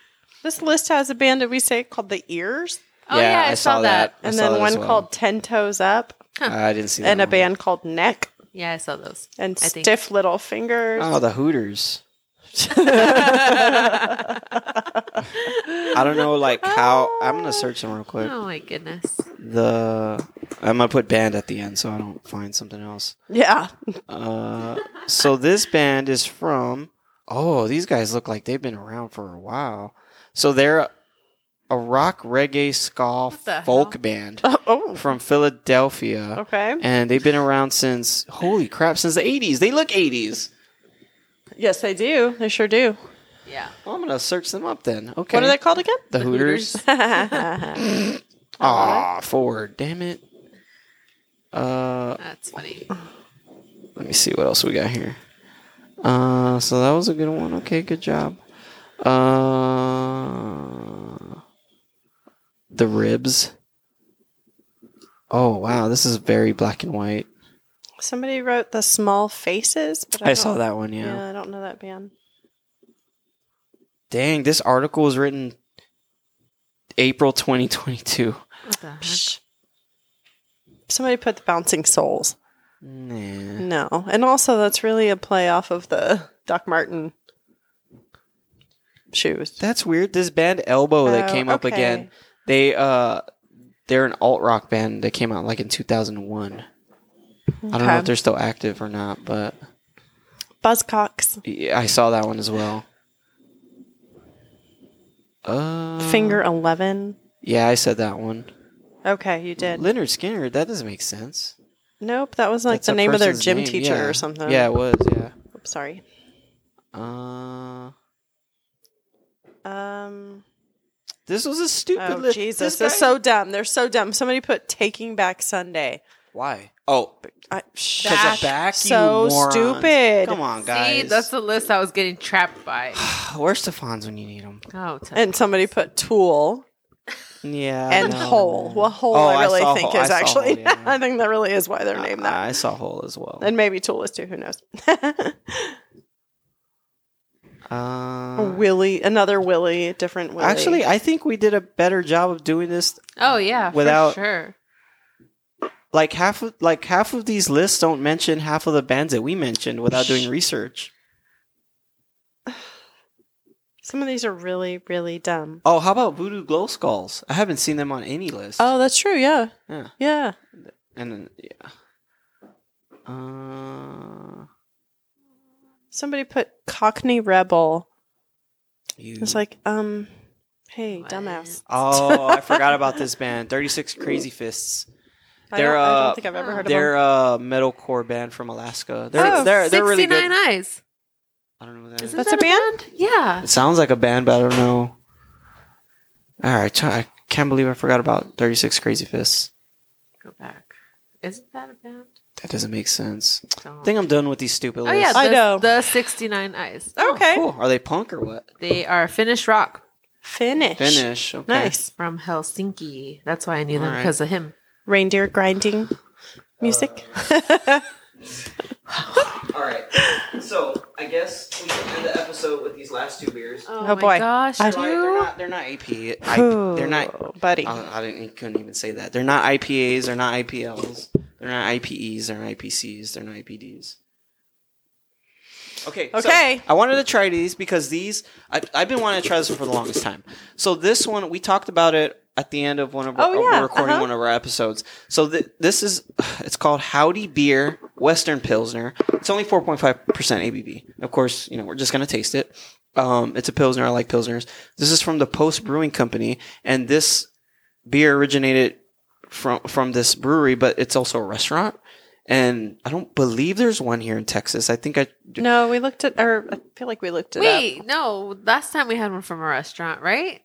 Speaker 3: This list has a band that we say called the Ears,
Speaker 2: Oh yeah, I, saw, that.
Speaker 1: I
Speaker 3: and
Speaker 1: saw
Speaker 3: then
Speaker 1: that
Speaker 3: one
Speaker 1: as well.
Speaker 3: called Ten Toes Up,
Speaker 1: I didn't see that.
Speaker 3: and a
Speaker 1: one.
Speaker 3: band called Neck
Speaker 2: Yeah, I saw those.
Speaker 3: and
Speaker 2: I think-
Speaker 3: Stiff Little Fingers.
Speaker 1: Oh, the Hooters. I don't know, like how. I'm gonna search them real quick.
Speaker 2: Oh my goodness.
Speaker 1: The I'm gonna put band at the end so I don't find something else.
Speaker 3: Yeah,
Speaker 1: Uh, so this band is from. Oh, these guys look like they've been around for a while. So they're a rock reggae ska
Speaker 2: the
Speaker 1: folk
Speaker 2: hell?
Speaker 1: band
Speaker 3: oh,
Speaker 1: from Philadelphia,
Speaker 3: okay.
Speaker 1: and they've been around since holy crap, since the '80s. They look '80s.
Speaker 3: Yes, they do. They sure do.
Speaker 2: Yeah.
Speaker 1: Well, I'm gonna search them up then. Okay,
Speaker 3: What are they called again?
Speaker 1: The Hooters.
Speaker 3: Uh-huh.
Speaker 1: Ah, four. Damn it. Uh,
Speaker 2: That's funny.
Speaker 1: let me see what else we got here. Uh, so that was a good one. Okay, good job. Uh, the ribs. Oh wow, this is very black and white.
Speaker 3: Somebody wrote the small faces. But
Speaker 1: I,
Speaker 3: don't-
Speaker 1: saw that one.
Speaker 3: Yeah.
Speaker 1: yeah.
Speaker 3: I don't know that band.
Speaker 1: Dang, this article was written April 2022.
Speaker 2: What the heck?
Speaker 3: Psh. Somebody put the Bouncing Souls.
Speaker 1: Nah.
Speaker 3: No, and also that's really a play off of the Doc Martin shoes.
Speaker 1: That's weird. This band Elbow that
Speaker 3: Oh,
Speaker 1: came up
Speaker 3: okay.
Speaker 1: again. They uh they're an alt rock band that came out like in 2001. I don't know
Speaker 3: Okay.
Speaker 1: if they're still active or not, but
Speaker 3: Buzzcocks,
Speaker 1: yeah, I saw that one as well. Uh
Speaker 3: Finger Eleven.
Speaker 1: Yeah, I said that one.
Speaker 3: Okay, you did.
Speaker 1: Leonard Skinner, that doesn't make sense.
Speaker 3: Nope, that was like
Speaker 1: That's
Speaker 3: the
Speaker 1: a
Speaker 3: name of their
Speaker 1: person's
Speaker 3: gym
Speaker 1: name,
Speaker 3: teacher
Speaker 1: yeah.
Speaker 3: or something.
Speaker 1: Yeah, it was, yeah.
Speaker 3: Oops, sorry.
Speaker 1: Uh
Speaker 3: Um.
Speaker 1: This was a stupid
Speaker 3: Oh
Speaker 1: list.
Speaker 3: Jesus,
Speaker 1: guy-
Speaker 3: they're so dumb. They're so dumb. Somebody put Taking Back Sunday.
Speaker 1: Why? Oh,
Speaker 3: I, shh,
Speaker 1: because
Speaker 2: That's
Speaker 1: of back.
Speaker 3: so
Speaker 1: you morons.
Speaker 3: stupid.
Speaker 1: Come on,
Speaker 2: See,
Speaker 1: guys.
Speaker 2: that's the list I was getting trapped by.
Speaker 1: Where's Stefan's when you need him?
Speaker 2: Oh, t-
Speaker 3: And somebody put Tool.
Speaker 1: Yeah.
Speaker 3: and Hole. Well, Hole, I really
Speaker 1: saw
Speaker 3: think
Speaker 1: Hole.
Speaker 3: is
Speaker 1: Oh, I saw Hole,
Speaker 3: actually.
Speaker 1: yeah. Uh,
Speaker 3: I think that really is why they're named that.
Speaker 1: I saw Hole as well.
Speaker 3: and maybe Tool is too. Who knows?
Speaker 1: Uh,
Speaker 3: Willie, another Willie, different Willie.
Speaker 1: actually, I think we did a better job of doing this.
Speaker 2: oh yeah,
Speaker 1: Without-
Speaker 2: for sure.
Speaker 1: Like half of like half of these lists don't mention half of the bands that we mentioned without doing research.
Speaker 3: Some of these are really, really dumb.
Speaker 1: Oh, how about Voodoo Glow Skulls? I haven't seen them on any list.
Speaker 3: Oh, that's true. Yeah.
Speaker 1: Yeah.
Speaker 3: Yeah.
Speaker 1: And then, yeah. Uh,
Speaker 3: Somebody put Cockney Rebel.
Speaker 1: you.
Speaker 3: It's like, um, hey,
Speaker 2: What?
Speaker 3: dumbass.
Speaker 1: oh, I forgot about this band, Thirty Six Crazy Fists.
Speaker 3: I
Speaker 1: They're,
Speaker 3: don't, I
Speaker 1: uh,
Speaker 3: don't think I've ever heard of
Speaker 1: They're
Speaker 3: them.
Speaker 1: a metalcore band from Alaska. They're
Speaker 3: Oh,
Speaker 1: they're they're really good.
Speaker 2: Eyes.
Speaker 1: I don't know what that is.
Speaker 2: Isn't
Speaker 3: That's
Speaker 2: that
Speaker 3: a band?
Speaker 2: Yeah.
Speaker 1: It sounds like a band, but I don't know. All right, try- I can't believe I forgot about Thirty Six Crazy Fists.
Speaker 2: Go back. Isn't that a band?
Speaker 1: That doesn't make sense. I
Speaker 2: Don't.
Speaker 1: think I'm done with these stupid
Speaker 2: oh
Speaker 1: lists.
Speaker 2: yeah, the,
Speaker 3: I know.
Speaker 2: the 69 Eyes. Oh,
Speaker 3: Okay.
Speaker 1: Cool. Are they punk or what?
Speaker 2: They are Finnish rock
Speaker 3: Finish.
Speaker 1: Finish. Okay.
Speaker 3: Nice.
Speaker 2: from Helsinki. That's why I knew them
Speaker 1: Alright.
Speaker 2: because of him.
Speaker 3: Reindeer grinding music.
Speaker 1: All right. So I guess we can end the episode with these last two beers.
Speaker 3: Oh, boy.
Speaker 2: gosh,
Speaker 3: I-
Speaker 1: Sorry, they're not. They're not AP. I, they're not.
Speaker 3: Ooh, buddy.
Speaker 1: I, I didn't. Couldn't even say that. They're not IPAs. They're not IPLs. They're not IPEs. They're not IPCs. They're not IPDs. Okay. so
Speaker 3: Okay.
Speaker 1: I wanted to try these because these I, I've been wanting to try this for the longest time. So this one we talked about it at the end of one of our,
Speaker 3: Oh, yeah,
Speaker 1: we're recording
Speaker 3: uh-huh.
Speaker 1: one of our episodes. So th- this is it's called Howdy Beer Western Pilsner. It's only four point five percent ABV. Of course, you know we're just gonna taste it. Um, it's a pilsner. I like pilsners. This is from the Post Brewing Company, and this beer originated from from this brewery, but it's also a restaurant. And I don't believe there's one here in Texas. I think I
Speaker 3: No, we looked at, or I feel like we looked at.
Speaker 2: Wait, no. Last time we had one from a restaurant, right?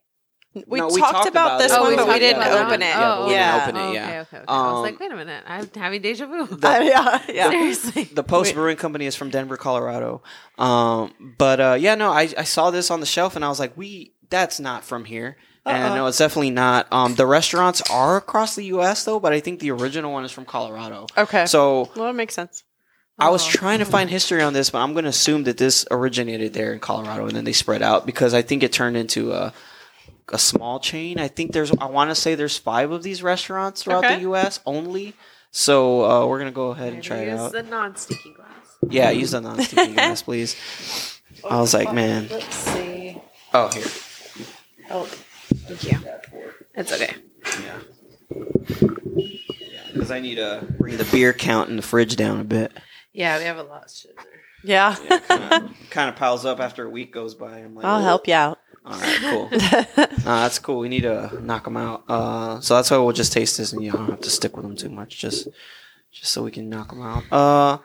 Speaker 3: we,
Speaker 1: No,
Speaker 3: talked about this
Speaker 2: it. Oh,
Speaker 3: one,
Speaker 2: we
Speaker 3: but we
Speaker 2: talked
Speaker 3: didn't
Speaker 2: about
Speaker 3: open
Speaker 2: that
Speaker 3: it.
Speaker 2: one. Oh,
Speaker 1: Yeah, we
Speaker 2: yeah.
Speaker 1: didn't open it. Yeah.
Speaker 2: Okay, okay, okay. I
Speaker 1: Um,
Speaker 2: was like, wait a minute. I'm having deja vu.
Speaker 3: Uh, yeah, yeah.
Speaker 2: Seriously.
Speaker 1: The Post Brewing Company is from Denver, Colorado. Um, but uh, yeah, no, I, I saw this on the shelf and I was like, we that's not from here. And
Speaker 3: Uh-uh.
Speaker 1: no, it's definitely not. Um, the restaurants are across the U.S. though, but I think the original one is from Colorado.
Speaker 3: Okay.
Speaker 1: So
Speaker 3: well, it makes sense.
Speaker 1: I was
Speaker 2: Oh.
Speaker 1: trying to find history on this, but I'm going to assume that this originated there in Colorado and then they spread out because I think it turned into a a small chain. I think there's I want to say there's five of these restaurants throughout
Speaker 3: Okay.
Speaker 1: the U.S. only. So uh, we're gonna go ahead and
Speaker 2: Maybe
Speaker 1: try it
Speaker 2: use
Speaker 1: out.
Speaker 2: the non-sticky glass.
Speaker 1: Yeah, use the non-sticky glass, please. I was like, man.
Speaker 2: Let's see.
Speaker 1: Oh, here.
Speaker 2: Oh, thank you. It's okay.
Speaker 1: Yeah. Because I need to bring the beer count in the fridge down a bit.
Speaker 2: Yeah, we have a lot of shit in there.
Speaker 3: Yeah.
Speaker 1: kind of piles up after a week goes by. I'm like,
Speaker 3: I'll help you out.
Speaker 1: All right, cool. uh, that's cool. We need to knock them out. Uh, so that's why we'll just taste this, and you don't have to stick with them too much. Just, just so we can knock them out. Uh, all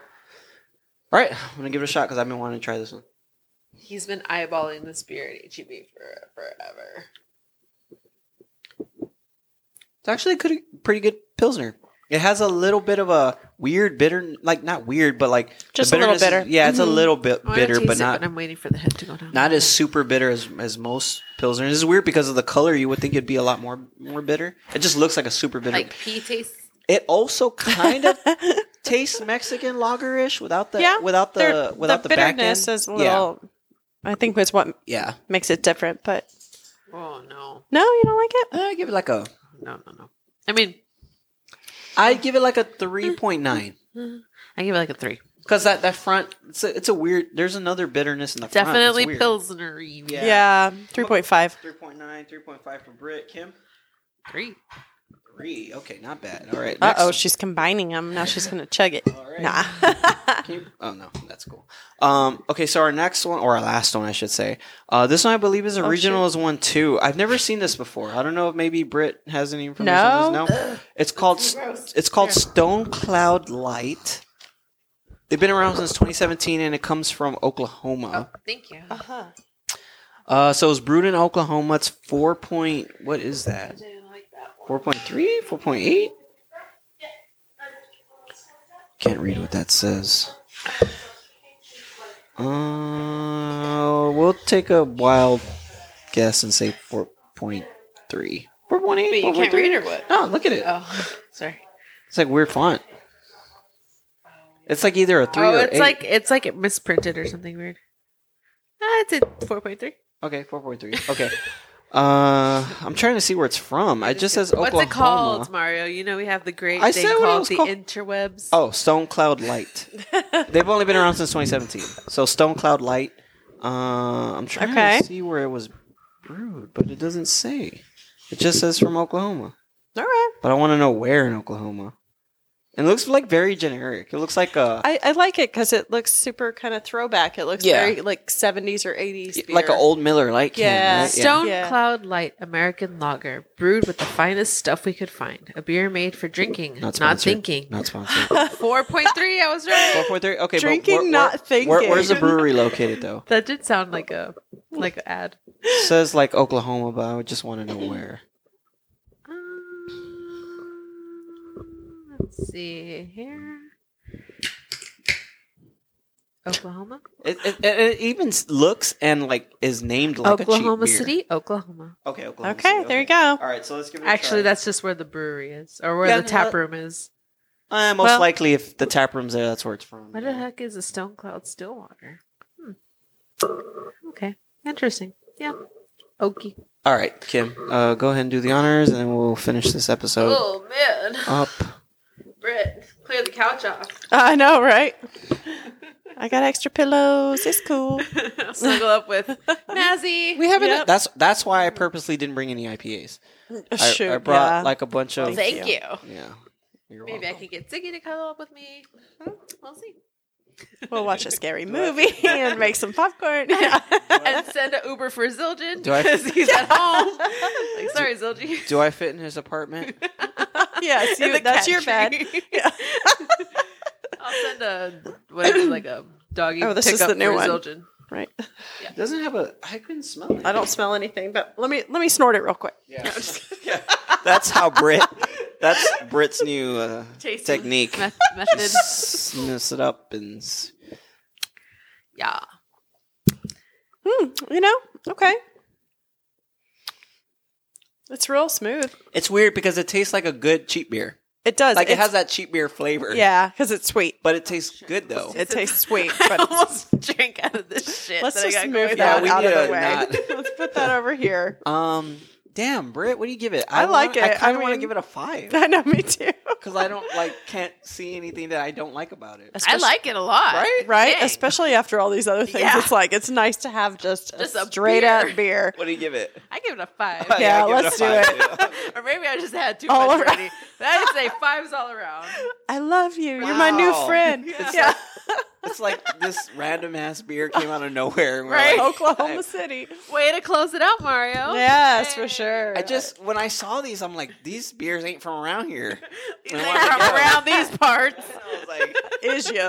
Speaker 1: right, I'm gonna give it a shot because I've been wanting to try this one.
Speaker 2: He's been eyeballing this beer at HEB E for forever.
Speaker 1: It's actually a good, pretty good pilsner. It has a little bit of a weird bitter, like not weird, but like the
Speaker 3: Just a little
Speaker 1: bitterness is-
Speaker 3: bitter.
Speaker 1: yeah, it's a little bit
Speaker 2: I wanna
Speaker 1: bitter,
Speaker 2: taste
Speaker 1: but
Speaker 2: it,
Speaker 1: not
Speaker 2: I'm waiting for the head to go down.
Speaker 1: not as super bitter as as most pilsners. This is weird because of the color. You would think it'd be a lot more more bitter. It just looks like a super bitter.
Speaker 2: like pea taste.
Speaker 1: it also kind of tastes Mexican lagerish without the
Speaker 3: Yeah,
Speaker 1: without
Speaker 3: There-
Speaker 1: the without the, back end.
Speaker 3: bitterness is a little. I think was what
Speaker 1: Yeah,
Speaker 3: makes it different, but
Speaker 2: Oh no,
Speaker 3: no, you don't like it.
Speaker 1: yeah. I give it like a
Speaker 2: no, no, no. I mean,
Speaker 1: I give it like a three point nine
Speaker 2: I give it like a three.
Speaker 1: because that that front it's a, it's a weird. There's another bitterness in the front. It's
Speaker 2: Definitely
Speaker 1: weird.
Speaker 2: pilsnery.
Speaker 1: Yeah.
Speaker 3: Yeah, three point five.
Speaker 1: 3.9, 3.5 for Brit. Kim,
Speaker 2: three.
Speaker 1: three. Okay, not bad. All right.
Speaker 3: Uh
Speaker 1: next
Speaker 3: oh,
Speaker 1: one.
Speaker 3: she's combining them now. She's gonna chug it.
Speaker 1: All right.
Speaker 3: Nah.
Speaker 1: Can you- oh no, that's cool. Um, okay, so our next one, or our last one, I should say. Uh, this one I believe is a
Speaker 3: Oh,
Speaker 1: regional is one too. I've never seen this before. I don't know if maybe Brit has any information.
Speaker 3: No.
Speaker 1: on this. no. It's called S-
Speaker 2: Gross.
Speaker 1: it's called
Speaker 2: Here.
Speaker 1: Stone Cloud Light. They've been around since 2017, and it comes from
Speaker 2: Oh,
Speaker 1: Oklahoma.
Speaker 2: thank you.
Speaker 3: uh-huh.
Speaker 1: Uh, so it's brewed in Oklahoma. It's four point. What is that?
Speaker 2: didn't like that one.
Speaker 1: 4.3, 4.8. Can't read what that says. Uh, we'll take a wild guess and say 4.3. 4.8.
Speaker 2: But you can't read or what?
Speaker 1: No, look at it.
Speaker 2: Oh, sorry.
Speaker 1: It's like weird font. It's like either a three
Speaker 2: oh,
Speaker 1: or
Speaker 2: it's
Speaker 1: eight.
Speaker 2: like it's like it misprinted or something weird. Ah, it's a four point three.
Speaker 1: okay, 4.3. Okay. Uh, I'm trying to see where it's from. It just says Oklahoma.
Speaker 2: What's it called, Mario? You know we have the great
Speaker 1: I
Speaker 2: thing
Speaker 1: said what it
Speaker 2: called
Speaker 1: was
Speaker 2: the
Speaker 1: called.
Speaker 2: interwebs.
Speaker 1: Oh, Stone Cloud Light. They've only been around since 2017. So Stone Cloud Light. Uh, I'm trying
Speaker 3: Okay.
Speaker 1: to see where it was brewed, but it doesn't say. It just says from Oklahoma.
Speaker 3: All right.
Speaker 1: But I want to know where in Oklahoma. It looks like very generic. It looks like a
Speaker 3: I, I like it because it looks super kind of throwback. It looks
Speaker 1: Yeah.
Speaker 3: very like 70s or 80s. Beer.
Speaker 1: like an old Miller Lite can.
Speaker 3: Yeah.
Speaker 1: right?
Speaker 2: Stone
Speaker 3: Yeah.
Speaker 2: Cloud Light American Lager, brewed with the finest stuff we could find. A beer made for drinking,
Speaker 1: Not
Speaker 2: not,
Speaker 1: sponsored.
Speaker 2: thinking.
Speaker 1: Not sponsored.
Speaker 2: 4.3, I was right.
Speaker 1: 4.3? Okay, but
Speaker 3: Drinking,
Speaker 1: where- where-
Speaker 3: not thinking.
Speaker 1: where- where's the brewery located though?
Speaker 2: That did sound like a like an ad.
Speaker 1: It says like Oklahoma, but I just want to know where.
Speaker 2: Um, let's see here. Oklahoma?
Speaker 1: It, it, it- it even s- looks and like is named like
Speaker 2: Oklahoma
Speaker 1: a cheap beer.
Speaker 2: City, Oklahoma.
Speaker 1: Okay, Oklahoma
Speaker 3: Okay,
Speaker 1: City,
Speaker 3: there you go.
Speaker 1: All right, so let's give it a
Speaker 2: Actually,
Speaker 1: try.
Speaker 2: that's just where the brewery is, or where
Speaker 1: Yeah,
Speaker 2: the
Speaker 1: no,
Speaker 2: tap
Speaker 1: that-
Speaker 2: room is.
Speaker 1: Uh, most
Speaker 2: Well-
Speaker 1: likely, if the tap room's there, that's where it's from.
Speaker 2: What the heck is a Stone Cloud Stillwater? Hmm. Okay, interesting. Yeah, okie.
Speaker 1: All right, Kim, uh, go ahead and do the honors, and then we'll finish this episode
Speaker 2: Oh man,
Speaker 1: up.
Speaker 2: Britt, clear the couch off.
Speaker 3: I know, right? I got extra pillows. It's cool.
Speaker 2: I'll snuggle up with Mazzy.
Speaker 1: We haven't.
Speaker 3: Yep.
Speaker 1: That's that's why I purposely didn't bring any IPAs. I,
Speaker 3: Shoot,
Speaker 1: I brought
Speaker 3: yeah.
Speaker 1: like a bunch of.
Speaker 3: Thank
Speaker 2: Thank
Speaker 3: you.
Speaker 2: you.
Speaker 1: Yeah. You're
Speaker 2: Maybe I
Speaker 1: welcome.
Speaker 2: can get Ziggy to cuddle up with me. Hmm, We'll see.
Speaker 3: we'll watch a scary movie and make some popcorn.
Speaker 2: And send an Uber for Zildjian
Speaker 1: Do I-
Speaker 2: because he's at home. like, sorry, Zildjian.
Speaker 1: Do I fit in his apartment?
Speaker 3: yes,
Speaker 2: In
Speaker 3: you,
Speaker 2: the
Speaker 3: that's your bed.
Speaker 2: country.
Speaker 3: Yeah.
Speaker 2: I'll send a what is it, like a doggy.
Speaker 3: Oh, this is
Speaker 2: pickup
Speaker 3: the new
Speaker 2: for
Speaker 3: one.
Speaker 2: Zildjian.
Speaker 3: right.
Speaker 1: It doesn't have a. I couldn't smell it.
Speaker 3: I don't smell anything, but let me let me snort it real quick.
Speaker 1: Yeah. That's how Brit. That's Brit's new uh,
Speaker 2: Tasting
Speaker 1: technique.
Speaker 2: meth-
Speaker 1: She
Speaker 2: method.
Speaker 1: sniffs it up and. s-
Speaker 2: Yeah.
Speaker 3: Hmm, you know, okay. It's real smooth.
Speaker 1: It's weird because it tastes like a good cheap beer.
Speaker 3: It does.
Speaker 1: Like it
Speaker 3: It's-
Speaker 1: has that cheap beer flavor.
Speaker 3: yeah, because it's sweet.
Speaker 1: But it tastes good though.
Speaker 3: It tastes sweet,
Speaker 2: I
Speaker 3: but it's-
Speaker 2: almost drank out of this shit.
Speaker 3: let's
Speaker 2: that I
Speaker 3: just
Speaker 2: got
Speaker 3: move
Speaker 2: going
Speaker 1: Yeah,
Speaker 3: that
Speaker 2: on.
Speaker 1: we
Speaker 3: out
Speaker 1: need
Speaker 3: of
Speaker 1: to
Speaker 3: the way.
Speaker 1: not-
Speaker 3: let's put that over here.
Speaker 1: Um, damn, Britt, what do you give it?
Speaker 3: I like
Speaker 1: wanna- I
Speaker 3: it.
Speaker 1: kind
Speaker 3: I
Speaker 1: of want to
Speaker 3: mean-
Speaker 1: give it a five
Speaker 3: I know, me too.
Speaker 1: because I don't like can't see anything that I don't like about it.
Speaker 2: I like it a lot.
Speaker 1: Right?
Speaker 3: right?
Speaker 2: Dang.
Speaker 3: Especially after all these other things,
Speaker 2: Yeah.
Speaker 3: it's like it's nice to have just,
Speaker 2: Just
Speaker 3: a
Speaker 2: a
Speaker 3: straight up
Speaker 2: beer.
Speaker 3: beer.
Speaker 1: What do you give it?
Speaker 2: I give it a five.
Speaker 1: I
Speaker 3: Yeah,
Speaker 1: give
Speaker 3: let's
Speaker 1: a
Speaker 3: do
Speaker 1: five, too.
Speaker 2: or maybe I just had too
Speaker 3: All
Speaker 2: much
Speaker 3: around.
Speaker 2: already. But I'd say fives all around.
Speaker 3: I love you. You're my new
Speaker 1: Wow.
Speaker 3: friend.
Speaker 2: Yeah.
Speaker 3: yeah,
Speaker 1: it's like this random ass beer came out of nowhere. and we're
Speaker 2: Right.
Speaker 1: like-
Speaker 3: Oklahoma City.
Speaker 2: Way to close it out, Mario.
Speaker 3: Yes, for
Speaker 2: Yay.
Speaker 3: sure.
Speaker 1: I just when I saw these, I'm like, these beers ain't from around here.
Speaker 2: He's like,
Speaker 1: wanted to
Speaker 2: from
Speaker 1: go.
Speaker 2: around these parts.
Speaker 1: I was like,
Speaker 3: is you.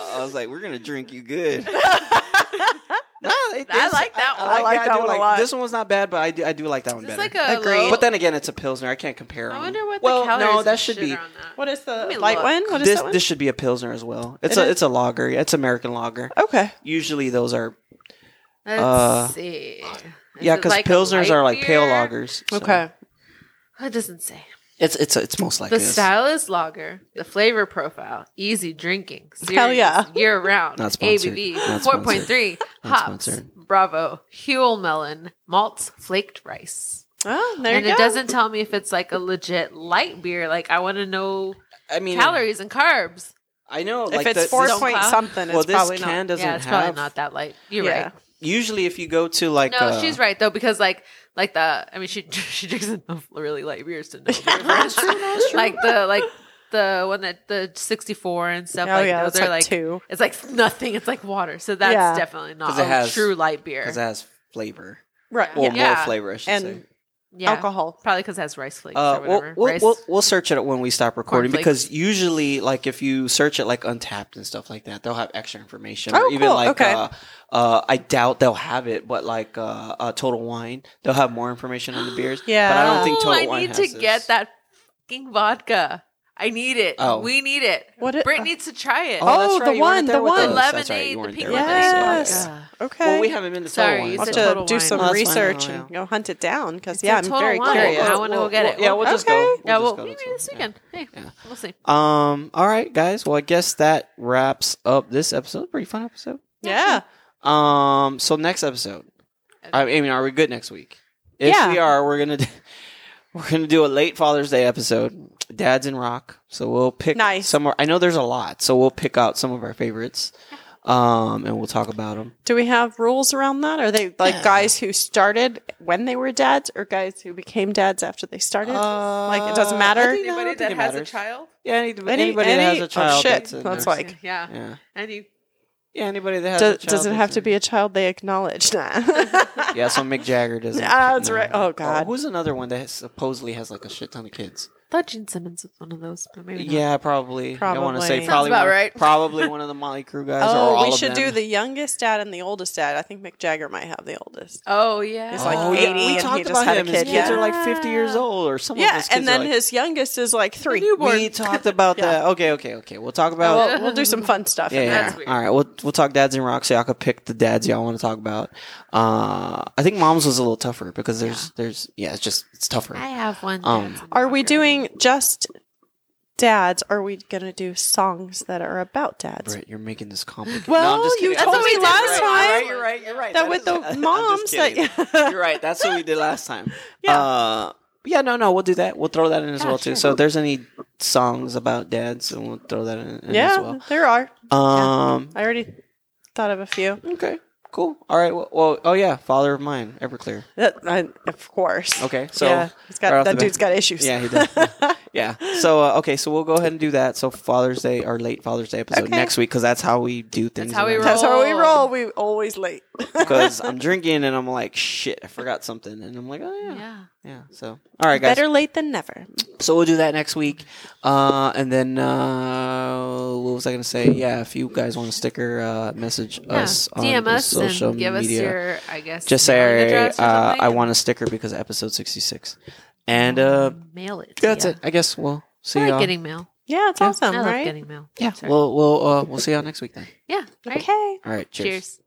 Speaker 1: I was like, we're gonna drink you good. no, it-
Speaker 2: I
Speaker 1: this-
Speaker 2: like that one.
Speaker 3: I like
Speaker 1: yeah,
Speaker 3: that
Speaker 1: do
Speaker 3: one a lot.
Speaker 1: This one was not bad, but I do, I do like that one
Speaker 2: It's
Speaker 1: better.
Speaker 2: like a
Speaker 3: Agreed.
Speaker 2: low-
Speaker 1: but then again, it's a pilsner. I can't compare.
Speaker 2: I
Speaker 1: them.
Speaker 2: wonder what
Speaker 1: well,
Speaker 2: the calories
Speaker 1: no, that
Speaker 2: and
Speaker 1: should
Speaker 2: shit
Speaker 1: be.
Speaker 2: are on that.
Speaker 3: What is the
Speaker 2: Let me
Speaker 3: light
Speaker 2: look.
Speaker 3: one? What is
Speaker 1: this
Speaker 3: that one?
Speaker 1: this should be a pilsner as well. It's
Speaker 3: It
Speaker 1: a
Speaker 3: is?
Speaker 1: it's a lager. It's American lager.
Speaker 3: okay.
Speaker 1: Usually those are
Speaker 2: Let's
Speaker 1: Uh,
Speaker 2: see. Is
Speaker 1: yeah,
Speaker 2: it
Speaker 1: because
Speaker 2: like a
Speaker 1: pilsners
Speaker 2: light
Speaker 1: are like pale
Speaker 2: beer?
Speaker 1: lagers. so
Speaker 3: Okay.
Speaker 2: It doesn't say.
Speaker 1: it's it's it's most like
Speaker 2: The
Speaker 1: this.
Speaker 2: style is lager. The flavor profile, easy drinking. Serious,
Speaker 3: Hell yeah.
Speaker 2: Year round.
Speaker 1: Not sponsored.
Speaker 2: ABV
Speaker 1: Not
Speaker 2: 4.3.
Speaker 1: Not
Speaker 2: Hops.
Speaker 1: sponsored.
Speaker 2: Bravo. Huel melon. Malts. Flaked rice.
Speaker 3: Oh, there
Speaker 2: and
Speaker 3: you
Speaker 2: it
Speaker 3: go.
Speaker 2: doesn't tell me if it's like a legit light beer. Like, I want to know
Speaker 1: I mean,
Speaker 2: calories and carbs.
Speaker 1: I know.
Speaker 3: If
Speaker 1: like
Speaker 3: it's
Speaker 1: the-
Speaker 3: four
Speaker 1: this-
Speaker 3: point
Speaker 2: count.
Speaker 3: something,
Speaker 1: well,
Speaker 3: it's
Speaker 1: this
Speaker 3: probably
Speaker 1: can
Speaker 3: not.
Speaker 1: doesn't
Speaker 2: Yeah, it's
Speaker 1: have.
Speaker 2: probably not that light. You're
Speaker 3: Yeah.
Speaker 2: right.
Speaker 1: Usually, if you go to like,
Speaker 2: No,
Speaker 1: uh,
Speaker 2: she's right though because like like the I mean she she drinks enough really light beers to know. the difference. like the like the one that the 64 and stuff
Speaker 3: Oh
Speaker 2: like
Speaker 3: yeah,
Speaker 2: those
Speaker 3: that's
Speaker 2: are
Speaker 3: like,
Speaker 2: like
Speaker 3: two.
Speaker 2: it's like nothing. It's like water. So that's
Speaker 3: Yeah.
Speaker 2: definitely
Speaker 1: 'Cause
Speaker 2: not
Speaker 1: it
Speaker 2: a
Speaker 1: has-
Speaker 2: true light beer.
Speaker 1: because it has flavor
Speaker 3: Right.
Speaker 1: or
Speaker 2: Yeah.
Speaker 1: more
Speaker 2: Yeah.
Speaker 1: flavor, I should
Speaker 3: And
Speaker 1: say.
Speaker 2: yeah.
Speaker 3: Alcohol.
Speaker 2: Probably because it has rice flakes
Speaker 1: Uh,
Speaker 2: or
Speaker 1: we'll,
Speaker 2: whatever.
Speaker 1: we'll,
Speaker 2: rice.
Speaker 1: we'll we'll search it when we stop recording
Speaker 2: Cornflakes.
Speaker 1: because usually, like if you search it like Untapped and stuff like that, they'll have extra information.
Speaker 3: Oh,
Speaker 1: or even
Speaker 3: cool.
Speaker 1: like
Speaker 3: Okay.
Speaker 1: uh, uh, I doubt they'll have it, but like uh, uh, Total Wine, they'll have more information on the beers. but I
Speaker 3: Yeah.
Speaker 1: don't think
Speaker 2: oh,
Speaker 1: Total
Speaker 2: I
Speaker 1: Wine
Speaker 2: need
Speaker 1: has
Speaker 2: to
Speaker 1: this.
Speaker 2: get that fucking vodka. I need it.
Speaker 1: Oh.
Speaker 2: We need it.
Speaker 3: What it-
Speaker 2: Brit needs to try it.
Speaker 3: Oh,
Speaker 1: that's
Speaker 3: the
Speaker 1: right, you weren't
Speaker 3: one,
Speaker 1: there
Speaker 3: the
Speaker 1: with
Speaker 3: one.
Speaker 1: us. That's right,
Speaker 2: Lemonade,
Speaker 1: you
Speaker 2: the
Speaker 1: weren't
Speaker 2: pink
Speaker 1: there with
Speaker 2: lemonade.
Speaker 1: us. Yeah.
Speaker 3: Yes.
Speaker 2: Yeah.
Speaker 3: Okay.
Speaker 1: Well, we haven't been to
Speaker 2: Sorry,
Speaker 1: Total Wine.
Speaker 2: you
Speaker 3: I'll
Speaker 2: said
Speaker 3: have
Speaker 1: so-
Speaker 3: to
Speaker 2: Total
Speaker 3: do
Speaker 2: Wine.
Speaker 3: some
Speaker 1: Oh, that's fine.
Speaker 3: research
Speaker 1: Oh, yeah.
Speaker 3: and go hunt it down because
Speaker 2: It's a
Speaker 3: yeah, I'm
Speaker 2: Total
Speaker 3: very
Speaker 2: Wine.
Speaker 3: curious.
Speaker 2: I wanna go get
Speaker 1: we'll-
Speaker 2: it.
Speaker 1: Yeah, we'll just go.
Speaker 3: Okay.
Speaker 1: We'll
Speaker 2: yeah,
Speaker 1: just
Speaker 2: well,
Speaker 1: go to
Speaker 2: maybe
Speaker 1: Total
Speaker 2: this
Speaker 1: Wine.
Speaker 2: weekend. Hey,
Speaker 1: Yeah.
Speaker 2: we'll see.
Speaker 1: Um. All right, guys. Well, I guess that wraps up this episode. Pretty fun episode.
Speaker 3: Yeah.
Speaker 1: Um. So next episode. I I mean, are we good next week? If
Speaker 3: Yeah.
Speaker 1: we are, we're gonna do, we're gonna do a late Father's Day episode. Dad's in rock. So we'll pick
Speaker 3: Nice.
Speaker 1: some. more- I know there's a lot, so we'll pick out some of our favorites. um, and we'll talk about them.
Speaker 3: Do we have rules around that? Are they like
Speaker 1: Yeah.
Speaker 3: guys who started when they were dads or guys who became dads after they started? like it doesn't matter.
Speaker 1: I
Speaker 2: Anybody
Speaker 1: don't
Speaker 2: that
Speaker 1: think it
Speaker 2: has a
Speaker 1: matters.
Speaker 2: child?
Speaker 1: Yeah, anybody,
Speaker 3: Any-
Speaker 1: anybody that
Speaker 3: any-
Speaker 1: has
Speaker 3: oh,
Speaker 1: a child.
Speaker 3: shit,
Speaker 1: in
Speaker 3: that's
Speaker 1: there.
Speaker 3: why Like-
Speaker 2: yeah.
Speaker 1: Yeah,
Speaker 2: Any
Speaker 1: yeah, anybody that has
Speaker 3: Do-
Speaker 1: a child.
Speaker 3: does it
Speaker 1: that's
Speaker 3: have to
Speaker 1: in
Speaker 3: be a child they acknowledge? Nah.
Speaker 1: there. Yeah, so Mick Jagger doesn't.
Speaker 3: Ah, that's right. Oh, God.
Speaker 1: who's another one that supposedly has like a shit ton of kids?
Speaker 2: thought Gene Simmons was one of those, but maybe not.
Speaker 1: Yeah, probably. I want to
Speaker 3: Probably.
Speaker 1: say
Speaker 3: Sounds
Speaker 1: probably
Speaker 2: about
Speaker 1: one,
Speaker 2: right.
Speaker 1: probably one of the Molly Crew guys. or
Speaker 3: oh,
Speaker 1: all
Speaker 3: we
Speaker 1: of
Speaker 3: should
Speaker 1: them.
Speaker 3: do the youngest dad and the oldest dad. I think Mick Jagger might have the oldest.
Speaker 2: Oh yeah.
Speaker 3: He's like
Speaker 1: oh, yeah,
Speaker 3: 80
Speaker 1: we
Speaker 3: and
Speaker 1: talked
Speaker 3: he just
Speaker 1: about
Speaker 3: had a
Speaker 1: him.
Speaker 3: kid,
Speaker 1: His kids
Speaker 2: yeah.
Speaker 1: are like 50 years old or some of
Speaker 3: yeah,
Speaker 1: his kids
Speaker 3: and then
Speaker 1: are like,
Speaker 3: his youngest is like three.
Speaker 1: We talked about
Speaker 3: Yeah. Oh.
Speaker 1: that. Okay, okay, okay. We'll talk about
Speaker 3: We'll, we'll do some fun stuff.
Speaker 1: Yeah,
Speaker 3: in
Speaker 1: yeah.
Speaker 3: there.
Speaker 2: That's weird.
Speaker 1: All right, we'll we'll talk dads and rocks. Y'all could pick the dads y'all want to talk about. Uh, I think moms was a little tougher because there's there's yeah, it's just it's tougher.
Speaker 2: I have one.
Speaker 1: Um,
Speaker 2: that's in
Speaker 3: Are we
Speaker 2: Rocker.
Speaker 3: doing just dads? Are we going to do songs that are about dads?
Speaker 1: Britt, you're making this complicated.
Speaker 3: Well,
Speaker 1: I'm just
Speaker 3: you
Speaker 1: kidding.
Speaker 3: told
Speaker 1: That's what we
Speaker 3: me
Speaker 1: did.
Speaker 3: last
Speaker 1: You're
Speaker 3: time
Speaker 1: You're right. You're right.
Speaker 3: That
Speaker 1: is-
Speaker 3: with the
Speaker 1: I'm just
Speaker 3: moms that-
Speaker 1: kidding. you're right. That's what we did last time.
Speaker 3: Yeah.
Speaker 1: Uh, yeah, no, no, we'll do that. We'll throw that in as
Speaker 3: Yeah,
Speaker 1: well too.
Speaker 3: sure.
Speaker 1: So if there's any songs about dads, and we'll throw that in, in as
Speaker 3: yeah,
Speaker 1: well.
Speaker 3: there are.
Speaker 1: Um,
Speaker 3: I already thought of a few.
Speaker 1: okay, cool. All right. Well, well, oh yeah, father of mine, Everclear.
Speaker 3: That, I, of course.
Speaker 1: Okay, so
Speaker 3: yeah, he's got
Speaker 1: right off
Speaker 3: that
Speaker 1: the
Speaker 3: dude's got issues.
Speaker 1: Yeah, he does. yeah. So uh, okay, so we'll go ahead and do that. So Father's Day, our late Father's Day episode
Speaker 3: Okay.
Speaker 1: next week, because that's how we do things.
Speaker 2: how we roll.
Speaker 3: That's how we roll. We always late.
Speaker 1: Because I'm drinking and I'm like, shit, I forgot something, and I'm like, oh yeah, yeah.
Speaker 2: Yeah.
Speaker 1: So all right, guys.
Speaker 3: Better late than never.
Speaker 1: So we'll do that next week, uh, and then uh, what was I gonna say? Yeah, if you guys want a sticker, uh, message
Speaker 2: Yeah.
Speaker 1: us on
Speaker 2: DM
Speaker 1: the
Speaker 2: us
Speaker 1: social
Speaker 2: and give
Speaker 1: media.
Speaker 2: us your, I guess,
Speaker 1: Just
Speaker 2: mailing
Speaker 1: say
Speaker 2: address or
Speaker 1: uh,
Speaker 2: something
Speaker 1: I
Speaker 2: and
Speaker 1: want a sticker because episode 66, and uh,
Speaker 2: mail it. to
Speaker 1: that's
Speaker 2: ya.
Speaker 1: it. I guess we'll see
Speaker 2: I like
Speaker 1: y'all.
Speaker 2: Um, getting mail.
Speaker 3: Yeah, it's awesome,
Speaker 2: I love
Speaker 3: right?
Speaker 2: getting mail.
Speaker 1: yeah,
Speaker 2: Sorry.
Speaker 1: we'll we'll uh, we'll see y'all next week then.
Speaker 2: yeah. All right.
Speaker 3: Okay.
Speaker 1: All right,
Speaker 2: Cheers.